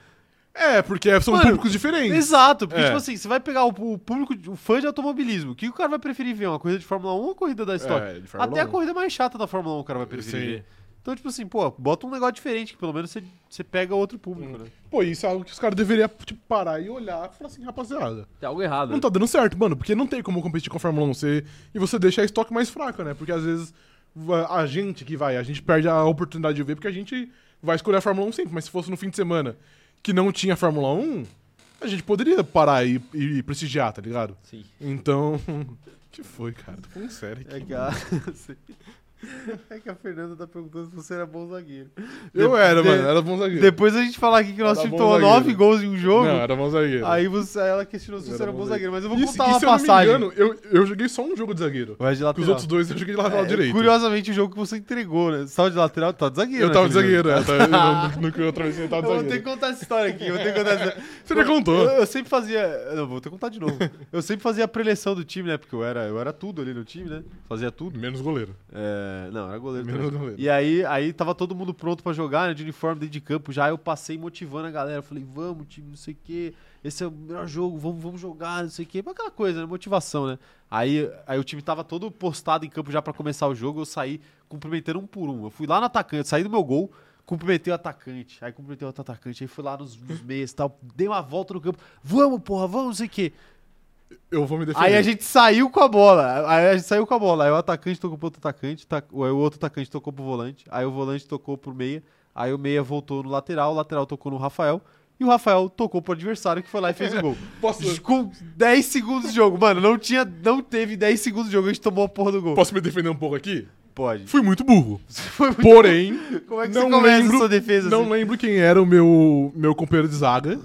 Speaker 2: É, porque são
Speaker 1: Mano,
Speaker 2: públicos diferentes.
Speaker 1: Exato, porque,
Speaker 2: É.
Speaker 1: tipo assim, você vai pegar o, o público, de- o fã de automobilismo. O que o cara vai preferir ver? Uma corrida de Fórmula 1 ou uma corrida da Stock?
Speaker 2: É, de Fórmula
Speaker 1: Até a
Speaker 2: 1.
Speaker 1: corrida mais chata da Fórmula 1 o cara vai preferir
Speaker 2: Sim.
Speaker 1: ver. Então, tipo assim, pô, bota um negócio diferente, que pelo menos você, você pega outro público, né?
Speaker 2: Pô, isso é algo que os caras deveriam tipo, parar e olhar e falar assim, rapaziada,
Speaker 1: Tem algo errado. né?
Speaker 2: não tá dando certo, mano, porque não tem como competir com a Fórmula 1 você, e você deixa a estoque mais fraca, né? Porque às vezes va- a gente que vai, a gente perde a oportunidade de ver porque a gente vai escolher a Fórmula 1 sempre, mas se fosse no fim de semana que não tinha Fórmula 1, a gente poderia parar e, e prestigiar, tá ligado?
Speaker 1: Sim.
Speaker 2: Então, que foi, cara? Tô falando sério aqui.
Speaker 1: É que, a... é que a Fernanda tá perguntando se você era bom zagueiro.
Speaker 2: Eu era,
Speaker 1: de-
Speaker 2: mano, era bom zagueiro.
Speaker 1: Depois a gente falar aqui que o nosso
Speaker 2: Era
Speaker 1: time
Speaker 2: bom
Speaker 1: tomou
Speaker 2: zagueiro.
Speaker 1: 9 gols em um jogo,
Speaker 2: Não, era bom zagueiro.
Speaker 1: aí você, aí ela questionou se você era bom zagueiro. Mas eu vou
Speaker 2: E se-
Speaker 1: contar
Speaker 2: e
Speaker 1: uma
Speaker 2: se
Speaker 1: passagem.
Speaker 2: Eu, não me engano, eu, eu joguei só um jogo de zagueiro.
Speaker 1: Vai de
Speaker 2: Com
Speaker 1: lateral.
Speaker 2: os outros dois eu joguei de lateral
Speaker 1: É,
Speaker 2: direito.
Speaker 1: Curiosamente, o jogo que você entregou, né? Você tava de lateral, tá de zagueiro.
Speaker 2: Eu tava de
Speaker 1: naquele jogo.
Speaker 2: zagueiro, é, tá- eu não- no que eu atravessei eu tava
Speaker 1: Eu
Speaker 2: de
Speaker 1: vou ter que
Speaker 2: zagueiro.
Speaker 1: contar essa história aqui. eu Vou ter que contar essa
Speaker 2: Você já contou.
Speaker 1: Eu, eu sempre fazia. Não, vou ter que contar de novo. Eu sempre fazia a preleção do time, né? Porque eu era, eu era tudo ali no time, né? Fazia tudo.
Speaker 2: Menos goleiro.
Speaker 1: É, não, era goleiro.
Speaker 2: Menos
Speaker 1: também.
Speaker 2: goleiro.
Speaker 1: E aí, aí tava todo mundo pronto pra jogar, né, de uniforme dentro de campo já. Eu passei motivando a galera. eu Falei, vamos, time, não sei o quê. Esse é o melhor jogo, vamos, vamos jogar, não sei o quê. Aquela coisa, né? Motivação, né? Aí, aí o time tava todo postado em campo já pra começar o jogo. Eu saí cumprimentando um por um. Eu fui lá no atacante, saí do meu gol, cumprimentei o atacante. Aí cumprimentei outro atacante. Aí fui lá nos, nos meias e tal. Dei uma volta no campo. Vamos, porra, vamos, não sei o quê.
Speaker 2: Eu vou me defender.
Speaker 1: Aí a gente saiu com a bola. Aí a gente saiu com a bola. Aí o atacante tocou pro outro atacante, tac- aí o outro atacante tocou pro volante, aí o volante tocou pro meia, aí o meia voltou no lateral, o lateral tocou no Rafael, e o Rafael tocou pro adversário que foi lá e fez o gol.
Speaker 2: Posso,
Speaker 1: com 10 segundos de jogo, mano, não tinha, não teve 10 segundos de jogo, a gente tomou a porra do gol.
Speaker 2: posso me defender um pouco aqui?
Speaker 1: Pode.
Speaker 2: Fui muito burro.
Speaker 1: Foi muito-
Speaker 2: Porém,
Speaker 1: Como é que
Speaker 2: não
Speaker 1: você começa
Speaker 2: lembro-
Speaker 1: a sua defesa
Speaker 2: não
Speaker 1: assim?
Speaker 2: lembro quem era o meu, meu companheiro de zaga,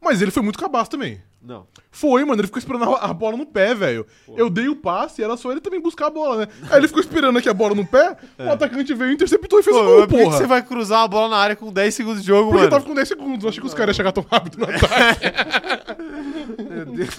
Speaker 2: mas ele foi muito cabaço também.
Speaker 1: Não.
Speaker 2: Foi, mano, ele ficou esperando a a bola no pé, velho. Eu dei o passe e era só ele também buscar a bola, né? Aí ele ficou esperando aqui a bola no pé, o atacante veio, interceptou e fez
Speaker 1: É. Pô,
Speaker 2: o gol,
Speaker 1: por que que
Speaker 2: porra.
Speaker 1: você vai cruzar a bola na área com 10 segundos de jogo,
Speaker 2: Porque
Speaker 1: mano?
Speaker 2: tava com 10 segundos, eu achei que os caras iam chegar tão rápido no ataque.
Speaker 1: Meu Deus.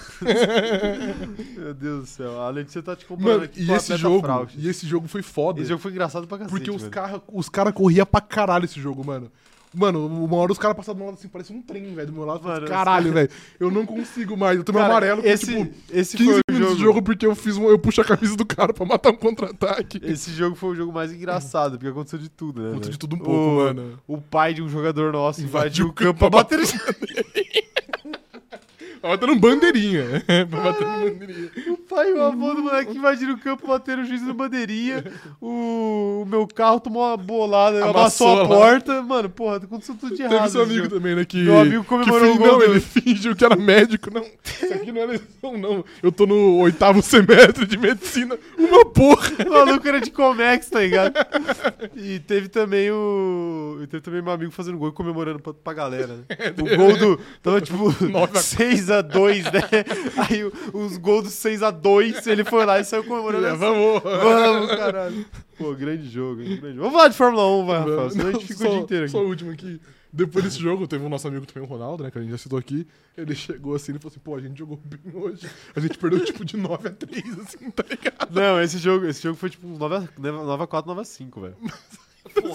Speaker 1: Meu Deus do céu. A Letícia tá te comparando
Speaker 2: Mano,
Speaker 1: aqui
Speaker 2: e
Speaker 1: com a
Speaker 2: esse
Speaker 1: Beta
Speaker 2: jogo,
Speaker 1: Fraude.
Speaker 2: e esse jogo foi foda.
Speaker 1: Esse jogo foi engraçado pra cacete.
Speaker 2: Porque os
Speaker 1: velho.
Speaker 2: caras os cara corriam pra caralho esse jogo, mano. Mano, uma hora os caras passavam do meu lado assim, parecia um trem, velho, do meu lado. eu falei,
Speaker 1: Mano,
Speaker 2: caralho, velho. Eu não consigo mais. Eu tomei
Speaker 1: Cara,
Speaker 2: amarelo por,
Speaker 1: esse,
Speaker 2: tipo,
Speaker 1: esse
Speaker 2: 15
Speaker 1: foi o
Speaker 2: minutos
Speaker 1: jogo.
Speaker 2: de jogo porque eu fiz um, eu puxo a camisa do cara pra matar um contra-ataque.
Speaker 1: Esse jogo foi o jogo mais engraçado, porque aconteceu de tudo, né?
Speaker 2: Conto de
Speaker 1: velho?
Speaker 2: tudo um pouco,
Speaker 1: o,
Speaker 2: mano.
Speaker 1: O pai de um jogador nosso invadiu
Speaker 2: Invadiu
Speaker 1: o campo pra bater no
Speaker 2: Tava batendo bandeirinha. um, Tava batendo bandeirinha.
Speaker 1: O pai e o avô do
Speaker 2: Uhum.
Speaker 1: moleque invadiram o campo, bateram o juiz no bandeirinha. O, o meu carro tomou uma bolada,
Speaker 2: Amassou
Speaker 1: amassou, a
Speaker 2: lá.
Speaker 1: porta. Mano, porra, aconteceu tudo de errado.
Speaker 2: Teve seu
Speaker 1: nesse
Speaker 2: amigo
Speaker 1: jogo.
Speaker 2: também, né? Que,
Speaker 1: Meu amigo
Speaker 2: que
Speaker 1: comemorou
Speaker 2: fingiu-
Speaker 1: o gol
Speaker 2: Não, ele
Speaker 1: dele.
Speaker 2: fingiu que era médico. Não, isso aqui não é lesão, não. Eu tô no oitavo semestre de medicina. Uma porra.
Speaker 1: O maluco era de Comex, tá ligado? E teve também o. E teve também meu amigo fazendo gol e comemorando pra, pra galera, né?
Speaker 2: É,
Speaker 1: O gol do. Tava tipo 6x2, né? Aí o- os gols do 6x2, ele foi lá e saiu comemorando.
Speaker 2: É,
Speaker 1: assim.
Speaker 2: vamos.
Speaker 1: Vamos, caralho. Pô, grande jogo, hein? grande jogo. Vamos falar de Fórmula 1, vai, Rafael. Senão a gente fica
Speaker 2: só,
Speaker 1: o dia inteiro
Speaker 2: Só o
Speaker 1: aqui.
Speaker 2: último aqui. Depois desse jogo, teve um nosso amigo também, o Ronaldo, né? Que a gente já citou aqui. Ele chegou assim e falou assim: pô, a gente jogou bem hoje. A gente perdeu tipo de 9 a 3, assim, tá ligado?
Speaker 1: Não, esse jogo, esse jogo foi tipo 9x4, 9x5, velho.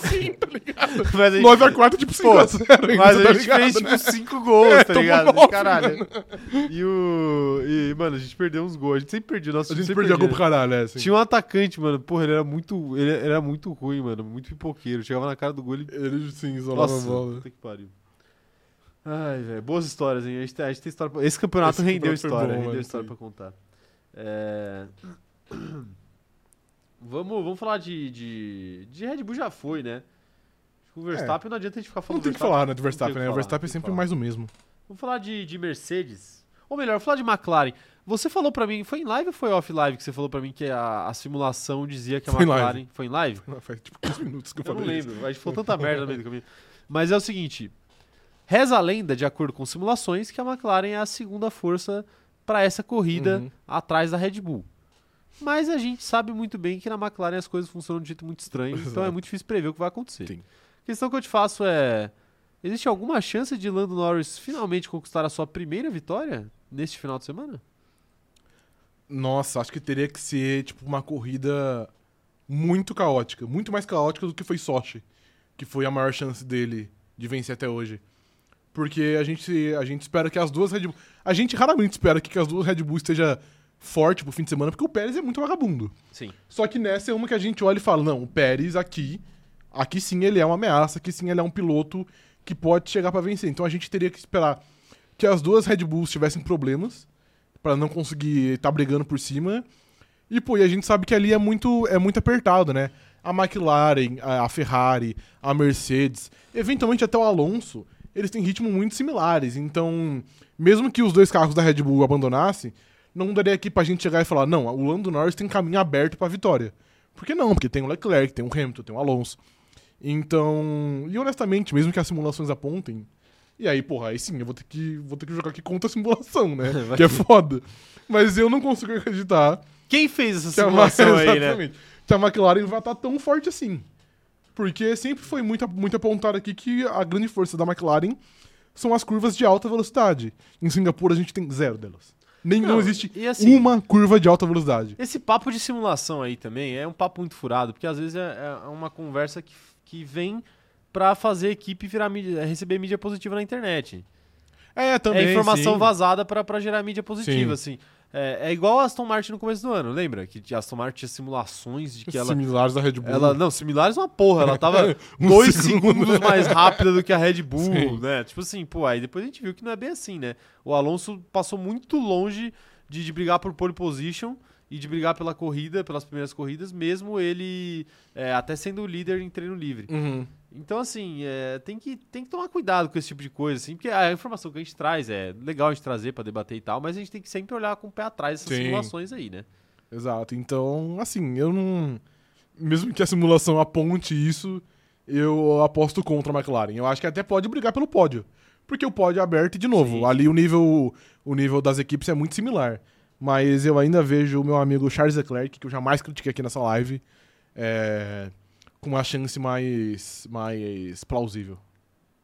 Speaker 2: Sim, tá ligado?
Speaker 1: Mas a gente-
Speaker 2: 9 a 4 tipo 5 a 0
Speaker 1: Mas
Speaker 2: ainda, tá
Speaker 1: a gente
Speaker 2: ligado?
Speaker 1: fez,
Speaker 2: né?
Speaker 1: tipo, cinco gols,
Speaker 2: É,
Speaker 1: tá
Speaker 2: tomou
Speaker 1: ligado?
Speaker 2: nove, né?
Speaker 1: Caralho. E o... E, mano, a gente perdeu uns gols. A gente sempre perdia. Nosso
Speaker 2: A
Speaker 1: time
Speaker 2: gente
Speaker 1: sempre
Speaker 2: perdeu a gol
Speaker 1: perdia,
Speaker 2: pro
Speaker 1: né?
Speaker 2: caralho, é assim.
Speaker 1: Tinha um atacante, mano. Porra, ele era muito... Ele era muito ruim, mano. Muito pipoqueiro. Chegava na cara do gol e...
Speaker 2: Ele sim, isolava a
Speaker 1: um- Nossa,
Speaker 2: bola.
Speaker 1: puta que pariu. Ai, velho. Boas histórias, hein? A gente, tem- a gente tem história... pra- Esse campeonato
Speaker 2: Esse
Speaker 1: rendeu
Speaker 2: campeonato foi
Speaker 1: história.
Speaker 2: bom,
Speaker 1: rendeu
Speaker 2: mano,
Speaker 1: história
Speaker 2: sim.
Speaker 1: pra contar. É... Vamos, vamos falar de, de... De Red Bull já foi, né? Acho que O Verstappen não adianta a gente ficar
Speaker 2: Não
Speaker 1: falando
Speaker 2: tem É. que
Speaker 1: Verstappen.
Speaker 2: falar, né, do
Speaker 1: Não tem o
Speaker 2: Verstappen,
Speaker 1: que
Speaker 2: né? O
Speaker 1: falar,
Speaker 2: Verstappen é
Speaker 1: não tem o que
Speaker 2: sempre
Speaker 1: falar.
Speaker 2: mais o mesmo.
Speaker 1: Vamos falar de, de Mercedes. Ou melhor, vamos falar de McLaren. Você falou pra mim, foi em live ou foi off live que você falou pra mim que a, a simulação dizia que a
Speaker 2: Foi em live.
Speaker 1: McLaren foi em live?
Speaker 2: Faz tipo 15 minutos que eu
Speaker 1: Eu
Speaker 2: falei
Speaker 1: não
Speaker 2: isso.
Speaker 1: lembro, a gente falou tanta merda no meio do caminho. Mas é o seguinte, reza a lenda, de acordo com simulações, que a McLaren é a segunda força pra essa corrida
Speaker 2: Uhum.
Speaker 1: atrás da Red Bull. Mas a gente sabe muito bem que na McLaren as coisas funcionam de um jeito muito estranho, então é
Speaker 2: Exato.
Speaker 1: muito difícil prever o que vai acontecer.
Speaker 2: Sim.
Speaker 1: A questão que eu te faço é: existe alguma chance de Lando Norris finalmente conquistar a sua primeira vitória neste final de semana?
Speaker 2: Nossa, acho que teria que ser, tipo, uma corrida muito caótica. Muito mais caótica do que foi Sochi, que foi a maior chance dele de vencer até hoje. Porque a gente, a gente espera que as duas Red Bull... A gente raramente espera que, que as duas Red Bull esteja forte pro fim de semana, porque o Pérez é muito vagabundo.
Speaker 1: Sim.
Speaker 2: Só que nessa é uma que a gente olha e fala, não, o Pérez aqui, aqui sim ele é uma ameaça, aqui sim ele é um piloto que pode chegar pra vencer. Então a gente teria que esperar que as duas Red Bulls tivessem problemas pra não conseguir estar brigando por cima. E pô, e a gente sabe que ali é muito é muito apertado, né? A McLaren, a a Ferrari, a Mercedes, eventualmente até o Alonso, eles têm ritmos muito similares. Então, mesmo que os dois carros da Red Bull abandonassem, não daria aqui pra gente chegar e falar, não, o Lando Norris tem caminho aberto pra vitória. Por que não? Porque tem o Leclerc, tem o Hamilton, tem o Alonso. Então, e honestamente, mesmo que as simulações apontem, e aí, porra, aí sim, eu vou ter que, vou ter que jogar aqui contra a simulação, né?
Speaker 1: Vai
Speaker 2: que é
Speaker 1: que-
Speaker 2: foda. Mas eu não consigo acreditar
Speaker 1: Quem fez essa
Speaker 2: que a,
Speaker 1: simulação aí, né?
Speaker 2: exatamente, que a McLaren vai estar tão forte assim. Porque sempre foi muito, muito apontado aqui que a grande força da McLaren são as curvas de alta velocidade. Em Singapura a gente tem zero delas. Nem não,
Speaker 1: Não,
Speaker 2: existe
Speaker 1: e assim-
Speaker 2: uma curva de alta velocidade.
Speaker 1: Esse papo de simulação aí também é um papo muito furado, porque às vezes é, é uma conversa que, que vem pra fazer a equipe virar mídia, é, receber mídia positiva na internet.
Speaker 2: É, também.
Speaker 1: é informação
Speaker 2: sim.
Speaker 1: vazada pra pra gerar mídia positiva, assim. É, é igual a Aston Martin no começo do ano, lembra? Que a Aston Martin tinha simulações de que ela.
Speaker 2: Similares da Red Bull.
Speaker 1: Ela, não, similares uma porra. Ela tava
Speaker 2: Um
Speaker 1: dois
Speaker 2: segundo.
Speaker 1: segundos mais rápida do que a Red Bull,
Speaker 2: Sim.
Speaker 1: né? Tipo assim, pô, aí depois a gente viu que não é bem assim, né? O Alonso passou muito longe de, de brigar por pole position e de brigar pela corrida, pelas primeiras corridas, mesmo ele é, até sendo o líder em treino livre.
Speaker 2: Uhum.
Speaker 1: Então, assim, é, tem, que, tem que tomar cuidado com esse tipo de coisa, assim, porque a informação que a gente traz é legal a gente trazer pra debater e tal, mas a gente tem que sempre olhar com o pé atrás essas
Speaker 2: Sim.
Speaker 1: simulações aí, né?
Speaker 2: Exato. Então, assim, eu não. Mesmo que a simulação aponte isso, eu aposto contra a McLaren. Eu acho que até pode brigar pelo pódio. Porque o pódio é aberto e, de novo,
Speaker 1: Sim.
Speaker 2: ali o nível, o nível das equipes é muito similar. Mas eu ainda vejo o meu amigo Charles Leclerc, que eu jamais critiquei aqui nessa live, é, com uma chance mais, mais plausível.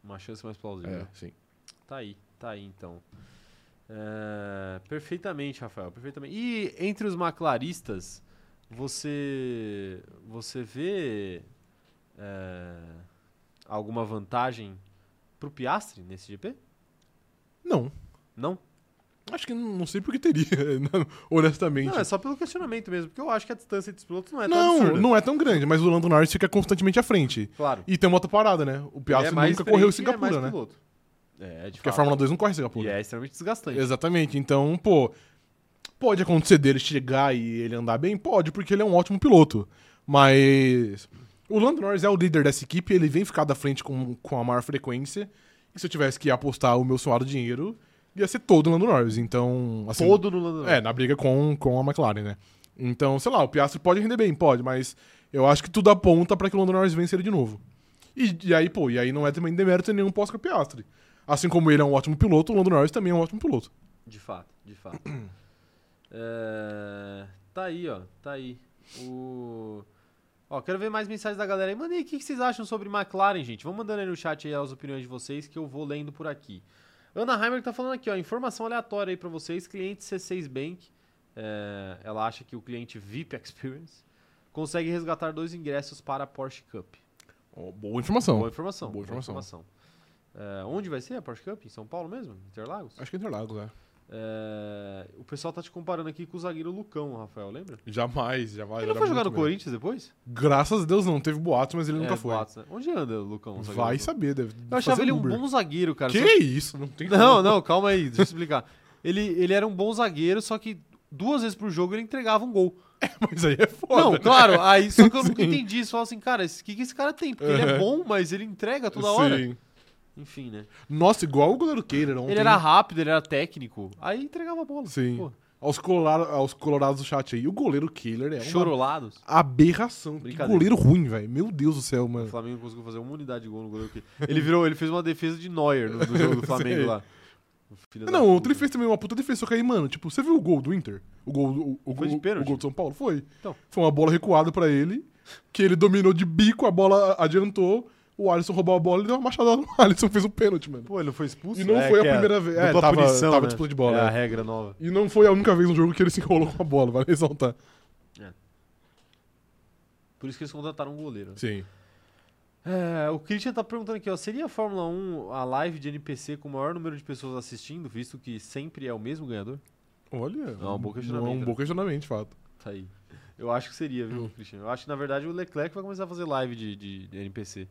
Speaker 1: Uma chance mais plausível.
Speaker 2: É, sim.
Speaker 1: Tá aí, tá aí então. É, perfeitamente, Rafael, perfeitamente. E entre os maclaristas, você você vê é, alguma vantagem pro Piastri nesse GP?
Speaker 2: Não.
Speaker 1: Não?
Speaker 2: Acho que não não sei porque teria, não, honestamente.
Speaker 1: Não, é só pelo questionamento mesmo, porque eu acho que a distância entre os pilotos não é tão
Speaker 2: não,
Speaker 1: absurda.
Speaker 2: não é tão grande, mas o Lando Norris fica constantemente à frente.
Speaker 1: Claro.
Speaker 2: E tem uma outra parada, né? O
Speaker 1: Ele é
Speaker 2: Piastri
Speaker 1: mais
Speaker 2: nunca correu em
Speaker 1: experiente e é mais
Speaker 2: Singapura, né?
Speaker 1: piloto. É, de
Speaker 2: Porque a
Speaker 1: fato.
Speaker 2: Fórmula 2 não corre em
Speaker 1: E
Speaker 2: Singapura.
Speaker 1: é extremamente desgastante.
Speaker 2: Exatamente. Então, pô, pode acontecer dele chegar e ele andar bem? Pode, porque ele é um ótimo piloto. Mas o Lando Norris é o líder dessa equipe, ele vem ficar da frente com, com a maior frequência. E se eu tivesse que apostar o meu suado dinheiro, ia ser todo o Lando Norris. Então, assim,
Speaker 1: Todo no Lando
Speaker 2: é, na briga com, com a McLaren, né? Então, sei lá, o Piastri pode render bem, pode, mas eu acho que tudo aponta pra que o Lando Norris vença ele de novo. E, e aí, pô, e aí não é também demérito nenhum pós com o Piastri. Assim como ele é um ótimo piloto, o Lando Norris também é um ótimo piloto.
Speaker 1: De fato, de fato. É, Tá aí, ó. Tá aí. O... Ó, quero ver mais mensagens da galera aí. Mandem aí o que que vocês acham sobre McLaren, gente. Vão mandando aí no chat aí as opiniões de vocês que eu vou lendo por aqui. Ana Heimer tá falando aqui, ó. Informação aleatória aí pra vocês. Cliente C6 Bank. é, ela acha que o cliente VIP Experience consegue resgatar dois ingressos para a Porsche Cup.
Speaker 2: Ó, boa informação.
Speaker 1: Boa informação.
Speaker 2: boa informação.
Speaker 1: É, onde vai ser a Porsche Cup? Em São Paulo mesmo? Interlagos?
Speaker 2: Acho que é Interlagos, né?
Speaker 1: É, o pessoal tá te comparando aqui com o zagueiro Lucão, Rafael, lembra?
Speaker 2: Jamais, jamais.
Speaker 1: ele não
Speaker 2: era
Speaker 1: foi jogar no
Speaker 2: muito bem.
Speaker 1: Corinthians depois?
Speaker 2: Graças a Deus não, teve boato, mas ele
Speaker 1: É,
Speaker 2: nunca foi.
Speaker 1: boatos, né? Onde anda o Lucão? o zagueiro
Speaker 2: Vai
Speaker 1: Lucão?
Speaker 2: saber, deve.
Speaker 1: Eu achava
Speaker 2: fazer
Speaker 1: ele um
Speaker 2: Uber.
Speaker 1: bom zagueiro, cara.
Speaker 2: Que
Speaker 1: só que-
Speaker 2: isso? Não tem
Speaker 1: Não, não, calma aí, deixa eu explicar. Ele, ele era um bom zagueiro, só que duas vezes pro jogo ele entregava um gol.
Speaker 2: Mas aí é
Speaker 1: Não,
Speaker 2: foda.
Speaker 1: claro, aí só que eu nunca
Speaker 2: Sim.
Speaker 1: entendi isso. Eu falo assim, cara, o que, que esse cara tem? Porque ele é
Speaker 2: Uhum.
Speaker 1: bom, mas ele entrega toda hora.
Speaker 2: Sim.
Speaker 1: Enfim, né?
Speaker 2: Nossa, igual o goleiro Kehler ontem.
Speaker 1: Ele era rápido, ele era técnico. Aí entregava a bola.
Speaker 2: Sim.
Speaker 1: Pô,
Speaker 2: Aos, colora- aos colorados do chat aí. O goleiro Kehler é uma
Speaker 1: chorolados.
Speaker 2: aberração. Que
Speaker 1: Brincadeira.
Speaker 2: goleiro ruim, velho. Meu Deus do céu,
Speaker 1: O
Speaker 2: mano.
Speaker 1: Flamengo conseguiu fazer uma unidade de gol no goleiro que ele virou, ele fez uma defesa de Neuer no, no jogo do Flamengo
Speaker 2: Sei.
Speaker 1: lá. O filho da
Speaker 2: Não, o
Speaker 1: puta.
Speaker 2: Tri fez também uma puta defesa, só que aí, mano, tipo, você viu o gol do Inter? O gol, do- o, o,
Speaker 1: Foi de
Speaker 2: o-
Speaker 1: pênalti?
Speaker 2: o gol do São Paulo? Foi.
Speaker 1: Então.
Speaker 2: Foi uma bola recuada pra ele, que ele dominou de bico, a bola adiantou, o Alisson roubou a bola e deu uma machadada no Alisson, fez o pênalti, mano.
Speaker 1: Pô, ele não foi expulso?
Speaker 2: E não foi a
Speaker 1: que
Speaker 2: primeira vez. É,
Speaker 1: dupla
Speaker 2: tava- tava
Speaker 1: né?
Speaker 2: disputa de bola,
Speaker 1: É a
Speaker 2: é.
Speaker 1: regra nova.
Speaker 2: E não foi a única vez no jogo que ele se enrolou com a bola, vale ressaltar.
Speaker 1: Por isso que eles contrataram um goleiro.
Speaker 2: Sim.
Speaker 1: É, o Christian tá perguntando aqui, ó. Seria a Fórmula 1 a live de NPC com o maior número de pessoas assistindo, visto que sempre é o mesmo ganhador?
Speaker 2: Olha.
Speaker 1: É um bom questionamento,
Speaker 2: Não é um
Speaker 1: né?
Speaker 2: bom questionamento, de fato.
Speaker 1: Tá aí. Eu acho que seria,
Speaker 2: Hum.
Speaker 1: viu, Christian? Eu acho que, na verdade, o Leclerc vai começar a fazer live de, de- de NPC.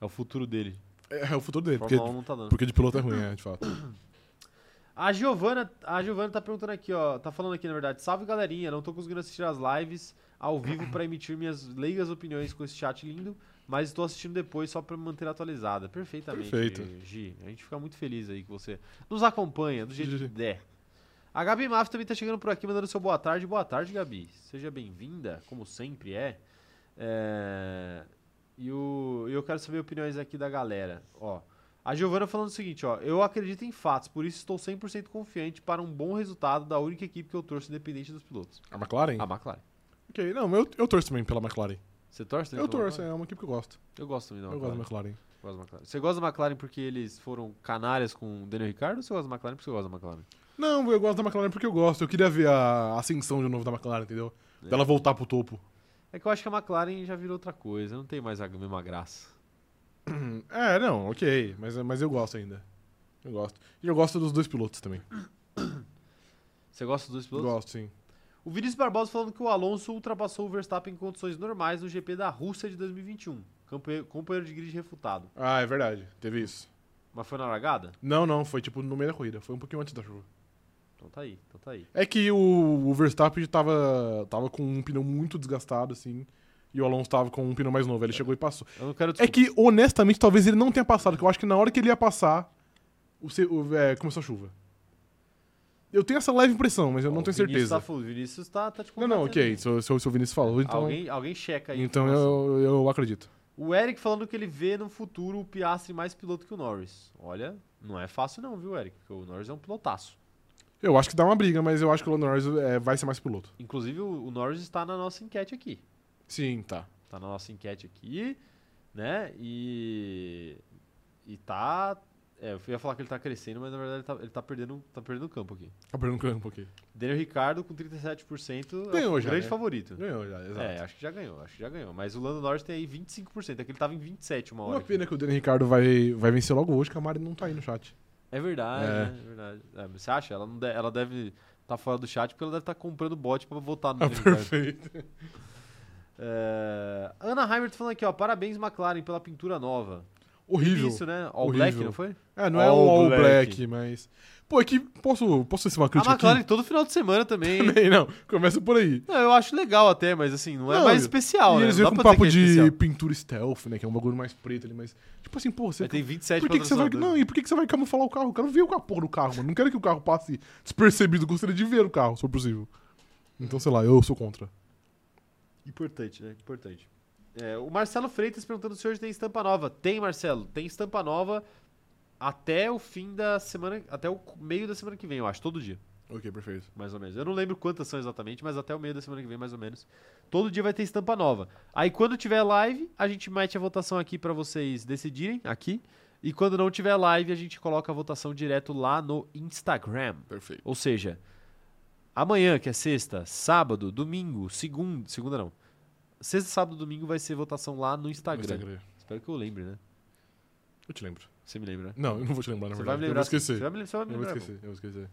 Speaker 1: É o futuro dele.
Speaker 2: É, é o futuro dele, porque,
Speaker 1: Fórmula 1 não tá dando.
Speaker 2: porque de piloto é ruim, é, de fato.
Speaker 1: A Giovana, a Giovana tá perguntando aqui, ó. Tá falando aqui, na verdade. Salve, galerinha. Não tô conseguindo assistir as lives ao vivo pra emitir minhas leigas opiniões com esse chat lindo, mas estou assistindo depois só pra me manter atualizada. Perfeitamente,
Speaker 2: Perfeito.
Speaker 1: Gi. A gente fica muito feliz aí que você nos acompanha do jeito que
Speaker 2: Gi.
Speaker 1: der. A Gabi Maf também tá chegando por aqui, mandando seu boa tarde. Boa tarde, Gabi. Seja bem-vinda, como sempre é. É, E o... e eu quero saber opiniões aqui da galera. Ó, a Giovana falando o seguinte, ó. Eu acredito em fatos, por isso estou 100% confiante para um bom resultado da única equipe que eu torço independente dos pilotos.
Speaker 2: A McLaren?
Speaker 1: A McLaren.
Speaker 2: Ok, não, eu, eu torço também pela McLaren.
Speaker 1: Você torce? também
Speaker 2: Eu
Speaker 1: pela
Speaker 2: torço,
Speaker 1: McLaren?
Speaker 2: é uma equipe que eu gosto.
Speaker 1: Eu gosto também da
Speaker 2: Eu
Speaker 1: McLaren.
Speaker 2: gosto da McLaren.
Speaker 1: gosto da McLaren. Você gosta da McLaren porque eles foram canárias com o Daniel Ricciardo ou você gosta da McLaren porque você gosta da McLaren?
Speaker 2: Não, eu gosto da McLaren porque eu gosto. Eu queria ver a ascensão de novo da McLaren, entendeu? Dela voltar pro topo.
Speaker 1: É que eu acho que a McLaren já virou outra coisa, não tem mais a mesma graça.
Speaker 2: É, não, ok. Mas, mas eu gosto ainda. Eu gosto. E eu gosto dos dois pilotos também.
Speaker 1: Você gosta dos dois pilotos?
Speaker 2: Gosto, sim.
Speaker 1: O Vinícius Barbosa falando que o Alonso ultrapassou o Verstappen em condições normais no GP da Rússia de 2021. Campe- Companheiro de grid refutado.
Speaker 2: Ah, é verdade. Teve isso.
Speaker 1: Mas foi na largada?
Speaker 2: Não, não, foi tipo no meio da corrida. Foi um pouquinho antes da chuva.
Speaker 1: Então tá aí, então tá aí.
Speaker 2: É que o, o Verstappen tava, tava com um pneu muito desgastado, assim. E o Alonso tava com um pneu mais novo. Ele chegou e passou.
Speaker 1: Eu não quero
Speaker 2: É
Speaker 1: discutir.
Speaker 2: que, honestamente, talvez ele não tenha passado, que eu acho que na hora que ele ia passar, o, se- o- é, começou a chuva. Eu tenho essa leve impressão, mas eu não tenho certeza.
Speaker 1: Tá, full, o Vinícius tá, tá te
Speaker 2: Não, não, ok.
Speaker 1: combatendo.
Speaker 2: Se, o- se, o- se o Vinícius falou, então,
Speaker 1: Alguém, alguém checa aí. a
Speaker 2: então
Speaker 1: informação.
Speaker 2: eu, eu acredito.
Speaker 1: O Eric falando que ele vê no futuro o Piastri mais piloto que o Norris. Olha, não é fácil não, viu, Eric? Porque o Norris é um pilotaço.
Speaker 2: Eu acho que dá uma briga, mas eu acho que o Lando Norris é, vai ser mais piloto.
Speaker 1: Inclusive, o o Norris está na nossa enquete aqui.
Speaker 2: Sim, tá.
Speaker 1: Tá na nossa enquete aqui, né? E. E tá. É, eu ia falar que ele tá crescendo, mas na verdade ele tá, ele tá perdendo tá perdendo campo aqui.
Speaker 2: Tá perdendo campo aqui.
Speaker 1: Daniel Ricardo com 37% é
Speaker 2: Ganhou
Speaker 1: o
Speaker 2: já,
Speaker 1: grande
Speaker 2: né?
Speaker 1: favorito.
Speaker 2: Ganhou já, exato.
Speaker 1: É, acho que já ganhou, acho que já ganhou. Mas o Lando Norris tem aí 25%, é que ele tava em 27 uma hora.
Speaker 2: Uma
Speaker 1: aqui.
Speaker 2: pena que o Dani Ricardo vai, vai vencer logo hoje, que a Mari não tá aí no chat.
Speaker 1: É verdade,
Speaker 2: É.
Speaker 1: né? É verdade. É, mas você acha? Ela, não de- ela deve tá fora do chat porque ela deve estar comprando bot pra votar no
Speaker 2: Ah,
Speaker 1: Daniel Ricardo.
Speaker 2: perfeito.
Speaker 1: É, Ana Heimert falando aqui, ó. Parabéns, McLaren, pela pintura nova.
Speaker 2: Horrível.
Speaker 1: Isso, né? All
Speaker 2: Horrível.
Speaker 1: Black, não foi?
Speaker 2: É, não é
Speaker 1: All
Speaker 2: um All
Speaker 1: Black.
Speaker 2: Black, mas... Pô, aqui, posso, posso ser uma
Speaker 1: A
Speaker 2: crítica
Speaker 1: McLaren
Speaker 2: aqui?
Speaker 1: todo final de semana também. hein?
Speaker 2: Também, não. Começa por aí.
Speaker 1: Não, eu acho legal até, mas assim, não é
Speaker 2: Não,
Speaker 1: mais
Speaker 2: e-
Speaker 1: especial,
Speaker 2: E
Speaker 1: né?
Speaker 2: eles
Speaker 1: não
Speaker 2: vêm
Speaker 1: dá
Speaker 2: com
Speaker 1: pra dizer
Speaker 2: papo
Speaker 1: que é especial.
Speaker 2: de pintura stealth, né? Que é um bagulho mais preto ali, mas. Tipo assim, pô, você.
Speaker 1: Aí tem 27
Speaker 2: por que, que você vai. Não,
Speaker 1: patrocinadores.
Speaker 2: e por que, que você vai camuflar o carro? Eu quero ver o capô do carro, mano. Não quero que o carro passe despercebido. Eu gostaria de ver o carro, se for possível. Então, sei lá, eu sou contra.
Speaker 1: Importante, né? Importante. É, o Marcelo Freitas perguntando se hoje tem estampa nova. Tem, Marcelo. Tem estampa nova até o fim da semana, até o meio da semana que vem, eu acho, todo dia.
Speaker 2: Ok, perfeito.
Speaker 1: mais ou menos. Eu não lembro quantas são exatamente, mas até o meio da semana que vem, mais ou menos. Todo dia vai ter estampa nova. Aí quando tiver live, a gente mete a votação aqui pra vocês decidirem, aqui. E quando não tiver live, a gente coloca a votação direto lá no Instagram.
Speaker 2: Perfeito.
Speaker 1: Ou seja, amanhã, que é sexta, sábado, domingo, segunda, segunda não. Sexta, sábado, domingo vai ser votação lá no Instagram. Espero que eu lembre, né?
Speaker 2: é Eu te lembro.
Speaker 1: Você me lembra, né?
Speaker 2: Não, eu não vou te lembrar, na
Speaker 1: Você vai
Speaker 2: verdade.
Speaker 1: me lembrar.
Speaker 2: Eu vou esquecer.
Speaker 1: Você vai me lembrar. Você vai me
Speaker 2: Eu vou
Speaker 1: lembrar,
Speaker 2: esquecer, eu vou esquecer.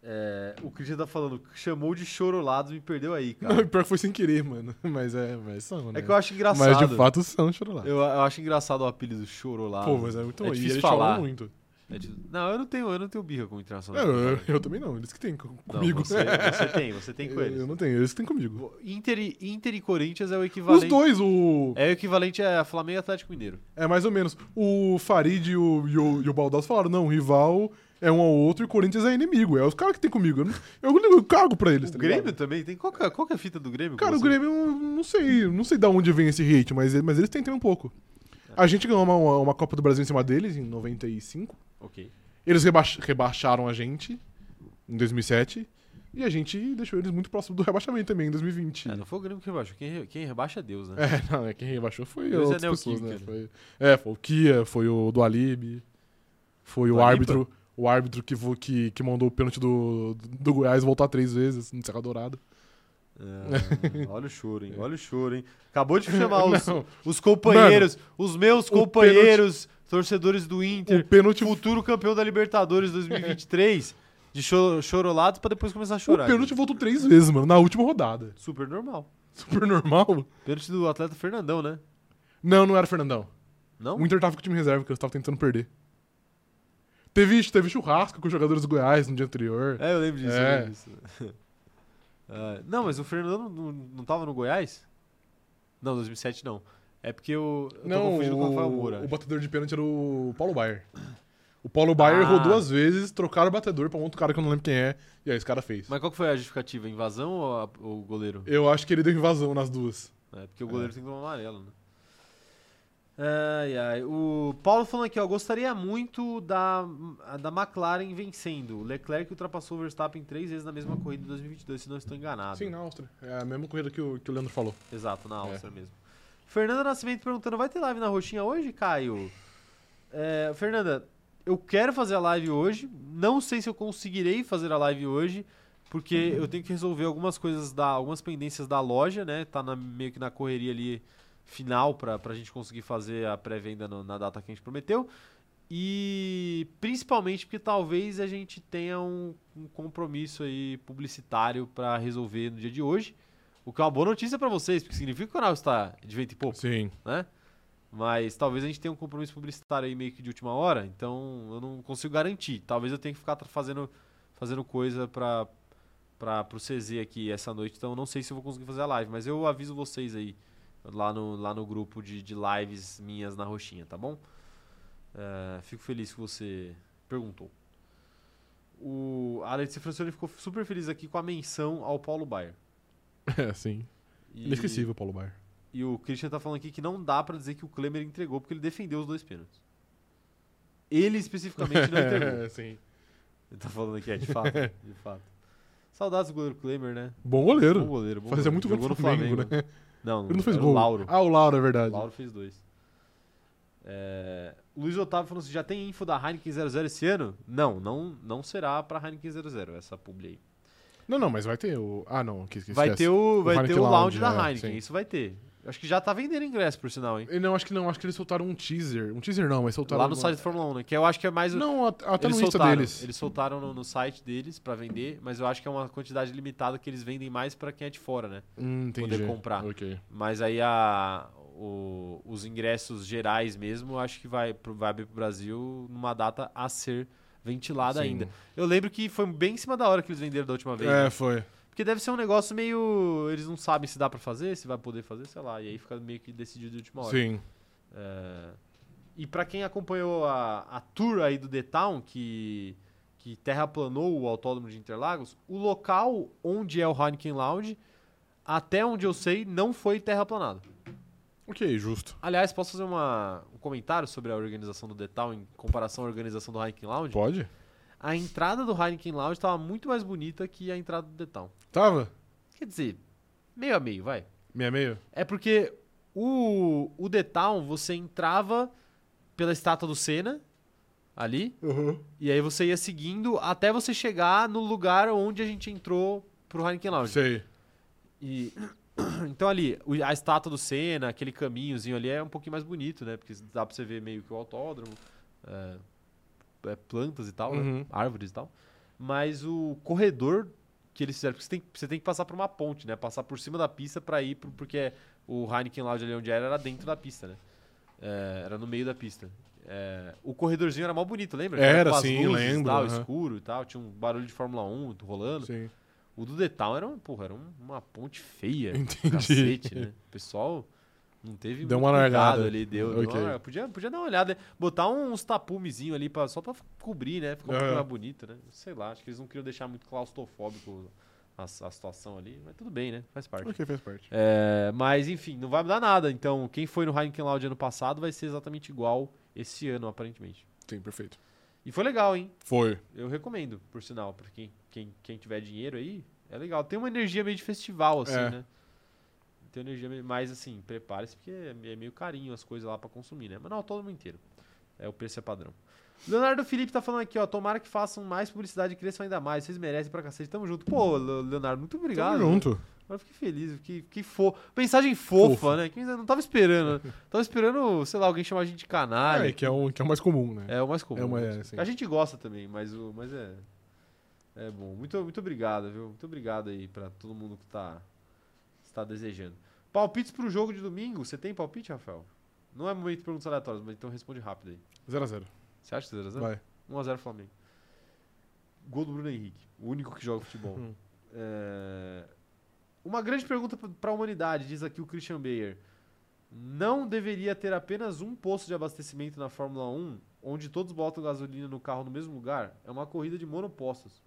Speaker 1: É, o Christian tá falando, chamou de chorolados, me perdeu aí, cara.
Speaker 2: Não, e pior que foi sem querer, mano. Mas é, mas são, né?
Speaker 1: É que eu acho engraçado.
Speaker 2: mas de fato são, chorou lá.
Speaker 1: Eu, eu acho engraçado o apelido chorolado.
Speaker 2: Pô, mas é muito
Speaker 1: É
Speaker 2: ruim. E
Speaker 1: difícil
Speaker 2: eles
Speaker 1: falar.
Speaker 2: falam muito.
Speaker 1: É de- Não, eu não tenho, eu não tenho birra com o Internacional.
Speaker 2: Eu, eu- eu também não, eles que têm co-
Speaker 1: Não,
Speaker 2: comigo.
Speaker 1: Você, é, você tem, você tem com
Speaker 2: Eu
Speaker 1: eles.
Speaker 2: não tenho, eles que têm comigo.
Speaker 1: Inter e, Inter e Corinthians é o equivalente.
Speaker 2: Os dois, o.
Speaker 1: É o equivalente a Flamengo e Atlético Mineiro.
Speaker 2: É mais ou menos. O Farid e o, e o, e o Baldasso falaram: não, o rival é um ao outro e o Corinthians é inimigo. É os caras que tem comigo. Eu, não- eu, eu cago pra eles.
Speaker 1: O
Speaker 2: tá
Speaker 1: Grêmio
Speaker 2: ligado?
Speaker 1: também tem. Qual que, é- qual que é a fita do Grêmio? com
Speaker 2: Cara, o
Speaker 1: você?
Speaker 2: Grêmio, eu não sei, não sei de onde vem esse hate, mas, ele- mas eles têm, tem um pouco. A gente ganhou uma, uma, uma Copa do Brasil em cima deles, em 95.
Speaker 1: Ok.
Speaker 2: Eles rebaix- rebaixaram a gente em 2007. E a gente deixou eles muito próximo do rebaixamento também, em 2020.
Speaker 1: É, não foi o Grêmio que rebaixou. Quem, re- quem rebaixa é Deus, né?
Speaker 2: É, não, é quem rebaixou foi
Speaker 1: Dois
Speaker 2: outras
Speaker 1: é
Speaker 2: pessoas,
Speaker 1: Neoquímica,
Speaker 2: né? Foi, é, foi o Kia, foi o do Alib, foi o
Speaker 1: Dualib?
Speaker 2: árbitro, o árbitro que, vo- que, que mandou o pênalti do, do Goiás voltar três vezes no Serra Dourada.
Speaker 1: Ah, olha o choro, hein? Olha o choro, hein? Acabou de chamar os,
Speaker 2: É. Não,
Speaker 1: os companheiros, os meus
Speaker 2: o
Speaker 1: companheiros, torcedores do
Speaker 2: o
Speaker 1: Inter,
Speaker 2: pênalti, o
Speaker 1: futuro campeão da Libertadores 2023, de cho chorolados pra depois começar a chorar.
Speaker 2: pênalti
Speaker 1: gente.
Speaker 2: voltou três vezes, mano, na última rodada.
Speaker 1: Super normal.
Speaker 2: Super normal.
Speaker 1: Pênalti do atleta Fernandão, né?
Speaker 2: Não, não era o Fernandão.
Speaker 1: Não?
Speaker 2: O Inter tava com o time reserva, que eu tava tentando perder. Teve, teve churrasco com os jogadores do Goiás no dia anterior.
Speaker 1: É, eu lembro disso. eu
Speaker 2: É.
Speaker 1: lembro disso. Ah, não, mas o Fernandão não, não tava no Goiás? Não, 2007 não. É porque eu, eu tô confundindo com o Rafael Moura.
Speaker 2: o batedor de pênalti era o Paulo Baier. O Paulo Baier errou
Speaker 1: Ah.
Speaker 2: duas vezes, trocaram o batedor pra um outro cara que eu não lembro quem é, e aí esse cara fez.
Speaker 1: Mas qual que foi a justificativa? Invasão ou a- ou o goleiro?
Speaker 2: Eu acho que ele deu invasão nas duas.
Speaker 1: É, porque o goleiro tem que tomar amarelo, né? Ai, ai. O Paulo falando aqui, ó. Gostaria muito da, da McLaren vencendo. O Leclerc ultrapassou o Verstappen três vezes na mesma corrida de 2022, se não É. estou enganado.
Speaker 2: Sim, na Áustria. É a mesma corrida que o, que o Leandro falou.
Speaker 1: Exato, na Áustria mesmo. Fernanda Nascimento perguntando: vai ter live na Roxinha hoje, Caio? É, Fernanda, eu quero fazer a live hoje. Não sei se eu conseguirei fazer a live hoje, porque eu tenho que resolver algumas coisas, da, algumas pendências da loja, né? Tá na- meio que na correria ali final pra, pra gente conseguir fazer a pré-venda no- na data que a gente prometeu. E principalmente porque talvez a gente tenha um, um compromisso aí publicitário pra resolver no dia de hoje. O que é uma boa notícia pra vocês, porque significa que o canal está de vento e pouco,
Speaker 2: Sim.
Speaker 1: né? Mas talvez a gente tenha um compromisso publicitário aí meio que de última hora, então eu não consigo garantir. Talvez eu tenha que ficar tra- fazendo, fazendo coisa pra, pra, pro CZ aqui essa noite, então eu não sei se eu vou conseguir fazer a live, mas eu aviso vocês aí lá no, lá no grupo de, de lives minhas na Roxinha, tá bom? É, fico feliz que você perguntou. O a Letícia Francione ficou super feliz aqui com a menção ao Paulo Baier.
Speaker 2: É, sim.
Speaker 1: E-
Speaker 2: Inesquecível, Paulo Baier.
Speaker 1: e o Christian tá falando aqui que não dá pra dizer que o Klemer entregou, porque ele defendeu os dois pênaltis. Ele especificamente não entregou.
Speaker 2: É, sim.
Speaker 1: Ele tá falando aqui, é de fato, de fato. Saudades do goleiro Klemer, né?
Speaker 2: Bom
Speaker 1: Bom
Speaker 2: goleiro.
Speaker 1: goleiro, bom
Speaker 2: Fazia
Speaker 1: goleiro.
Speaker 2: muito gol
Speaker 1: Jogou
Speaker 2: no Flamengo, né?
Speaker 1: Não,
Speaker 2: Ele não fez
Speaker 1: era
Speaker 2: gol.
Speaker 1: O Lauro.
Speaker 2: Ah, o Lauro, é verdade.
Speaker 1: Lauro fez dois. É, Luiz Otávio falando assim, já tem info da Heineken 00 esse ano? Não, não, não será pra Heineken 00, essa publi aí.
Speaker 2: Não, não, mas vai ter o... Ah, não. Que, que
Speaker 1: Vai
Speaker 2: esquece.
Speaker 1: ter o,
Speaker 2: O
Speaker 1: vai ter
Speaker 2: Heineken
Speaker 1: o lounge
Speaker 2: Lounge,
Speaker 1: da
Speaker 2: é,
Speaker 1: Heineken,
Speaker 2: sim.
Speaker 1: isso vai ter. Acho que já tá vendendo ingresso, por sinal, hein?
Speaker 2: Eh, Não, acho que não. Acho que eles soltaram um teaser. Um teaser não, mas soltaram...
Speaker 1: Lá no
Speaker 2: alguma-
Speaker 1: site do Fórmula 1, né? Que eu acho que é mais... o-
Speaker 2: Não, at- até
Speaker 1: eles
Speaker 2: Tá no Insta
Speaker 1: soltaram,
Speaker 2: deles.
Speaker 1: Eles soltaram no, no site deles pra vender, mas eu acho que é uma quantidade limitada que eles vendem mais pra quem é de fora, né?
Speaker 2: Hum, entendi.
Speaker 1: poder comprar.
Speaker 2: Ok.
Speaker 1: Mas aí a, o- os ingressos gerais mesmo, eu acho que vai, pro, vai abrir pro Brasil numa data a ser ventilada
Speaker 2: Sim.
Speaker 1: ainda. Eu lembro que foi bem em cima da hora que eles venderam da última vez. né?
Speaker 2: É, foi.
Speaker 1: Porque deve ser um negócio meio. Eles não sabem se dá pra fazer, se vai poder fazer, sei lá. E aí fica meio que decidido de última hora.
Speaker 2: Sim.
Speaker 1: É, E pra quem acompanhou a, a tour aí do The Town, que, que terraplanou o autódromo de Interlagos, o local onde é o Heineken Lounge, até onde eu sei, não foi terraplanado.
Speaker 2: Ok, justo.
Speaker 1: Aliás, posso fazer uma- um comentário sobre a organização do The Town em comparação à organização do Heineken Lounge?
Speaker 2: Pode?
Speaker 1: A entrada do Heineken Lounge estava muito mais bonita que a entrada do The Town.
Speaker 2: Tava?
Speaker 1: Quer dizer, meio a meio, vai.
Speaker 2: Meia meia?
Speaker 1: É porque o, o The Town, você entrava pela estátua do Senna, ali,
Speaker 2: Uhum.
Speaker 1: e aí você ia seguindo até você chegar no lugar onde a gente entrou pro Heineken Lounge.
Speaker 2: Sei.
Speaker 1: E, então ali, o- a estátua do Senna, aquele caminhozinho ali é um pouquinho mais bonito, né? Porque dá pra você ver meio que o autódromo, é, é, plantas e tal,
Speaker 2: Uhum.
Speaker 1: né? Árvores e tal. Mas o corredor que eles fizeram, porque você tem, você tem que passar por uma ponte, né? Passar por cima da pista pra ir, pro, porque o Heineken Lounge ali onde era, era dentro da pista, né? É, era no meio da pista. é, o corredorzinho era mó bonito, lembra?
Speaker 2: Era,
Speaker 1: com as
Speaker 2: sim,
Speaker 1: luzes e
Speaker 2: lembro,
Speaker 1: Tal,
Speaker 2: aham.
Speaker 1: escuro e tal, tinha um barulho de Fórmula 1 rolando.
Speaker 2: Sim.
Speaker 1: O do The Town era, um- porra, era um- uma ponte feia.
Speaker 2: Entendi.
Speaker 1: Cacete, né? O pessoal não teve
Speaker 2: Deu
Speaker 1: muito
Speaker 2: uma
Speaker 1: cuidado
Speaker 2: largada.
Speaker 1: ali, deu. deu
Speaker 2: Ok.
Speaker 1: uma largada. podia, podia dar uma olhada, né? botar uns tapumezinho ali pra, só pra cobrir, né? Ficou um pouco
Speaker 2: Aham.
Speaker 1: mais bonito, né? Sei lá, acho que eles não queriam deixar muito claustrofóbico a, a situação ali, mas tudo bem, né? Faz parte.
Speaker 2: Ok, faz parte.
Speaker 1: É, mas enfim, não vai mudar nada. Então, quem foi no Heineken Loud ano passado vai ser exatamente igual esse ano, aparentemente.
Speaker 2: Sim, perfeito.
Speaker 1: E foi legal, hein?
Speaker 2: Foi.
Speaker 1: Eu recomendo, por sinal, pra quem, quem, quem tiver dinheiro aí, é legal. Tem uma energia meio de festival, assim,
Speaker 2: É.
Speaker 1: né? Tem uma energia meio. Mas assim, prepare-se, porque é me- é meio carinho as coisas lá pra consumir, né? Mas não, todo mundo inteiro. É, o preço é padrão. Leonardo Felipe tá falando aqui, ó. Tomara que façam mais publicidade e cresçam ainda mais. Vocês merecem pra cacete. Tamo junto. Pô, Le- Leonardo, muito obrigado. né?
Speaker 2: Tamo junto.
Speaker 1: Agora eu fiquei feliz, eu fiquei, fiquei fofo. Mensagem fofa,
Speaker 2: Fofa.
Speaker 1: né? Que eu não tava esperando. né? tava esperando, sei lá, alguém chamar a gente de canalha.
Speaker 2: É, que é, o, que é o mais comum, né?
Speaker 1: Ah, É o mais comum.
Speaker 2: É uma- é,
Speaker 1: né?
Speaker 2: sim.
Speaker 1: A gente gosta também, mas, o, mas é. É bom. Muito, muito obrigado, viu? Muito obrigado aí pra todo mundo que tá, está desejando. Palpites pro jogo de domingo. Você tem palpite, Rafael? Não é momento de perguntas aleatórias, mas então responde rápido aí.
Speaker 2: 0x0.
Speaker 1: Você tá acha que 0x0?
Speaker 2: Vai.
Speaker 1: 1x0 Flamengo. Gol do Bruno Henrique, o único que joga futebol.
Speaker 2: Hum.
Speaker 1: É, Uma grande pergunta pra- pra humanidade, diz aqui o Christian Bayer. Não deveria ter apenas um posto de abastecimento na Fórmula 1, onde todos botam gasolina no carro no mesmo lugar? É uma corrida de monopostos.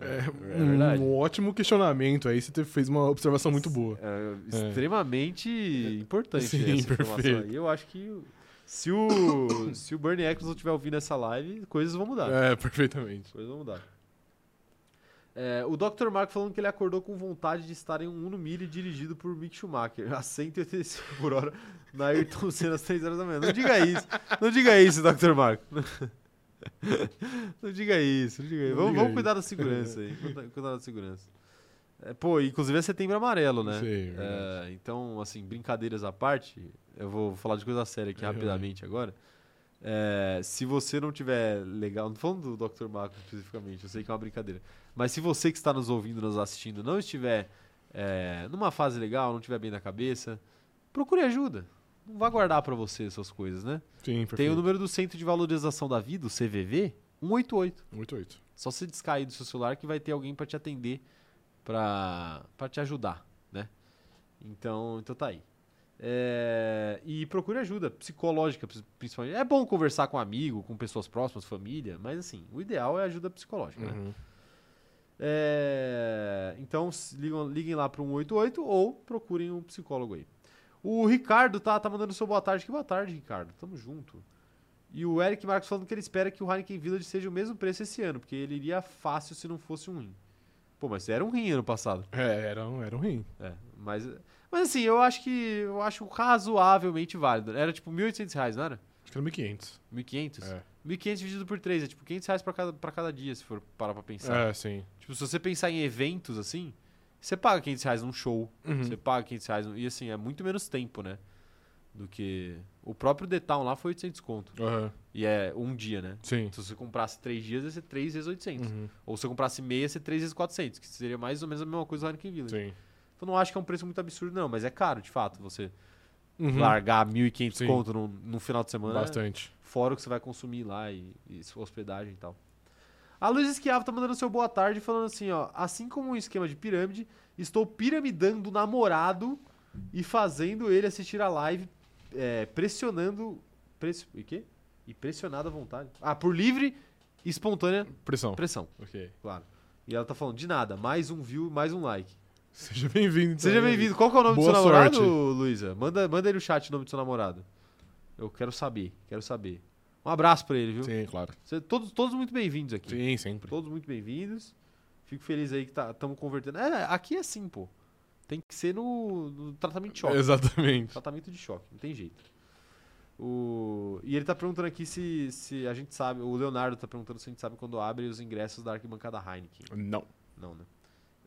Speaker 2: É,
Speaker 1: é verdade.
Speaker 2: um ótimo questionamento aí. Você teve- fez uma observação muito boa.
Speaker 1: É
Speaker 2: É.
Speaker 1: extremamente importante
Speaker 2: Sim,
Speaker 1: essa informação
Speaker 2: perfeito.
Speaker 1: aí. Eu acho que o- se o, se o Bernie Eccleston estiver ouvindo essa live, coisas vão mudar.
Speaker 2: É, perfeitamente.
Speaker 1: Coisas vão mudar. É, o Dr. Marco falando que ele acordou com vontade de estar em um Uno Mille dirigido por Mick Schumacher a 185 por hora na Ayrton Senna às 3 horas da manhã. Não diga isso. Não diga isso, Dr. Marco. Não diga isso, não diga isso. Vamos,
Speaker 2: Não diga
Speaker 1: vamos
Speaker 2: isso.
Speaker 1: cuidar da segurança aí. cuida- Cuidar da segurança. É, pô, inclusive é setembro amarelo, né?
Speaker 2: Sei,
Speaker 1: É,
Speaker 2: verdade.
Speaker 1: então, assim, brincadeiras à parte, eu vou falar de coisa séria aqui
Speaker 2: É,
Speaker 1: rapidamente agora. É, se você não tiver legal, não tô falando do Dr. Marco especificamente, eu sei que é uma brincadeira. Mas se você que está nos ouvindo, nos assistindo, não estiver é, numa fase legal, não estiver bem da cabeça, procure ajuda. Não vá guardar para você essas coisas, né?
Speaker 2: Sim,
Speaker 1: Tem o
Speaker 2: perfeito.
Speaker 1: número do Centro de Valorização da Vida, o CVV, 188.
Speaker 2: 88.
Speaker 1: Só você descair do seu celular que vai ter alguém pra te atender, pra pra te ajudar, né? Então, então tá aí. É, e procure ajuda psicológica, pris- principalmente. É bom conversar com amigo, com pessoas próximas, família, mas assim, o ideal é ajuda psicológica, né?
Speaker 2: Uhum.
Speaker 1: É, então s- ligam- liguem, lá pro 188 ou procurem um psicólogo aí. O Ricardo tá, tá mandando seu boa tarde. Que boa tarde, Ricardo. Tamo junto. E o Eric Marcos falando que ele espera que o Heineken Village seja o mesmo preço esse ano, porque ele iria fácil se não fosse um rim. Pô, mas era um rim ano passado.
Speaker 2: É, era um, era um rim.
Speaker 1: É, mas, mas assim, eu acho que eu acho razoavelmente válido. Era tipo 1.800 reais, não era?
Speaker 2: Acho que era 1500.
Speaker 1: 1.500?
Speaker 2: É.
Speaker 1: 1.500 dividido por 3, é tipo 500 reais pra cada, pra cada dia, se for parar pra pensar.
Speaker 2: É, sim.
Speaker 1: Tipo, se você pensar em eventos assim, você paga 500 reais num show,
Speaker 2: Uhum.
Speaker 1: você paga 500 reais. num- E assim, é muito menos tempo, né? Do que. O próprio The Town lá foi 800 conto.
Speaker 2: Aham,
Speaker 1: E é um dia, né?
Speaker 2: Sim.
Speaker 1: Se você comprasse 3 dias, ia ser 3 vezes 800.
Speaker 2: Uhum,
Speaker 1: Ou se você comprasse meia, ia ser 3 vezes 400, que seria mais ou menos a mesma coisa do Heineken Village.
Speaker 2: Sim.
Speaker 1: Então não acho que é um preço muito absurdo, não, mas é caro, de fato, você
Speaker 2: Uhum.
Speaker 1: largar 1.500
Speaker 2: Sim.
Speaker 1: conto num, num final de semana. é-
Speaker 2: Bastante.
Speaker 1: fora o que você vai consumir lá e, e sua hospedagem e tal. A Luiz Esquiavo tá mandando seu boa tarde falando assim, ó, assim como um esquema de pirâmide, estou piramidando o namorado e fazendo ele assistir a live é, pressionando press, e quê? E pressionado à vontade. Ah, por livre e espontânea
Speaker 2: Pressão.
Speaker 1: pressão,
Speaker 2: Ok.
Speaker 1: claro. E ela tá falando de nada, mais um view, mais um like.
Speaker 2: Seja bem-vindo.
Speaker 1: Seja
Speaker 2: então.
Speaker 1: bem-vindo. Qual que é o nome do
Speaker 2: Boa
Speaker 1: seu namorado,
Speaker 2: sorte.
Speaker 1: Luísa? Manda, manda aí no chat o nome do seu namorado. Eu quero saber, quero saber. Um abraço pra ele, viu?
Speaker 2: Sim, claro.
Speaker 1: Cê- todos, todos muito bem-vindos aqui.
Speaker 2: Sim, sempre.
Speaker 1: Todos muito bem-vindos. Fico feliz aí que estamos convertendo. É, aqui é assim, pô. Tem que ser no, no tratamento de choque.
Speaker 2: Exatamente.
Speaker 1: Tratamento de choque, não tem jeito. O... E ele tá perguntando aqui se, se a gente sabe. O Leonardo tá perguntando se a gente sabe quando abre os ingressos da arquibancada Heineken.
Speaker 2: Não.
Speaker 1: Não, né?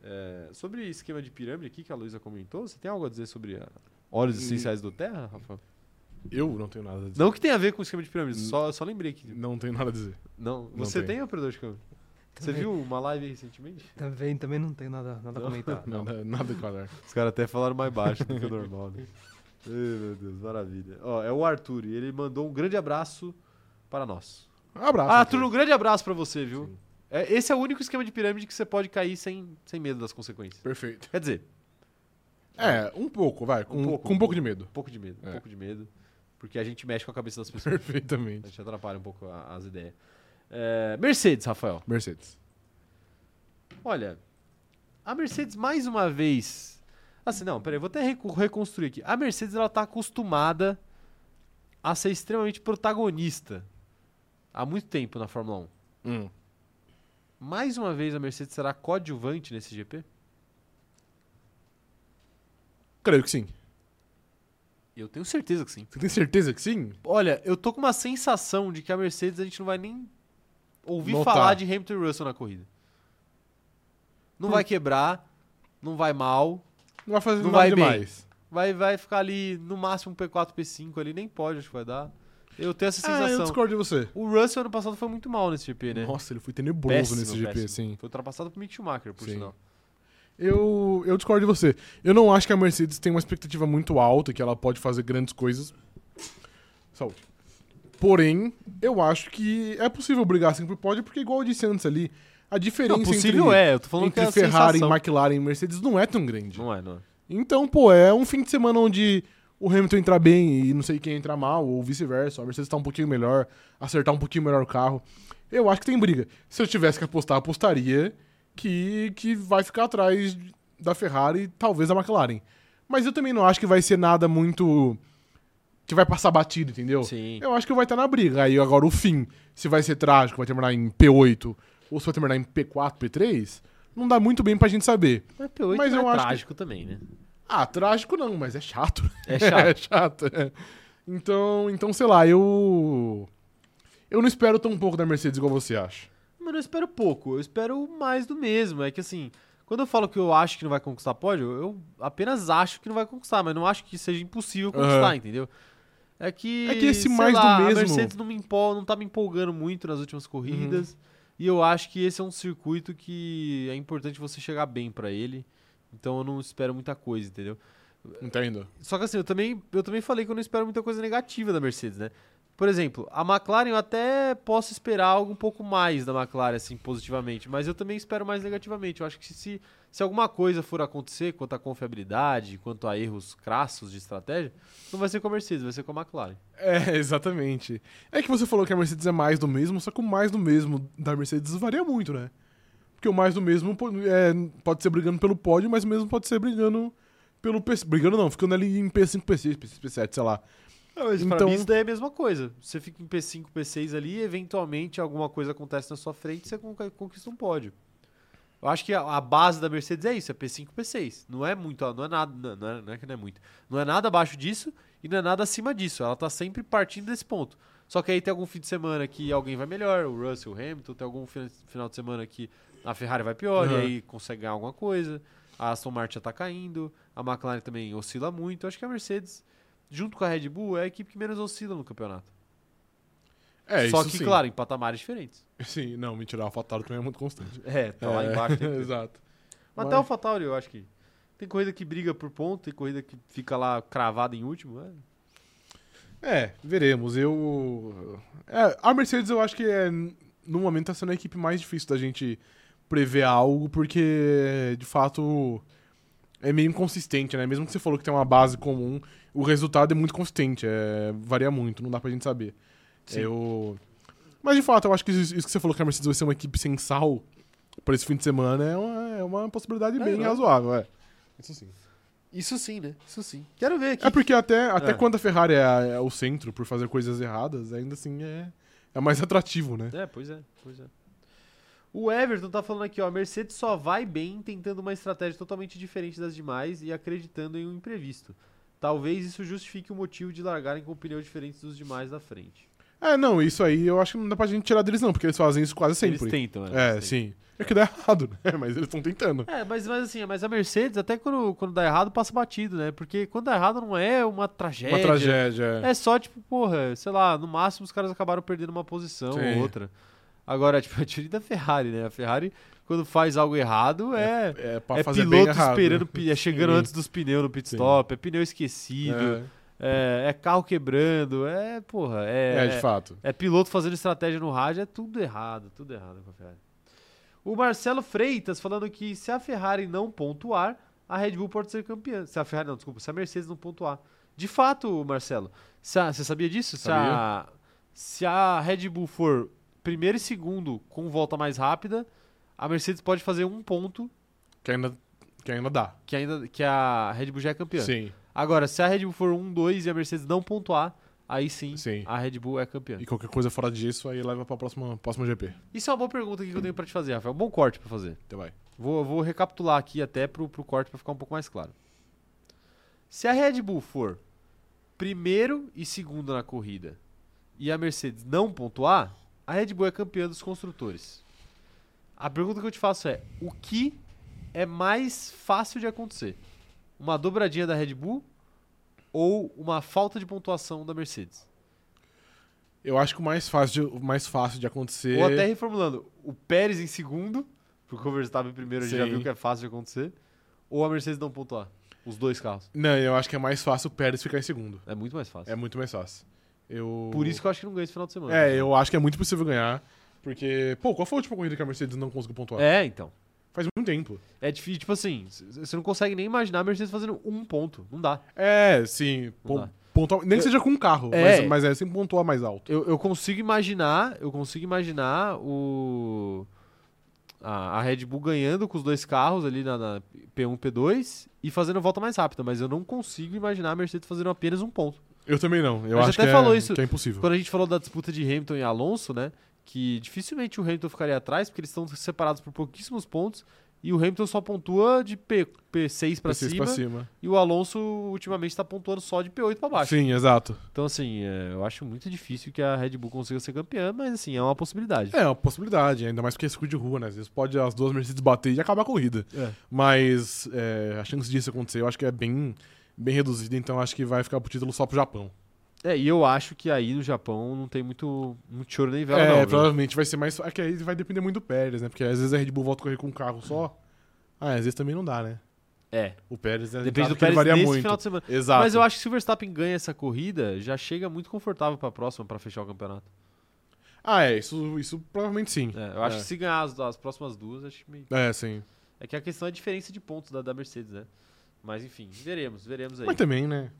Speaker 1: É, sobre esquema de pirâmide aqui que a Luísa comentou, você tem algo a dizer sobre a- óleos essenciais do Terra, Rafa?
Speaker 2: Eu não tenho nada a dizer.
Speaker 1: Não que tenha a ver com o esquema de pirâmide, só, só lembrei que
Speaker 2: Não tenho nada a dizer.
Speaker 1: Não,
Speaker 2: Não
Speaker 1: você
Speaker 2: tem.
Speaker 1: tem operador de câmera? Você
Speaker 3: Também.
Speaker 1: viu uma live recentemente?
Speaker 3: Também, também não tenho nada, nada a
Speaker 1: Ah, Não.
Speaker 3: comentar.
Speaker 2: Nada, nada a enquadrar.
Speaker 1: Os caras até falaram mais baixo do que o normal, né? Ai, meu Deus, maravilha. Ó, é o Arthur e ele mandou um grande abraço para nós.
Speaker 2: Abraço.
Speaker 1: Ah,
Speaker 2: Arthur.
Speaker 1: Arthur, um grande abraço para você, viu? É, esse é o único esquema de pirâmide que você pode cair sem, sem medo das consequências.
Speaker 2: Perfeito.
Speaker 1: Quer dizer,
Speaker 2: É, um pouco, vai. Com um pouco,
Speaker 1: pouco,
Speaker 2: com um
Speaker 1: um
Speaker 2: pouco de medo.
Speaker 1: um pouco de medo, um
Speaker 2: É.
Speaker 1: pouco de medo, porque a gente mexe com a cabeça das pessoas. A
Speaker 2: Perfeitamente.
Speaker 1: gente atrapalha um pouco a- as ideias. É, Mercedes, Rafael.
Speaker 2: Mercedes.
Speaker 1: Olha, a Mercedes mais uma vez. Assim, não, peraí, vou até recu- reconstruir aqui. A Mercedes ela tá acostumada a ser extremamente protagonista há muito tempo na Fórmula 1.
Speaker 2: Hum.
Speaker 1: Mais uma vez a Mercedes será coadjuvante nesse GP?
Speaker 2: Creio que sim.
Speaker 1: Eu tenho certeza que sim.
Speaker 2: Você tem certeza que sim?
Speaker 1: Olha, eu tô com uma sensação de que a Mercedes a gente não vai nem ouvir
Speaker 2: Notar.
Speaker 1: falar de Hamilton e Russell na corrida. Não vai quebrar, não vai mal,
Speaker 2: Não vai fazer
Speaker 1: Não
Speaker 2: nada
Speaker 1: vai bem.
Speaker 2: demais.
Speaker 1: Vai, vai ficar ali no máximo um P4, P5 ali, nem pode, acho que vai dar. Eu tenho essa
Speaker 2: Ah, eu
Speaker 1: sensação.
Speaker 2: discordo de você.
Speaker 1: o Russell ano passado foi muito mal nesse GP, né?
Speaker 2: Nossa, ele foi tenebroso
Speaker 1: Péssimo,
Speaker 2: nesse assim. GP,
Speaker 1: péssimo.
Speaker 2: sim.
Speaker 1: Foi ultrapassado por Mick Schumacher, por
Speaker 2: Sim.
Speaker 1: sinal.
Speaker 2: Eu, eu discordo de você. Eu não acho que a Mercedes tem uma expectativa muito alta, que ela pode fazer grandes coisas. Saúde. Porém, eu acho que é possível brigar sempre por pódio, porque igual eu disse antes ali, a diferença
Speaker 1: Não, possível
Speaker 2: entre,
Speaker 1: é, eu tô falando que é
Speaker 2: entre
Speaker 1: a
Speaker 2: Ferrari,
Speaker 1: sensação.
Speaker 2: McLaren e Mercedes não é tão grande.
Speaker 1: Não é, não é.
Speaker 2: Então, pô, é um fim de semana onde o Hamilton entrar bem e não sei quem entrar mal, ou vice-versa. A Mercedes tá um pouquinho melhor, acertar um pouquinho melhor o carro. Eu acho que tem briga. Se eu tivesse que apostar, apostaria que, que vai ficar atrás da Ferrari e talvez da McLaren. Mas eu também não acho que vai ser nada muito. que vai passar batido, entendeu?
Speaker 1: Sim.
Speaker 2: Eu acho que vai estar na briga. Aí agora o fim, se vai ser trágico, vai terminar em P8 ou se vai terminar em P4, P3, não dá muito bem pra gente saber.
Speaker 1: Mas P8
Speaker 2: Mas
Speaker 1: não
Speaker 2: eu
Speaker 1: é
Speaker 2: acho que-
Speaker 1: trágico também, né?
Speaker 2: Ah, trágico não, mas é chato.
Speaker 1: É chato.
Speaker 2: é chato. é. Então, então, sei lá, eu. Eu não espero tão pouco da Mercedes igual você acha.
Speaker 1: Mano, eu espero pouco. Eu espero mais do mesmo. É que assim, quando eu falo que eu acho que não vai conquistar pódio, eu apenas acho que não vai conquistar, mas não acho que seja impossível conquistar,
Speaker 2: Aham.
Speaker 1: entendeu? É que.
Speaker 2: É que esse
Speaker 1: sei
Speaker 2: mais do
Speaker 1: lá,
Speaker 2: mesmo- Uhum.
Speaker 1: A Mercedes não, me empol... não tá me empolgando muito nas últimas corridas. E eu acho que esse é um circuito que é importante você chegar bem pra ele. Então eu não espero muita coisa, entendeu?
Speaker 2: Entendo.
Speaker 1: Só que assim, eu também, eu também falei que eu não espero muita coisa negativa da Mercedes, né? Por exemplo, a McLaren eu até posso esperar algo um pouco mais da McLaren, assim, positivamente, mas eu também espero mais negativamente. Eu acho que se, se alguma coisa for acontecer quanto à confiabilidade, quanto a erros crassos de estratégia, não vai ser com a Mercedes, vai ser com a McLaren.
Speaker 2: É, exatamente. É que você falou que a Mercedes é mais do mesmo, só que o mais do mesmo da Mercedes varia muito, né? Porque o mais do mesmo po- é, pode ser brigando pelo pódio, mas o mesmo pode ser brigando pelo P... Brigando não, ficando ali em P5, P6, P6, P7, sei lá.
Speaker 1: mas
Speaker 2: pra
Speaker 1: então...
Speaker 2: mim
Speaker 1: isso daí é a mesma coisa. Você fica em P5, P6 ali, eventualmente alguma coisa acontece na sua frente e você conquista um pódio. Eu acho que a, a base da Mercedes é isso, é P5, P6. Não é muito, não é nada, não é- não é, não é que não é muito. Não é nada abaixo disso e não é nada acima disso. Ela tá sempre partindo desse ponto. Só que aí tem algum fim de semana que alguém vai melhor, o Russell, o Hamilton, tem algum fin- final de semana que a Ferrari vai pior
Speaker 2: Uhum.
Speaker 1: e aí consegue ganhar alguma coisa. A Aston Martin já tá caindo, a McLaren também oscila muito. Eu acho que a Mercedes, junto com a Red Bull, é a equipe que menos oscila no campeonato.
Speaker 2: É,
Speaker 1: Só
Speaker 2: isso
Speaker 1: que,
Speaker 2: sim.
Speaker 1: claro, em patamares diferentes.
Speaker 2: Sim, não, mentira, a AlphaTauri também é muito constante.
Speaker 1: É, tá lá
Speaker 2: É,
Speaker 1: embaixo. tem que ter.
Speaker 2: Exato.
Speaker 1: Mas
Speaker 2: Mas-
Speaker 1: até o AlphaTauri, eu acho que. Tem corrida que briga por ponto, tem corrida que fica lá cravada em último. É.
Speaker 2: É, veremos. Eu. É, a Mercedes eu acho que é, no momento tá sendo a equipe mais difícil da gente prever algo, porque de fato é meio inconsistente, né? Mesmo que você falou que tem uma base comum, o resultado é muito consistente, é, varia muito, não dá pra gente saber.
Speaker 1: Sim.
Speaker 2: Eu. Mas de fato, eu acho que isso isso que você falou que a Mercedes vai ser uma equipe sem sal pra esse fim de semana é uma, é uma possibilidade
Speaker 1: É,
Speaker 2: bem
Speaker 1: né?
Speaker 2: razoável, é. Isso sim.
Speaker 1: Isso sim, né? Isso sim. Quero ver aqui.
Speaker 2: É porque até, até
Speaker 1: É.
Speaker 2: quando a Ferrari é, a- é o centro por fazer coisas erradas, ainda assim é, é mais atrativo, né?
Speaker 1: É, pois é, pois é. O Everton tá falando aqui, ó, a Mercedes só vai bem tentando uma estratégia totalmente diferente das demais e acreditando em um imprevisto. Talvez isso justifique o motivo de largarem com pneus diferentes dos demais da frente.
Speaker 2: É, não, isso aí eu acho que não dá pra gente tirar deles não, porque eles fazem isso quase sempre.
Speaker 1: Eles tentam, né?
Speaker 2: é,
Speaker 1: Eles tentam.
Speaker 2: sim. É que dá errado, né? Mas eles estão tentando.
Speaker 1: É, mas, mas assim, mas a Mercedes, até quando, quando dá errado, passa batido, né? Porque quando dá errado não é uma tragédia.
Speaker 2: Uma tragédia.
Speaker 1: É só, tipo, porra, sei lá, no máximo os caras acabaram perdendo uma posição
Speaker 2: Sim.
Speaker 1: ou outra. Agora, tipo, a tira da Ferrari, né? A Ferrari, quando faz algo errado, é.
Speaker 2: É, pra
Speaker 1: é
Speaker 2: fazer
Speaker 1: piloto
Speaker 2: bem errado. né?
Speaker 1: esperando, pi- é chegando
Speaker 2: Sim.
Speaker 1: antes dos pneus no pit
Speaker 2: Sim.
Speaker 1: stop, é pneu esquecido,
Speaker 2: É.
Speaker 1: É, é carro quebrando, é, porra, é,
Speaker 2: É, de fato.
Speaker 1: é piloto fazendo estratégia no rádio, é tudo errado, tudo errado com a Ferrari. O Marcelo Freitas falando que se a Ferrari não pontuar, a Red Bull pode ser campeã. Se a Ferrari não, desculpa, se a Mercedes não pontuar. De fato, Marcelo, se a- você sabia disso? Se a, se a Red Bull for primeiro e segundo com volta mais rápida, a Mercedes pode fazer um ponto
Speaker 2: Que ainda, que ainda dá.
Speaker 1: que ainda que a Red Bull já é campeã.
Speaker 2: Sim,
Speaker 1: Agora, se a Red Bull for 1-2 e a Mercedes não pontuar, aí sim,
Speaker 2: sim.
Speaker 1: a Red Bull é campeã.
Speaker 2: E qualquer coisa fora disso aí leva pra próxima, próxima GP.
Speaker 1: Isso é uma boa pergunta aqui que eu tenho pra te fazer, Rafael. Um bom corte pra fazer.
Speaker 2: Então vai.
Speaker 1: Vou, vou recapitular aqui até pro, pro corte pra ficar um pouco mais claro. Se a Red Bull for primeiro e segundo na corrida e a Mercedes não pontuar, a Red Bull é campeã dos construtores. A pergunta que eu te faço é: o que é mais fácil de acontecer? Uma dobradinha da Red Bull ou uma falta de pontuação da Mercedes?
Speaker 2: Eu acho que o mais fácil de, o mais fácil de acontecer.
Speaker 1: Ou até reformulando, o Pérez em segundo, porque o Verstappen em primeiro a gente já
Speaker 2: Sim.
Speaker 1: viu que é fácil de acontecer, ou a Mercedes não pontuar. Os dois carros.
Speaker 2: Não, eu acho que é mais fácil o Pérez ficar em segundo.
Speaker 1: É muito mais fácil.
Speaker 2: É muito mais fácil. Eu...
Speaker 1: Por isso que eu né? acho que não ganha esse final de semana.
Speaker 2: É, eu acho que é muito possível ganhar. Porque, pô, qual foi a última corrida que a Mercedes não conseguiu pontuar?
Speaker 1: É, então.
Speaker 2: Faz muito tempo.
Speaker 1: É difícil, tipo assim, c- c- você não consegue nem imaginar a Mercedes fazendo um ponto. Não dá.
Speaker 2: É, sim. pon-
Speaker 1: dá.
Speaker 2: pontuar- nem que seja com um carro,
Speaker 1: É.
Speaker 2: mas, mas é sempre pontuar mais alto.
Speaker 1: Eu, eu consigo imaginar, eu consigo imaginar o. A, a Red Bull ganhando com os dois carros ali na, na P1 P2 e fazendo volta mais rápida, mas eu não consigo imaginar a Mercedes fazendo apenas um ponto.
Speaker 2: Eu também não. Eu
Speaker 1: Mas
Speaker 2: acho
Speaker 1: até
Speaker 2: que,
Speaker 1: falou
Speaker 2: é,
Speaker 1: isso.
Speaker 2: que é impossível.
Speaker 1: Quando a gente falou da disputa de Hamilton e Alonso, né? Que dificilmente o Hamilton ficaria atrás, porque eles estão separados por pouquíssimos pontos. E o Hamilton só pontua de P, P6 pra
Speaker 2: Precisa ir
Speaker 1: cima,
Speaker 2: pra cima.
Speaker 1: E o Alonso, ultimamente, tá pontuando só de P8 pra baixo.
Speaker 2: Sim, exato.
Speaker 1: Então, assim, é, eu acho muito difícil que a Red Bull consiga ser campeã, mas, assim, é uma possibilidade.
Speaker 2: É, uma possibilidade, ainda mais porque é circuito de rua, né? Às vezes pode as duas Mercedes bater e acabar a corrida.
Speaker 1: É.
Speaker 2: Mas é, a chance disso acontecer eu acho que é bem, bem reduzida, então acho que vai ficar pro título só pro Japão.
Speaker 1: É, e eu acho que aí no Japão não tem muito, muito choro nem vela,
Speaker 2: é,
Speaker 1: não. né? viu?
Speaker 2: provavelmente vai ser mais. É que aí vai depender muito do Pérez, né? Porque às vezes a Red Bull volta a correr com um carro só. Ah, às vezes também não dá, né?
Speaker 1: É,
Speaker 2: O Pérez né?
Speaker 1: depende
Speaker 2: Dado
Speaker 1: do
Speaker 2: que ele
Speaker 1: Pérez nesse final de semana.
Speaker 2: Exato.
Speaker 1: Mas eu acho que se o Verstappen ganha essa corrida, já chega muito confortável pra próxima, pra fechar o campeonato.
Speaker 2: Ah, é, isso, isso provavelmente sim.
Speaker 1: É, eu acho
Speaker 2: É.
Speaker 1: que se ganhar as, as próximas duas, acho que meio...
Speaker 2: É, sim.
Speaker 1: É que a questão é a diferença de pontos da, da Mercedes, né? Mas enfim, veremos, veremos aí.
Speaker 2: Mas também, né?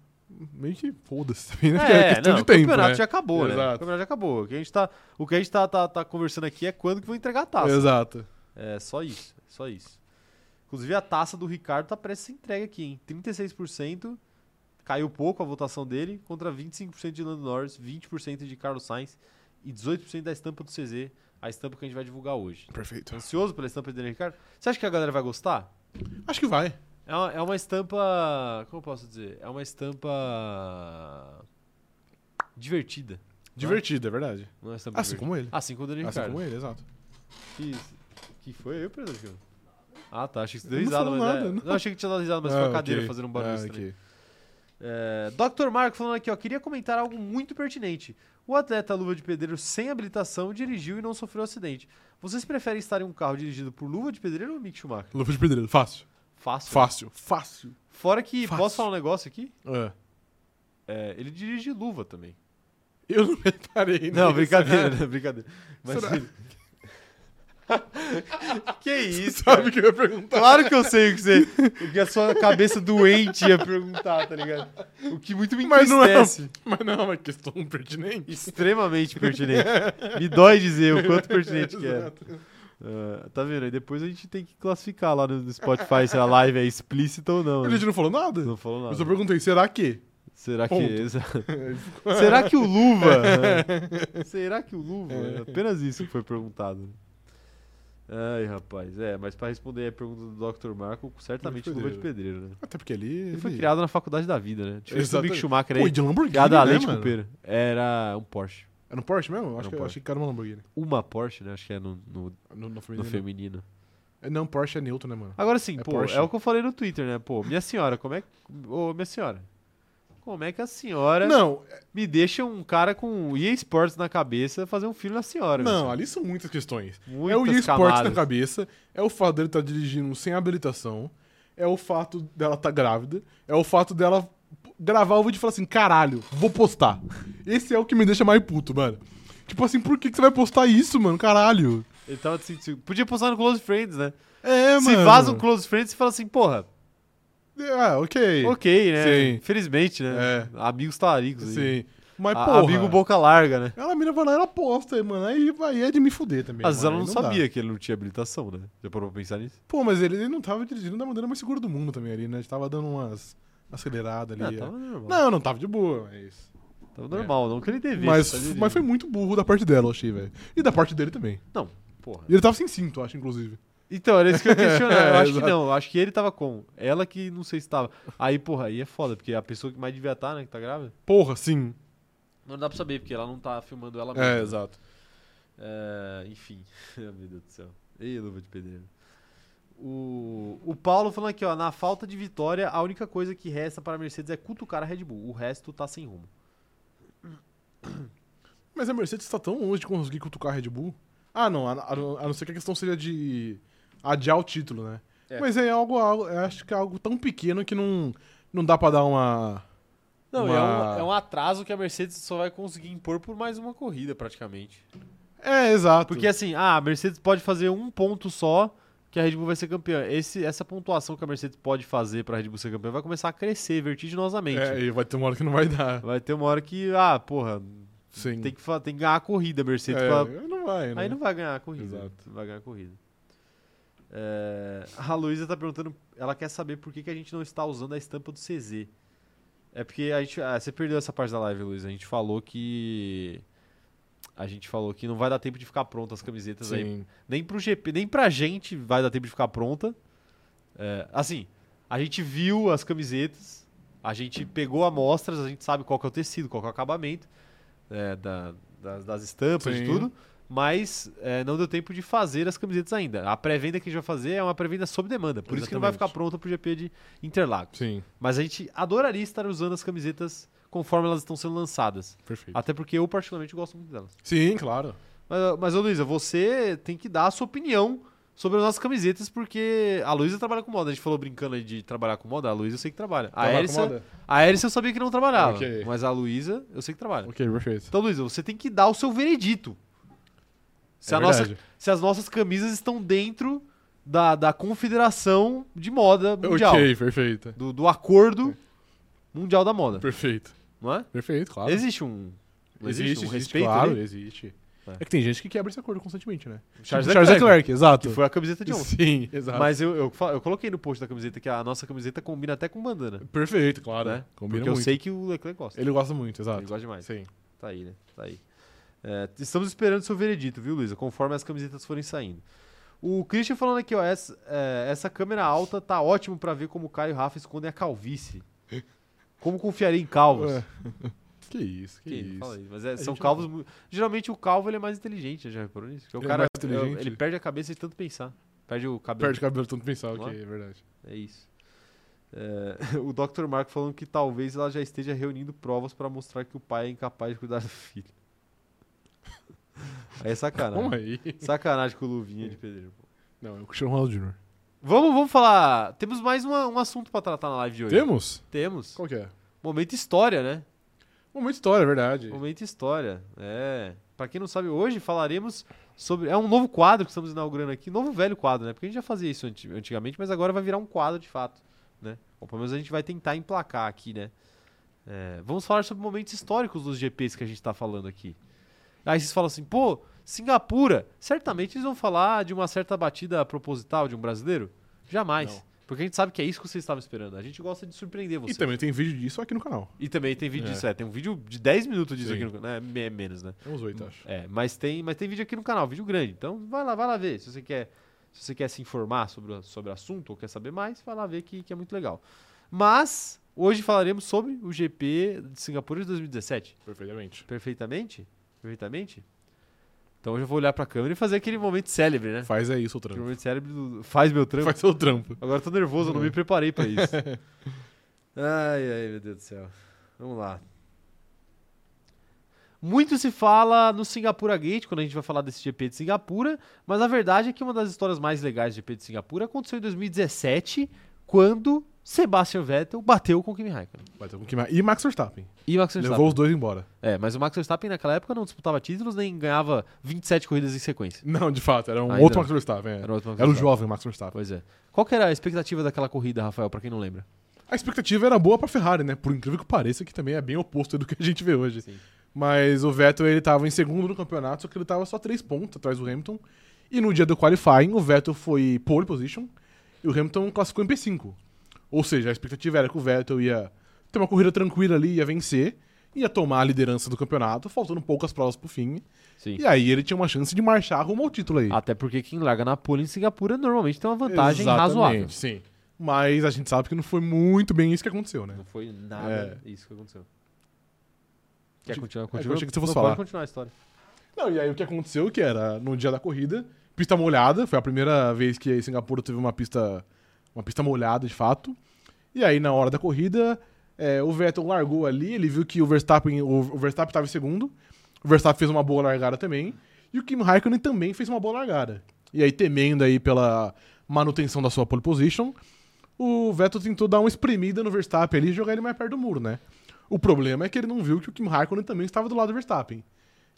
Speaker 2: Meio que foda-se também, né?
Speaker 1: É, não,
Speaker 2: de
Speaker 1: o
Speaker 2: tempo,
Speaker 1: campeonato
Speaker 2: né?
Speaker 1: já acabou, né?
Speaker 2: Exato.
Speaker 1: O campeonato já acabou. O que a gente tá, o que a gente tá, tá, tá conversando aqui é quando que vão entregar a taça.
Speaker 2: Exato.
Speaker 1: É só isso, só isso. Inclusive a taça do Ricardo tá prestes a ser entregue aqui, hein? 36%, caiu pouco a votação dele, contra 25% de Lando Norris, 20% de Carlos Sainz e 18% da estampa do CZ, a estampa que a gente vai divulgar hoje.
Speaker 2: Perfeito.
Speaker 1: Ansioso pela estampa do Daniel Ricardo? Você acha que a galera vai gostar?
Speaker 2: Acho que vai.
Speaker 1: É uma, é uma estampa. Como eu posso dizer? É uma estampa. divertida.
Speaker 2: Divertido, é verdade.
Speaker 1: Não é uma estampa
Speaker 2: Assim
Speaker 1: divertida.
Speaker 2: como ele.
Speaker 1: Assim como o Daniel
Speaker 2: Assim
Speaker 1: Ricardo.
Speaker 2: como ele, exato.
Speaker 1: Que, que foi eu, Pedro? Ricardo? Ah, tá. Achei que você deu
Speaker 2: Eu não
Speaker 1: risada,
Speaker 2: falo
Speaker 1: mas.
Speaker 2: nada,
Speaker 1: é-
Speaker 2: não.
Speaker 1: não, achei que tinha dado risada, mas foi
Speaker 2: Ah,
Speaker 1: a cadeira
Speaker 2: ok.
Speaker 1: fazendo um barulho
Speaker 2: Ah,
Speaker 1: estranho.
Speaker 2: ok.
Speaker 1: É, Dr. Marco falando aqui, ó, queria comentar algo muito pertinente. O atleta Luva de Pedreiro sem habilitação dirigiu e não sofreu acidente. Vocês preferem estar em um carro dirigido por Luva de Pedreiro ou Mick Schumacher?
Speaker 2: Luva de pedreiro, fácil.
Speaker 1: Fácil. né?
Speaker 2: Fácil. Fácil.
Speaker 1: Fora que,
Speaker 2: Fácil.
Speaker 1: posso falar um negócio aqui?
Speaker 2: É.
Speaker 1: É, ele dirige luva também.
Speaker 2: Eu não reparei.
Speaker 1: Não,
Speaker 2: nisso.
Speaker 1: brincadeira, né? brincadeira. Mas
Speaker 2: Será?
Speaker 1: ele- que isso?
Speaker 2: Sabe o que eu ia perguntar?
Speaker 1: Claro que eu sei o que você. O que a sua cabeça doente ia perguntar, tá ligado? O que muito me
Speaker 2: Mas não é-
Speaker 1: entristece.
Speaker 2: Mas não, é uma questão pertinente.
Speaker 1: Extremamente pertinente. Me dói dizer o quanto pertinente que era.
Speaker 2: É, Exato.
Speaker 1: Ah, tá vendo? Aí depois a gente tem que classificar lá no no Spotify se a live é explícita ou não.
Speaker 2: A
Speaker 1: né?
Speaker 2: gente não falou nada.
Speaker 1: Não falou
Speaker 2: Eu
Speaker 1: nada.
Speaker 2: só perguntei, será que?
Speaker 1: Será que.
Speaker 2: Ponto.
Speaker 1: Será que o Luva. né? Será que o Luva? É apenas isso que foi perguntado. Ai, rapaz, é, mas pra responder a pergunta do Dr. Marco, certamente
Speaker 2: Luva
Speaker 1: Luva
Speaker 2: de
Speaker 1: de Pedreiro, né?
Speaker 2: Até porque ali.
Speaker 1: Ele foi
Speaker 2: ele-
Speaker 1: criado na faculdade da vida, né? Diferente do
Speaker 2: Exatamente.
Speaker 1: Mick Schumacher
Speaker 2: Pô, e
Speaker 1: aí,
Speaker 2: de Lamborghini.
Speaker 1: criado a
Speaker 2: né,
Speaker 1: leite
Speaker 2: mano?
Speaker 1: Cooper. Era um Porsche.
Speaker 2: Era um Porsche mesmo? Acho
Speaker 1: um
Speaker 2: que,
Speaker 1: Porsche.
Speaker 2: achei que era uma Lamborghini. Ah,
Speaker 1: Uma Porsche, né? Acho que é no, no,
Speaker 2: No, no
Speaker 1: no
Speaker 2: feminino.
Speaker 1: feminino.
Speaker 2: É, Não, Porsche é Newton, né, mano?
Speaker 1: Agora sim,
Speaker 2: É
Speaker 1: pô,
Speaker 2: Porsche.
Speaker 1: é o que eu falei no Twitter, né? Pô, minha senhora, como é que... Ô, minha senhora, como é que a senhora
Speaker 2: Não,
Speaker 1: me deixa um cara com EA Sports na cabeça fazer um filho na senhora? minha
Speaker 2: não,
Speaker 1: senhora?
Speaker 2: ali são muitas questões. é o
Speaker 1: Muitas
Speaker 2: esporte na
Speaker 1: camadas.
Speaker 2: cabeça, é o fato dele estar tá dirigindo sem habilitação, é o fato dela estar grávida, é o fato dela gravar o vídeo e falar assim, caralho, vou postar. Esse é o que me deixa mais puto, mano. Tipo assim, por que, que você vai postar isso, mano? Caralho.
Speaker 1: Ele tava assim, tipo, podia postar no Close Friends, né?
Speaker 2: É,
Speaker 1: Se vaza um Close Friends, você fala assim, porra,
Speaker 2: Ah, ok.
Speaker 1: ok, né?
Speaker 2: Sim. É.
Speaker 1: Infelizmente, né? Amigos tarigos. aí.
Speaker 2: Sim. Mas,
Speaker 1: A-
Speaker 2: porra.
Speaker 1: amigo boca larga, né?
Speaker 2: Ela mira vai lá, ela posta, mano. Aí, aí é de me fuder também.
Speaker 1: Às vezes ela
Speaker 2: mano.
Speaker 1: não,
Speaker 2: Aí dá.
Speaker 1: sabia que ele não tinha habilitação, né? Já parou pra pensar nisso?
Speaker 2: Pô, mas ele, ele não tava dirigindo da maneira mais segura do mundo também ali, né? A gente tava dando umas aceleradas
Speaker 1: Ah,
Speaker 2: ali. é.
Speaker 1: tava normal.
Speaker 2: Não, não tava de boa, mas.
Speaker 1: Tava normal, não que ele devesse. tá
Speaker 2: Mas,
Speaker 1: dirigindo.
Speaker 2: mas foi muito burro da parte dela, eu achei, velho. E da parte dele também.
Speaker 1: Não, porra.
Speaker 2: E ele tava sem cinto, eu acho, inclusive.
Speaker 1: Então, era isso que eu ia questionar. Eu
Speaker 2: É,
Speaker 1: acho que
Speaker 2: exato.
Speaker 1: não, eu acho que ele tava com. Ela que não sei se tava. Aí, porra, aí é foda, porque a pessoa que mais devia estar, né, que tá grávida.
Speaker 2: Porra, sim.
Speaker 1: Não dá pra saber, porque ela não tá filmando ela mesma.
Speaker 2: É,
Speaker 1: né?
Speaker 2: exato.
Speaker 1: É, enfim, meu Deus do céu. Ei, luva de pedreiro. O, o Paulo falando aqui, ó, na falta de vitória, a única coisa que resta para a Mercedes é cutucar a Red Bull. O resto tá sem rumo.
Speaker 2: Mas a Mercedes tá tão longe de conseguir cutucar a Red Bull. Ah, não, a, a- a não ser que a questão seja de adiar o título, né?
Speaker 1: É.
Speaker 2: Mas é algo, algo- eu acho que é algo tão pequeno que não, não dá pra dar uma.
Speaker 1: Não,
Speaker 2: uma-
Speaker 1: é, um, é um atraso que a Mercedes só vai conseguir impor por mais uma corrida, praticamente.
Speaker 2: É, exato.
Speaker 1: Porque assim, ah, a Mercedes pode fazer um ponto só que a Red Bull vai ser campeã. Esse, essa pontuação que a Mercedes pode fazer para a Red Bull ser campeã vai começar a crescer vertiginosamente.
Speaker 2: É, e vai ter uma hora que não vai dar.
Speaker 1: Vai ter uma hora que, ah, porra,
Speaker 2: Sim.
Speaker 1: tem que, fa- tem que ganhar a corrida, a Mercedes,
Speaker 2: É,
Speaker 1: pra
Speaker 2: não vai, né?
Speaker 1: Aí não vai ganhar a corrida.
Speaker 2: Exato.
Speaker 1: Não vai ganhar a corrida. É, a Luísa tá perguntando, ela quer saber por que, que a gente não está usando a estampa do CZ. É porque a gente, ah, você perdeu essa parte da live, Luísa. A gente falou que a gente falou que não vai dar tempo de ficar pronta as camisetas aí.
Speaker 2: Sim.
Speaker 1: Nem pro GP, nem pra gente vai dar tempo de ficar pronta. É, assim, a gente viu as camisetas, a gente pegou amostras, a gente sabe qual que é o tecido, qual que é o acabamento é, da- das, das estampas, de
Speaker 2: Sim.
Speaker 1: tudo. Mas é, não deu tempo de fazer as camisetas ainda. A pré-venda que a gente vai fazer é uma pré-venda sob demanda. Por isso que não vai ficar
Speaker 2: Exatamente.
Speaker 1: pronta pro GP de Interlagos.
Speaker 2: Sim,
Speaker 1: Mas a gente adoraria estar usando as camisetas conforme elas estão sendo lançadas.
Speaker 2: perfeito.
Speaker 1: Até porque eu, particularmente, gosto muito delas.
Speaker 2: Sim, claro.
Speaker 1: Mas, mas ô Luísa, você tem que dar a sua opinião sobre as nossas camisetas, porque a Luísa trabalha com moda. A gente falou brincando aí de trabalhar com moda, a Luísa eu sei que trabalha. A
Speaker 2: Trabalha com
Speaker 1: Erissa,
Speaker 2: Tá moda?
Speaker 1: a Erissa eu sabia que não trabalhava,
Speaker 2: Ok.
Speaker 1: mas a Luísa eu sei que trabalha.
Speaker 2: Ok, perfeito.
Speaker 1: Então, Luísa, você tem que dar o seu veredito. Se,
Speaker 2: É
Speaker 1: a nossa-
Speaker 2: verdade.
Speaker 1: se as nossas camisas estão dentro da, da confederação de moda mundial.
Speaker 2: Ok, perfeito.
Speaker 1: Do, do acordo mundial da moda,
Speaker 2: Perfeito.
Speaker 1: não é?
Speaker 2: Perfeito, claro.
Speaker 1: Existe um, não existe um respeito
Speaker 2: claro,
Speaker 1: ali?
Speaker 2: existe.
Speaker 1: É.
Speaker 2: É. que tem gente que quebra esse acordo constantemente, né?
Speaker 1: Charles
Speaker 2: Tipo, Charles
Speaker 1: Leclerc,
Speaker 2: Leclerc, exato.
Speaker 1: que foi a camiseta de ontem.
Speaker 2: Sim, exato.
Speaker 1: Mas eu, eu, fa- eu coloquei no post da camiseta que a nossa camiseta combina até com bandana.
Speaker 2: Perfeito, claro.
Speaker 1: né?
Speaker 2: Combina
Speaker 1: Porque
Speaker 2: muito.
Speaker 1: eu sei que o Leclerc gosta.
Speaker 2: Ele gosta muito, exato.
Speaker 1: Ele gosta demais.
Speaker 2: Sim.
Speaker 1: Tá aí, né? Tá aí. É, estamos esperando seu veredito, viu, Luísa? Conforme as camisetas forem saindo. O Christian falando aqui, ó, essa, é, essa câmera alta tá ótimo pra ver como o Caio e o Rafa escondem a calvície. Como confiarei em calvos?
Speaker 2: Ué. É. Que isso, que,
Speaker 1: Que
Speaker 2: isso.
Speaker 1: É, fala isso, mas é,
Speaker 2: A
Speaker 1: são
Speaker 2: gente não-
Speaker 1: calvos. mu- Geralmente o calvo ele é mais inteligente, já reparou nisso? Porque o
Speaker 2: Ele é
Speaker 1: cara
Speaker 2: mais inteligente?
Speaker 1: ele perde a cabeça de tanto pensar. Perde o cabelo.
Speaker 2: Perde cabelo tanto pensar,
Speaker 1: Não
Speaker 2: ok,
Speaker 1: é?
Speaker 2: é verdade.
Speaker 1: É isso. É, o Dr. Marco falando que talvez ela já esteja reunindo provas pra mostrar que o pai é incapaz de cuidar do filho. Aí é
Speaker 2: Vamos
Speaker 1: sacanagem.
Speaker 2: aí.
Speaker 1: Sacanagem com o Luvinha de pedreiro. pô.
Speaker 2: Não, é o Cristiano Ronaldo Jr.
Speaker 1: Vamos, vamos falar. Temos mais uma- um assunto pra tratar na live de hoje.
Speaker 2: Temos?
Speaker 1: Temos.
Speaker 2: Qual que é?
Speaker 1: Momento história, né?
Speaker 2: Momento história, é verdade.
Speaker 1: Um Momento história. É. Pra quem não sabe, hoje falaremos sobre. É um novo quadro que estamos inaugurando aqui. Novo velho quadro, né? Porque a gente já fazia isso anti- antigamente, mas agora vai virar um quadro de fato, né? Ou pelo menos a gente vai tentar emplacar aqui, né? É, vamos falar sobre momentos históricos dos GPs que a gente tá falando aqui. Aí vocês falam assim, pô, Singapura. Certamente eles vão falar de uma certa batida proposital de um brasileiro? Jamais.
Speaker 2: Não.
Speaker 1: Porque a gente sabe que é isso que vocês estavam esperando. A gente gosta de surpreender
Speaker 2: E
Speaker 1: vocês.
Speaker 2: também tem vídeo disso aqui no canal.
Speaker 1: E também tem vídeo
Speaker 2: É.
Speaker 1: disso, é. Tem um vídeo de 10 minutos disso
Speaker 2: Sim.
Speaker 1: aqui no canal. É menos, né?
Speaker 2: É uns oito, acho.
Speaker 1: É, mas tem, mas tem vídeo aqui no canal, vídeo grande. Então vai lá, vai lá ver. Se você quer, se, você quer se informar sobre, o- sobre o assunto ou quer saber mais, vai lá ver que, que é muito legal. Mas hoje falaremos sobre o GP de Singapura de 2017.
Speaker 2: Perfeitamente.
Speaker 1: Perfeitamente? Perfeitamente? Então hoje eu vou olhar pra câmera e fazer aquele momento célebre, né?
Speaker 2: Faz aí seu
Speaker 1: Aquele
Speaker 2: trampo.
Speaker 1: momento célebre do faz meu trampo.
Speaker 2: Faz seu trampo.
Speaker 1: Agora eu tô nervoso, eu não me preparei pra isso. ai, ai, meu Deus do céu. Vamos lá. Muito se fala no Singapura Gate, quando a gente vai falar desse GP de Singapura, mas a verdade é que uma das histórias mais legais do GP de Singapura aconteceu em 2017, quando Sebastian Vettel bateu com o Kimi Raikkonen.
Speaker 2: Vai ter um que mais- E Max Verstappen.
Speaker 1: E o Max Verstappen.
Speaker 2: Levou os dois embora.
Speaker 1: É, mas o Max Verstappen naquela época não disputava títulos nem ganhava 27 corridas em sequência.
Speaker 2: Não, de fato, era um
Speaker 1: Ainda
Speaker 2: outro
Speaker 1: não.
Speaker 2: Max Verstappen. é.
Speaker 1: Era outro Max
Speaker 2: Era o
Speaker 1: Verstappen.
Speaker 2: jovem Max Verstappen.
Speaker 1: Pois é. Qual que era a expectativa daquela corrida, Rafael, pra quem não lembra?
Speaker 2: A expectativa era boa pra Ferrari, né? Por incrível que pareça, que também é bem oposto do que a gente vê hoje.
Speaker 4: Sim.
Speaker 2: Mas o Vettel, ele tava em segundo no campeonato, só que ele tava só três pontos atrás do Hamilton. E no dia do qualifying, o Vettel foi pole position e o Hamilton classificou em P5. Ou seja, a expectativa era que o Vettel ia ter uma corrida tranquila ali, ia vencer, ia tomar a liderança do campeonato, faltando poucas provas pro fim.
Speaker 1: Sim.
Speaker 2: E aí ele tinha uma chance de marchar rumo ao título aí.
Speaker 1: Até porque quem larga na pole em Singapura normalmente tem uma vantagem razoável.
Speaker 2: Sim. Mas a gente sabe que não foi muito bem isso que aconteceu, né?
Speaker 4: Não foi nada isso que aconteceu.
Speaker 1: Quer continuar?
Speaker 2: eu
Speaker 1: Continua.
Speaker 2: achei É. que você
Speaker 1: Não,
Speaker 2: fosse falar.
Speaker 1: Pode continuar a história.
Speaker 2: Não, e aí o que aconteceu que era no dia da corrida, pista molhada, foi a primeira vez que Singapura teve uma pista uma pista molhada de fato. E aí na hora da corrida, é, o Vettel largou ali, ele viu que o Verstappen, o, o Verstappen estava em segundo. O Verstappen fez uma boa largada também, e o Kimi Raikkonen também fez uma boa largada. E aí temendo aí pela manutenção da sua pole position, o Vettel tentou dar uma espremida no Verstappen ali e jogar ele mais perto do muro, né? O problema é que ele não viu que o Kimi Raikkonen também estava do lado do Verstappen.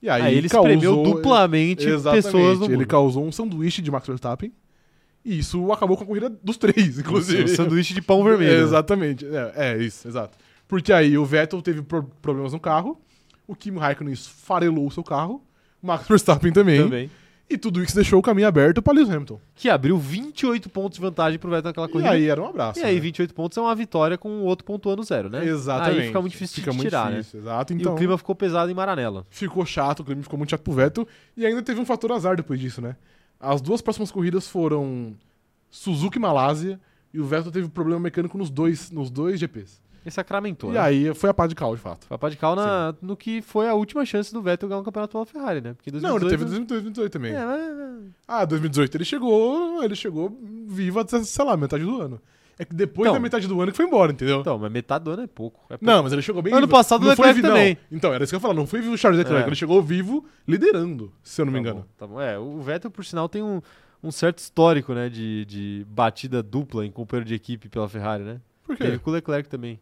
Speaker 2: E aí,
Speaker 1: Aí, Ah, ele espremeu duplamente pessoas no
Speaker 2: Ele
Speaker 1: mundo.
Speaker 2: causou um sanduíche de Max Verstappen. E isso acabou com a corrida dos três, inclusive.
Speaker 4: Um sanduíche de pão
Speaker 1: né?
Speaker 4: vermelho.
Speaker 2: Exatamente. É, é isso, exato. Porque aí o Vettel teve pro- problemas no carro, o Kimi Raikkonen esfarelou o seu carro, o Max Verstappen também,
Speaker 4: Também.
Speaker 2: e tudo isso deixou o caminho aberto para Lewis Hamilton.
Speaker 1: Que abriu 28 pontos de vantagem pro Vettel naquela
Speaker 2: E
Speaker 1: corrida.
Speaker 2: aí era um abraço.
Speaker 1: E aí,
Speaker 2: né?
Speaker 1: 28 pontos é uma vitória com o outro pontuando zero, né?
Speaker 2: Exatamente.
Speaker 1: Aí fica muito difícil de tirar, né?
Speaker 2: difícil, Exato.
Speaker 1: E
Speaker 2: Então,
Speaker 1: o clima ficou pesado em Maranello.
Speaker 2: ficou chato, o clima ficou muito chato pro Vettel. E ainda teve um fator azar depois disso, né? As duas próximas corridas foram Suzuki e Malásia, e o Vettel teve um problema mecânico nos dois, nos dois GPs.
Speaker 1: E sacramentou,
Speaker 2: e
Speaker 1: né?
Speaker 2: aí foi a pá de cal, de fato.
Speaker 1: Foi a pá de cal na, no que foi a última chance do Vettel ganhar um campeonato pela Ferrari, né? Porque em
Speaker 2: Não, ele teve
Speaker 1: 2018
Speaker 2: 2018 também.
Speaker 1: É, mas-
Speaker 2: Ah, 2018 ele chegou, ele chegou vivo até, sei lá, metade do ano. É que depois
Speaker 1: Então.
Speaker 2: da metade do ano que foi embora, entendeu?
Speaker 1: Então, mas metade do ano é pouco. É pouco.
Speaker 2: Não, mas ele chegou bem
Speaker 1: Ano
Speaker 2: vivo.
Speaker 1: passado
Speaker 2: não
Speaker 1: o Leclerc
Speaker 2: foi, vi- não.
Speaker 1: também.
Speaker 2: Então, era isso que eu ia falar, não foi vivo o Charles Leclerc,
Speaker 1: É.
Speaker 2: ele chegou vivo liderando, se eu não me
Speaker 1: Tá
Speaker 2: engano.
Speaker 1: bom, tá bom. É, o Vettel, por sinal, tem um, um certo histórico, né? De, de batida dupla em companheiro de equipe pela Ferrari, né?
Speaker 2: Por
Speaker 1: Teve
Speaker 2: quê?
Speaker 1: com o Leclerc também.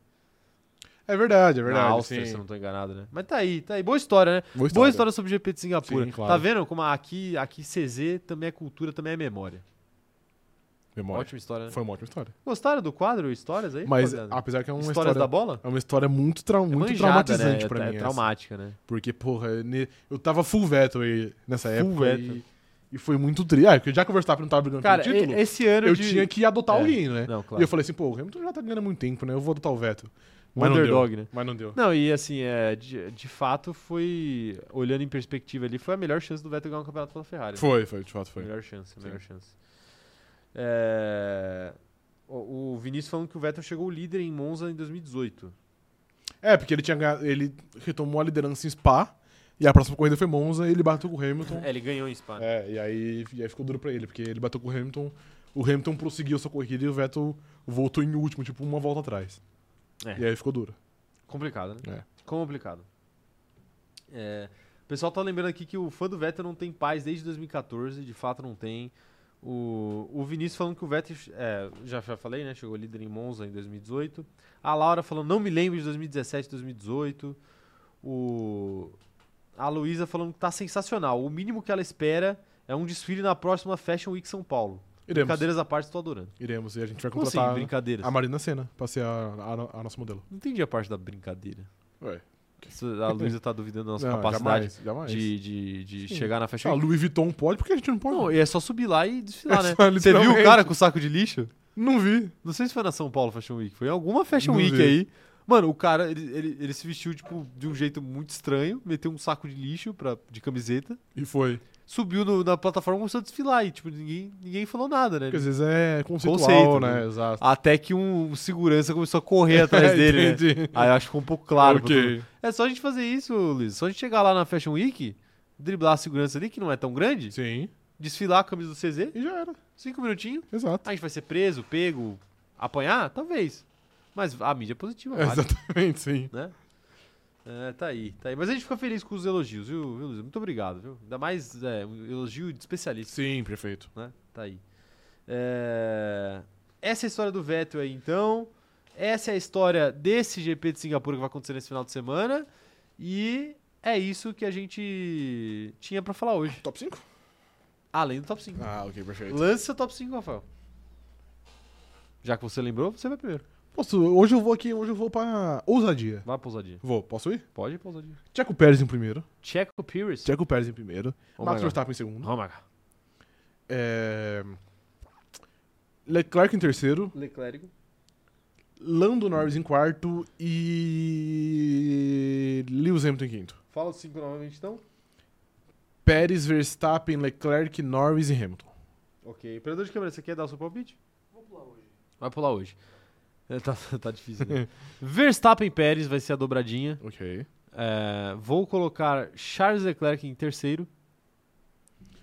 Speaker 2: É verdade, é
Speaker 1: Na
Speaker 2: verdade.
Speaker 1: Áustria,
Speaker 2: sim.
Speaker 1: se eu não tô enganado, né? Mas tá aí, tá aí. Boa história, né?
Speaker 2: Boa
Speaker 1: Boa história sobre o GP de Singapura.
Speaker 2: Sim, claro.
Speaker 1: Tá vendo como aqui, aqui CZ também é cultura, também é memória.
Speaker 2: Memória.
Speaker 1: Ótima história, né?
Speaker 2: Foi uma ótima história.
Speaker 1: Gostaram do quadro Histórias aí?
Speaker 2: Mas,
Speaker 1: rapaziada?
Speaker 2: apesar que é uma
Speaker 1: Histórias
Speaker 2: história...
Speaker 1: da bola?
Speaker 2: É uma história muito, tra-
Speaker 1: É
Speaker 2: muito
Speaker 1: manjada,
Speaker 2: traumatizante
Speaker 1: né?
Speaker 2: pra
Speaker 1: é,
Speaker 2: mim.
Speaker 1: É
Speaker 2: essa.
Speaker 1: traumática, né?
Speaker 2: Porque, porra, ne- eu tava full Vettel aí nessa
Speaker 1: Full
Speaker 2: época.
Speaker 1: Vettel.
Speaker 2: E... e foi muito triste. Ah, porque já que o Verstappen não tava brigando
Speaker 1: Cara,
Speaker 2: pelo título,
Speaker 1: e- esse ano
Speaker 2: eu
Speaker 1: de...
Speaker 2: tinha que adotar
Speaker 1: É.
Speaker 2: alguém, né?
Speaker 1: Não,
Speaker 2: E
Speaker 1: claro.
Speaker 2: eu falei assim, pô, o Hamilton já tá ganhando há muito tempo, né? Eu vou adotar o Vettel.
Speaker 1: Um
Speaker 2: Mas não
Speaker 1: underdog,
Speaker 2: deu.
Speaker 1: né?
Speaker 2: Mas não deu.
Speaker 1: Não, e assim, é, de, de fato foi, olhando em perspectiva ali, foi a melhor chance do Vettel ganhar um campeonato pela Ferrari.
Speaker 2: Foi, foi, de fato foi.
Speaker 1: Melhor chance, melhor chance. É, o, o Vinícius falando que o Vettel chegou líder em Monza em 2018.
Speaker 2: É, porque ele tinha ganha- ele retomou a liderança em Spa, e a próxima corrida foi Monza, e ele bateu com o Hamilton.
Speaker 1: É, ele ganhou em Spa. né?
Speaker 2: É, e aí, e aí ficou duro pra ele, porque ele bateu com o Hamilton, o Hamilton prosseguiu sua corrida e o Vettel voltou em último, tipo, uma volta atrás.
Speaker 1: É.
Speaker 2: E aí ficou duro.
Speaker 1: Complicado, né?
Speaker 2: É.
Speaker 1: Complicado. É, o pessoal tá lembrando aqui que o fã do Vettel não tem paz desde 2014, de fato não tem. O, o Vinícius falando que o Vettel, é, já, já falei, né? Chegou líder em Monza em 2018. A Laura falando, não me lembro de 2017, 2018. O, a Luísa falando que tá sensacional. O mínimo que ela espera é um desfile na próxima Fashion Week São Paulo.
Speaker 2: Iremos.
Speaker 1: Brincadeiras à parte, tô adorando.
Speaker 2: Iremos, e a gente vai
Speaker 1: Como assim,
Speaker 2: contratar
Speaker 1: brincadeiras?
Speaker 2: a Marina Senna pra ser a, a, a nossa modelo.
Speaker 1: Não entendi a parte da brincadeira.
Speaker 2: Ué.
Speaker 1: Isso, A Luísa tá duvidando da nossa
Speaker 2: Não,
Speaker 1: capacidade
Speaker 2: jamais, jamais.
Speaker 1: de, de, de
Speaker 2: Ah, Sim.
Speaker 1: chegar na Fashion
Speaker 2: Ah,
Speaker 1: Week.
Speaker 2: Louis Vuitton pode, porque a gente não pode.
Speaker 1: Não, e é só subir lá e desfilar,
Speaker 2: É
Speaker 1: né? Você
Speaker 2: só,
Speaker 1: viu o
Speaker 2: literalmente.
Speaker 1: cara com o saco de lixo?
Speaker 2: Não vi.
Speaker 1: Não sei se foi na São Paulo Fashion Week, foi em alguma Fashion
Speaker 2: Não
Speaker 1: Week
Speaker 2: vi.
Speaker 1: aí. Mano, o cara, ele, ele, ele se vestiu, tipo, de um jeito muito estranho, meteu um saco de lixo pra, de camiseta,
Speaker 2: E foi.
Speaker 1: subiu no- na plataforma e começou a desfilar e, tipo, ninguém, ninguém falou nada, né?
Speaker 2: Porque às vezes é conceitual,
Speaker 1: Conceito,
Speaker 2: né?
Speaker 1: né?
Speaker 2: Exato.
Speaker 1: Até que um segurança começou a correr atrás dele, né?
Speaker 2: É, Entendi.
Speaker 1: Aí eu acho que ficou um pouco claro. pra todo
Speaker 2: Ok.
Speaker 1: É só a gente fazer isso, Luiz. Só a gente chegar lá na Fashion Week, driblar a segurança ali, que não é tão grande,
Speaker 2: Sim.
Speaker 1: desfilar a camisa do CZ,
Speaker 2: E já era.
Speaker 1: cinco minutinhos,
Speaker 2: Exato.
Speaker 1: a gente vai ser preso, pego, apanhar? Talvez. Mas a mídia é positiva, vale,
Speaker 2: Exatamente, sim.
Speaker 1: né? É, tá aí, tá aí. Mas a gente fica feliz com os elogios, viu, viu Luiz? Muito obrigado, viu? Ainda mais é, um elogio de especialista,
Speaker 2: Sim, perfeito.
Speaker 1: né? Tá aí. É, Essa é a história do Vettel aí, então. Essa é a história desse GP de Singapura que vai acontecer nesse final de semana. E é isso que a gente tinha pra falar hoje.
Speaker 2: Top 5?
Speaker 1: Além do top 5.
Speaker 2: Ah, ok, perfeito.
Speaker 1: Lance seu top 5, Rafael. Já que você lembrou, você vai primeiro.
Speaker 2: Posso, hoje eu vou aqui, hoje eu vou pra ousadia.
Speaker 1: Vai, pousadinha.
Speaker 2: Vou, posso ir?
Speaker 1: Pode ir, pousadinha.
Speaker 2: Checo Pérez em primeiro.
Speaker 1: Checo Pires.
Speaker 2: Checo Pérez em primeiro.
Speaker 1: Oh my
Speaker 2: Max
Speaker 1: God.
Speaker 2: Verstappen em segundo.
Speaker 1: Oh my God.
Speaker 2: É, Leclerc em terceiro.
Speaker 1: Leclerc.
Speaker 2: Lando Norris em quarto. E. Lewis Hamilton em quinto.
Speaker 1: Fala os 5 novamente então.
Speaker 2: Pérez, Verstappen, Leclerc, Norris e Hamilton.
Speaker 1: Ok. Operador de câmera, você quer dar o seu palpite? Vou pular hoje. Vai pular hoje. É, tá, tá difícil, né? Verstappen Pérez vai ser a dobradinha.
Speaker 2: Ok.
Speaker 1: É, vou colocar Charles Leclerc em terceiro,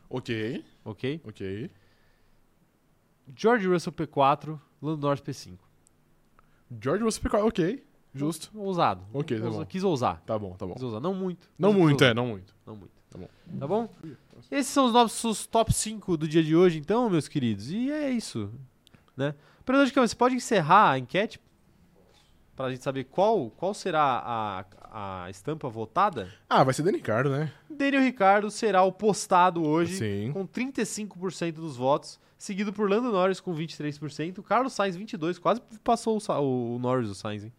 Speaker 2: Ok,
Speaker 1: ok?
Speaker 2: ok.
Speaker 1: George Russell P4, Lando Norris P5.
Speaker 2: George Russell Picar, ok. Justo.
Speaker 1: Ousado.
Speaker 2: Ok, tá
Speaker 1: Ousa-
Speaker 2: bom.
Speaker 1: Quis ousar.
Speaker 2: Tá bom, tá bom.
Speaker 1: Quis ousar. Não muito.
Speaker 2: Não
Speaker 1: mas quis
Speaker 2: muito,
Speaker 1: ousar.
Speaker 2: é, não muito.
Speaker 1: Não muito.
Speaker 2: Tá bom.
Speaker 1: Tá bom? Esses são os nossos top 5 do dia de hoje, então, meus queridos. E é isso. Né? Operador de câmera, você pode encerrar a enquete? Pra gente saber qual, qual será a, a estampa votada?
Speaker 2: Ah, vai ser Dani Ricardo, né?
Speaker 1: Daniel Ricardo será o postado hoje
Speaker 2: Sim.
Speaker 1: com 35% dos votos, seguido por Lando Norris com 23%, Carlos Sainz 22%, quase passou o, Sa- o Norris, o Sainz, hein?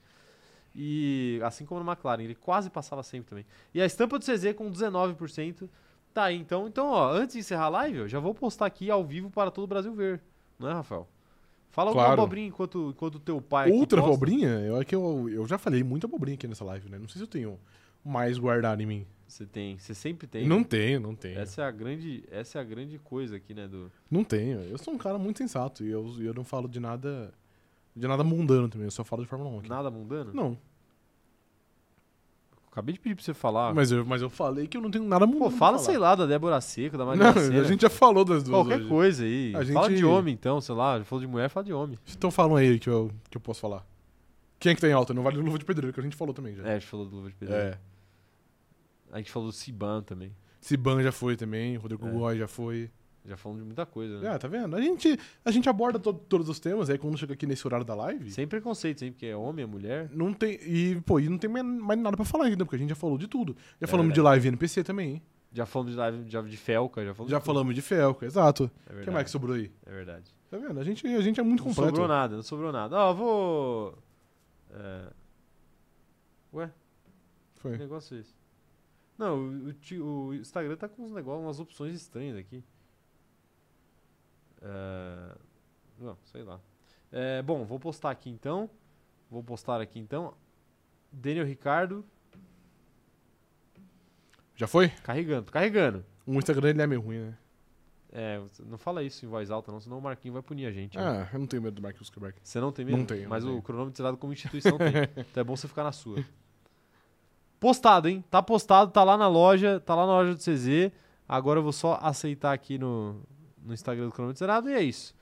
Speaker 1: E assim como no McLaren, ele quase passava sempre também. E a estampa do CZ com 19%. Tá aí, então, então ó, antes de encerrar a live, eu já vou postar aqui ao vivo para todo o Brasil ver, não é, Rafael? Fala alguma
Speaker 2: Claro.
Speaker 1: abobrinha enquanto, enquanto teu pai aqui
Speaker 2: Outra
Speaker 1: posta.
Speaker 2: abobrinha? Eu, é que eu, eu já falei muita abobrinha aqui nessa live, né? Não sei se eu tenho mais guardado em mim.
Speaker 1: Você tem, você sempre tem.
Speaker 2: Não
Speaker 1: né?
Speaker 2: tenho, não tenho.
Speaker 1: Essa é a grande, essa é a grande coisa aqui, né, do
Speaker 2: Não tenho. Eu sou um cara muito sensato e eu, eu não falo de nada. De nada mundano também, eu só falo de Fórmula 1 aqui.
Speaker 1: nada mundano?
Speaker 2: Não.
Speaker 1: Acabei de pedir pra você falar.
Speaker 2: Mas, eu, mas eu falei que eu não tenho nada mundano.
Speaker 1: Ah. Pô,
Speaker 2: pra
Speaker 1: fala,
Speaker 2: falar.
Speaker 1: sei lá, da Débora Seco, da Maria
Speaker 2: Não, a gente já falou das duas.
Speaker 1: Qualquer
Speaker 2: hoje.
Speaker 1: coisa aí.
Speaker 2: A
Speaker 1: Fala
Speaker 2: gente-
Speaker 1: de homem, então, sei lá. Já Falou de mulher, fala de homem.
Speaker 2: Então falam aí que eu, que eu posso falar. Quem é que tá em alta? Não vale luva de pedreiro, que a gente falou também já.
Speaker 1: É, a gente falou do Luva de Pedreiro.
Speaker 2: É.
Speaker 1: A gente falou do Siban também.
Speaker 2: Siban já foi também, Rodrigo
Speaker 1: É.
Speaker 2: Goy já foi.
Speaker 1: Já falamos de muita coisa, né?
Speaker 2: Ah, tá vendo? A gente, a gente aborda to- todos os temas, aí quando chega aqui nesse horário da live,
Speaker 1: Sem preconceito, hein? Porque é homem, é mulher.
Speaker 2: não tem. E, pô, e não tem mais- mais nada pra falar ainda, porque a gente já falou de tudo. Já
Speaker 1: É
Speaker 2: falamos de live NPC também, hein?
Speaker 1: Já falamos de live já de Felca, já falamos
Speaker 2: Já
Speaker 1: de tudo.
Speaker 2: falamos de Felca, exato.
Speaker 1: É
Speaker 2: O
Speaker 1: verdade.
Speaker 2: que mais que sobrou aí?
Speaker 1: É verdade.
Speaker 2: Tá vendo? A gente, a gente é muito
Speaker 1: Não
Speaker 2: completo.
Speaker 1: sobrou nada, não sobrou nada. Ó, vou. É... Ué, que
Speaker 2: Foi.
Speaker 1: negócio é esse? Não, o, o ti- o Instagram tá com uns negócios, umas opções estranhas aqui. É, Não, sei lá. É, bom, vou postar aqui então. Vou postar aqui então. Daniel Ricardo,
Speaker 2: Já foi?
Speaker 1: carregando, tô carregando.
Speaker 2: O Instagram ele é meio ruim, né?
Speaker 1: É, não fala isso em voz alta, não, senão o Marquinho vai punir a gente. né?
Speaker 2: Ah, eu não tenho medo do Mark Zuckerberg.
Speaker 1: Você não tem
Speaker 2: Não
Speaker 1: medo?
Speaker 2: tenho,
Speaker 1: Mas
Speaker 2: não
Speaker 1: o
Speaker 2: tenho.
Speaker 1: cronômetro zerado como instituição tem. Então é bom você ficar na sua. Postado, hein? Tá postado, tá lá na loja, tá lá na loja do CZ. Agora eu vou só aceitar aqui no, no Instagram do cronômetro zerado e é isso.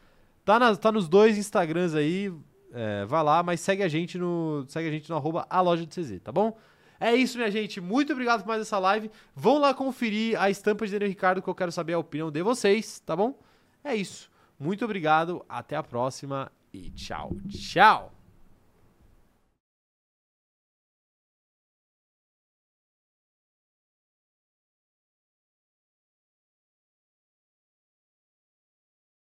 Speaker 1: Tá, na- tá nos dois Instagrams aí, é, vai lá, mas segue a gente no segue a gente no arroba a loja do CZ, tá bom? É isso, minha gente. Muito obrigado por mais essa live. Vão lá conferir a estampa de Daniel Ricardo, que eu quero saber a opinião de vocês, tá bom? É isso. Muito obrigado, até a próxima e tchau, tchau!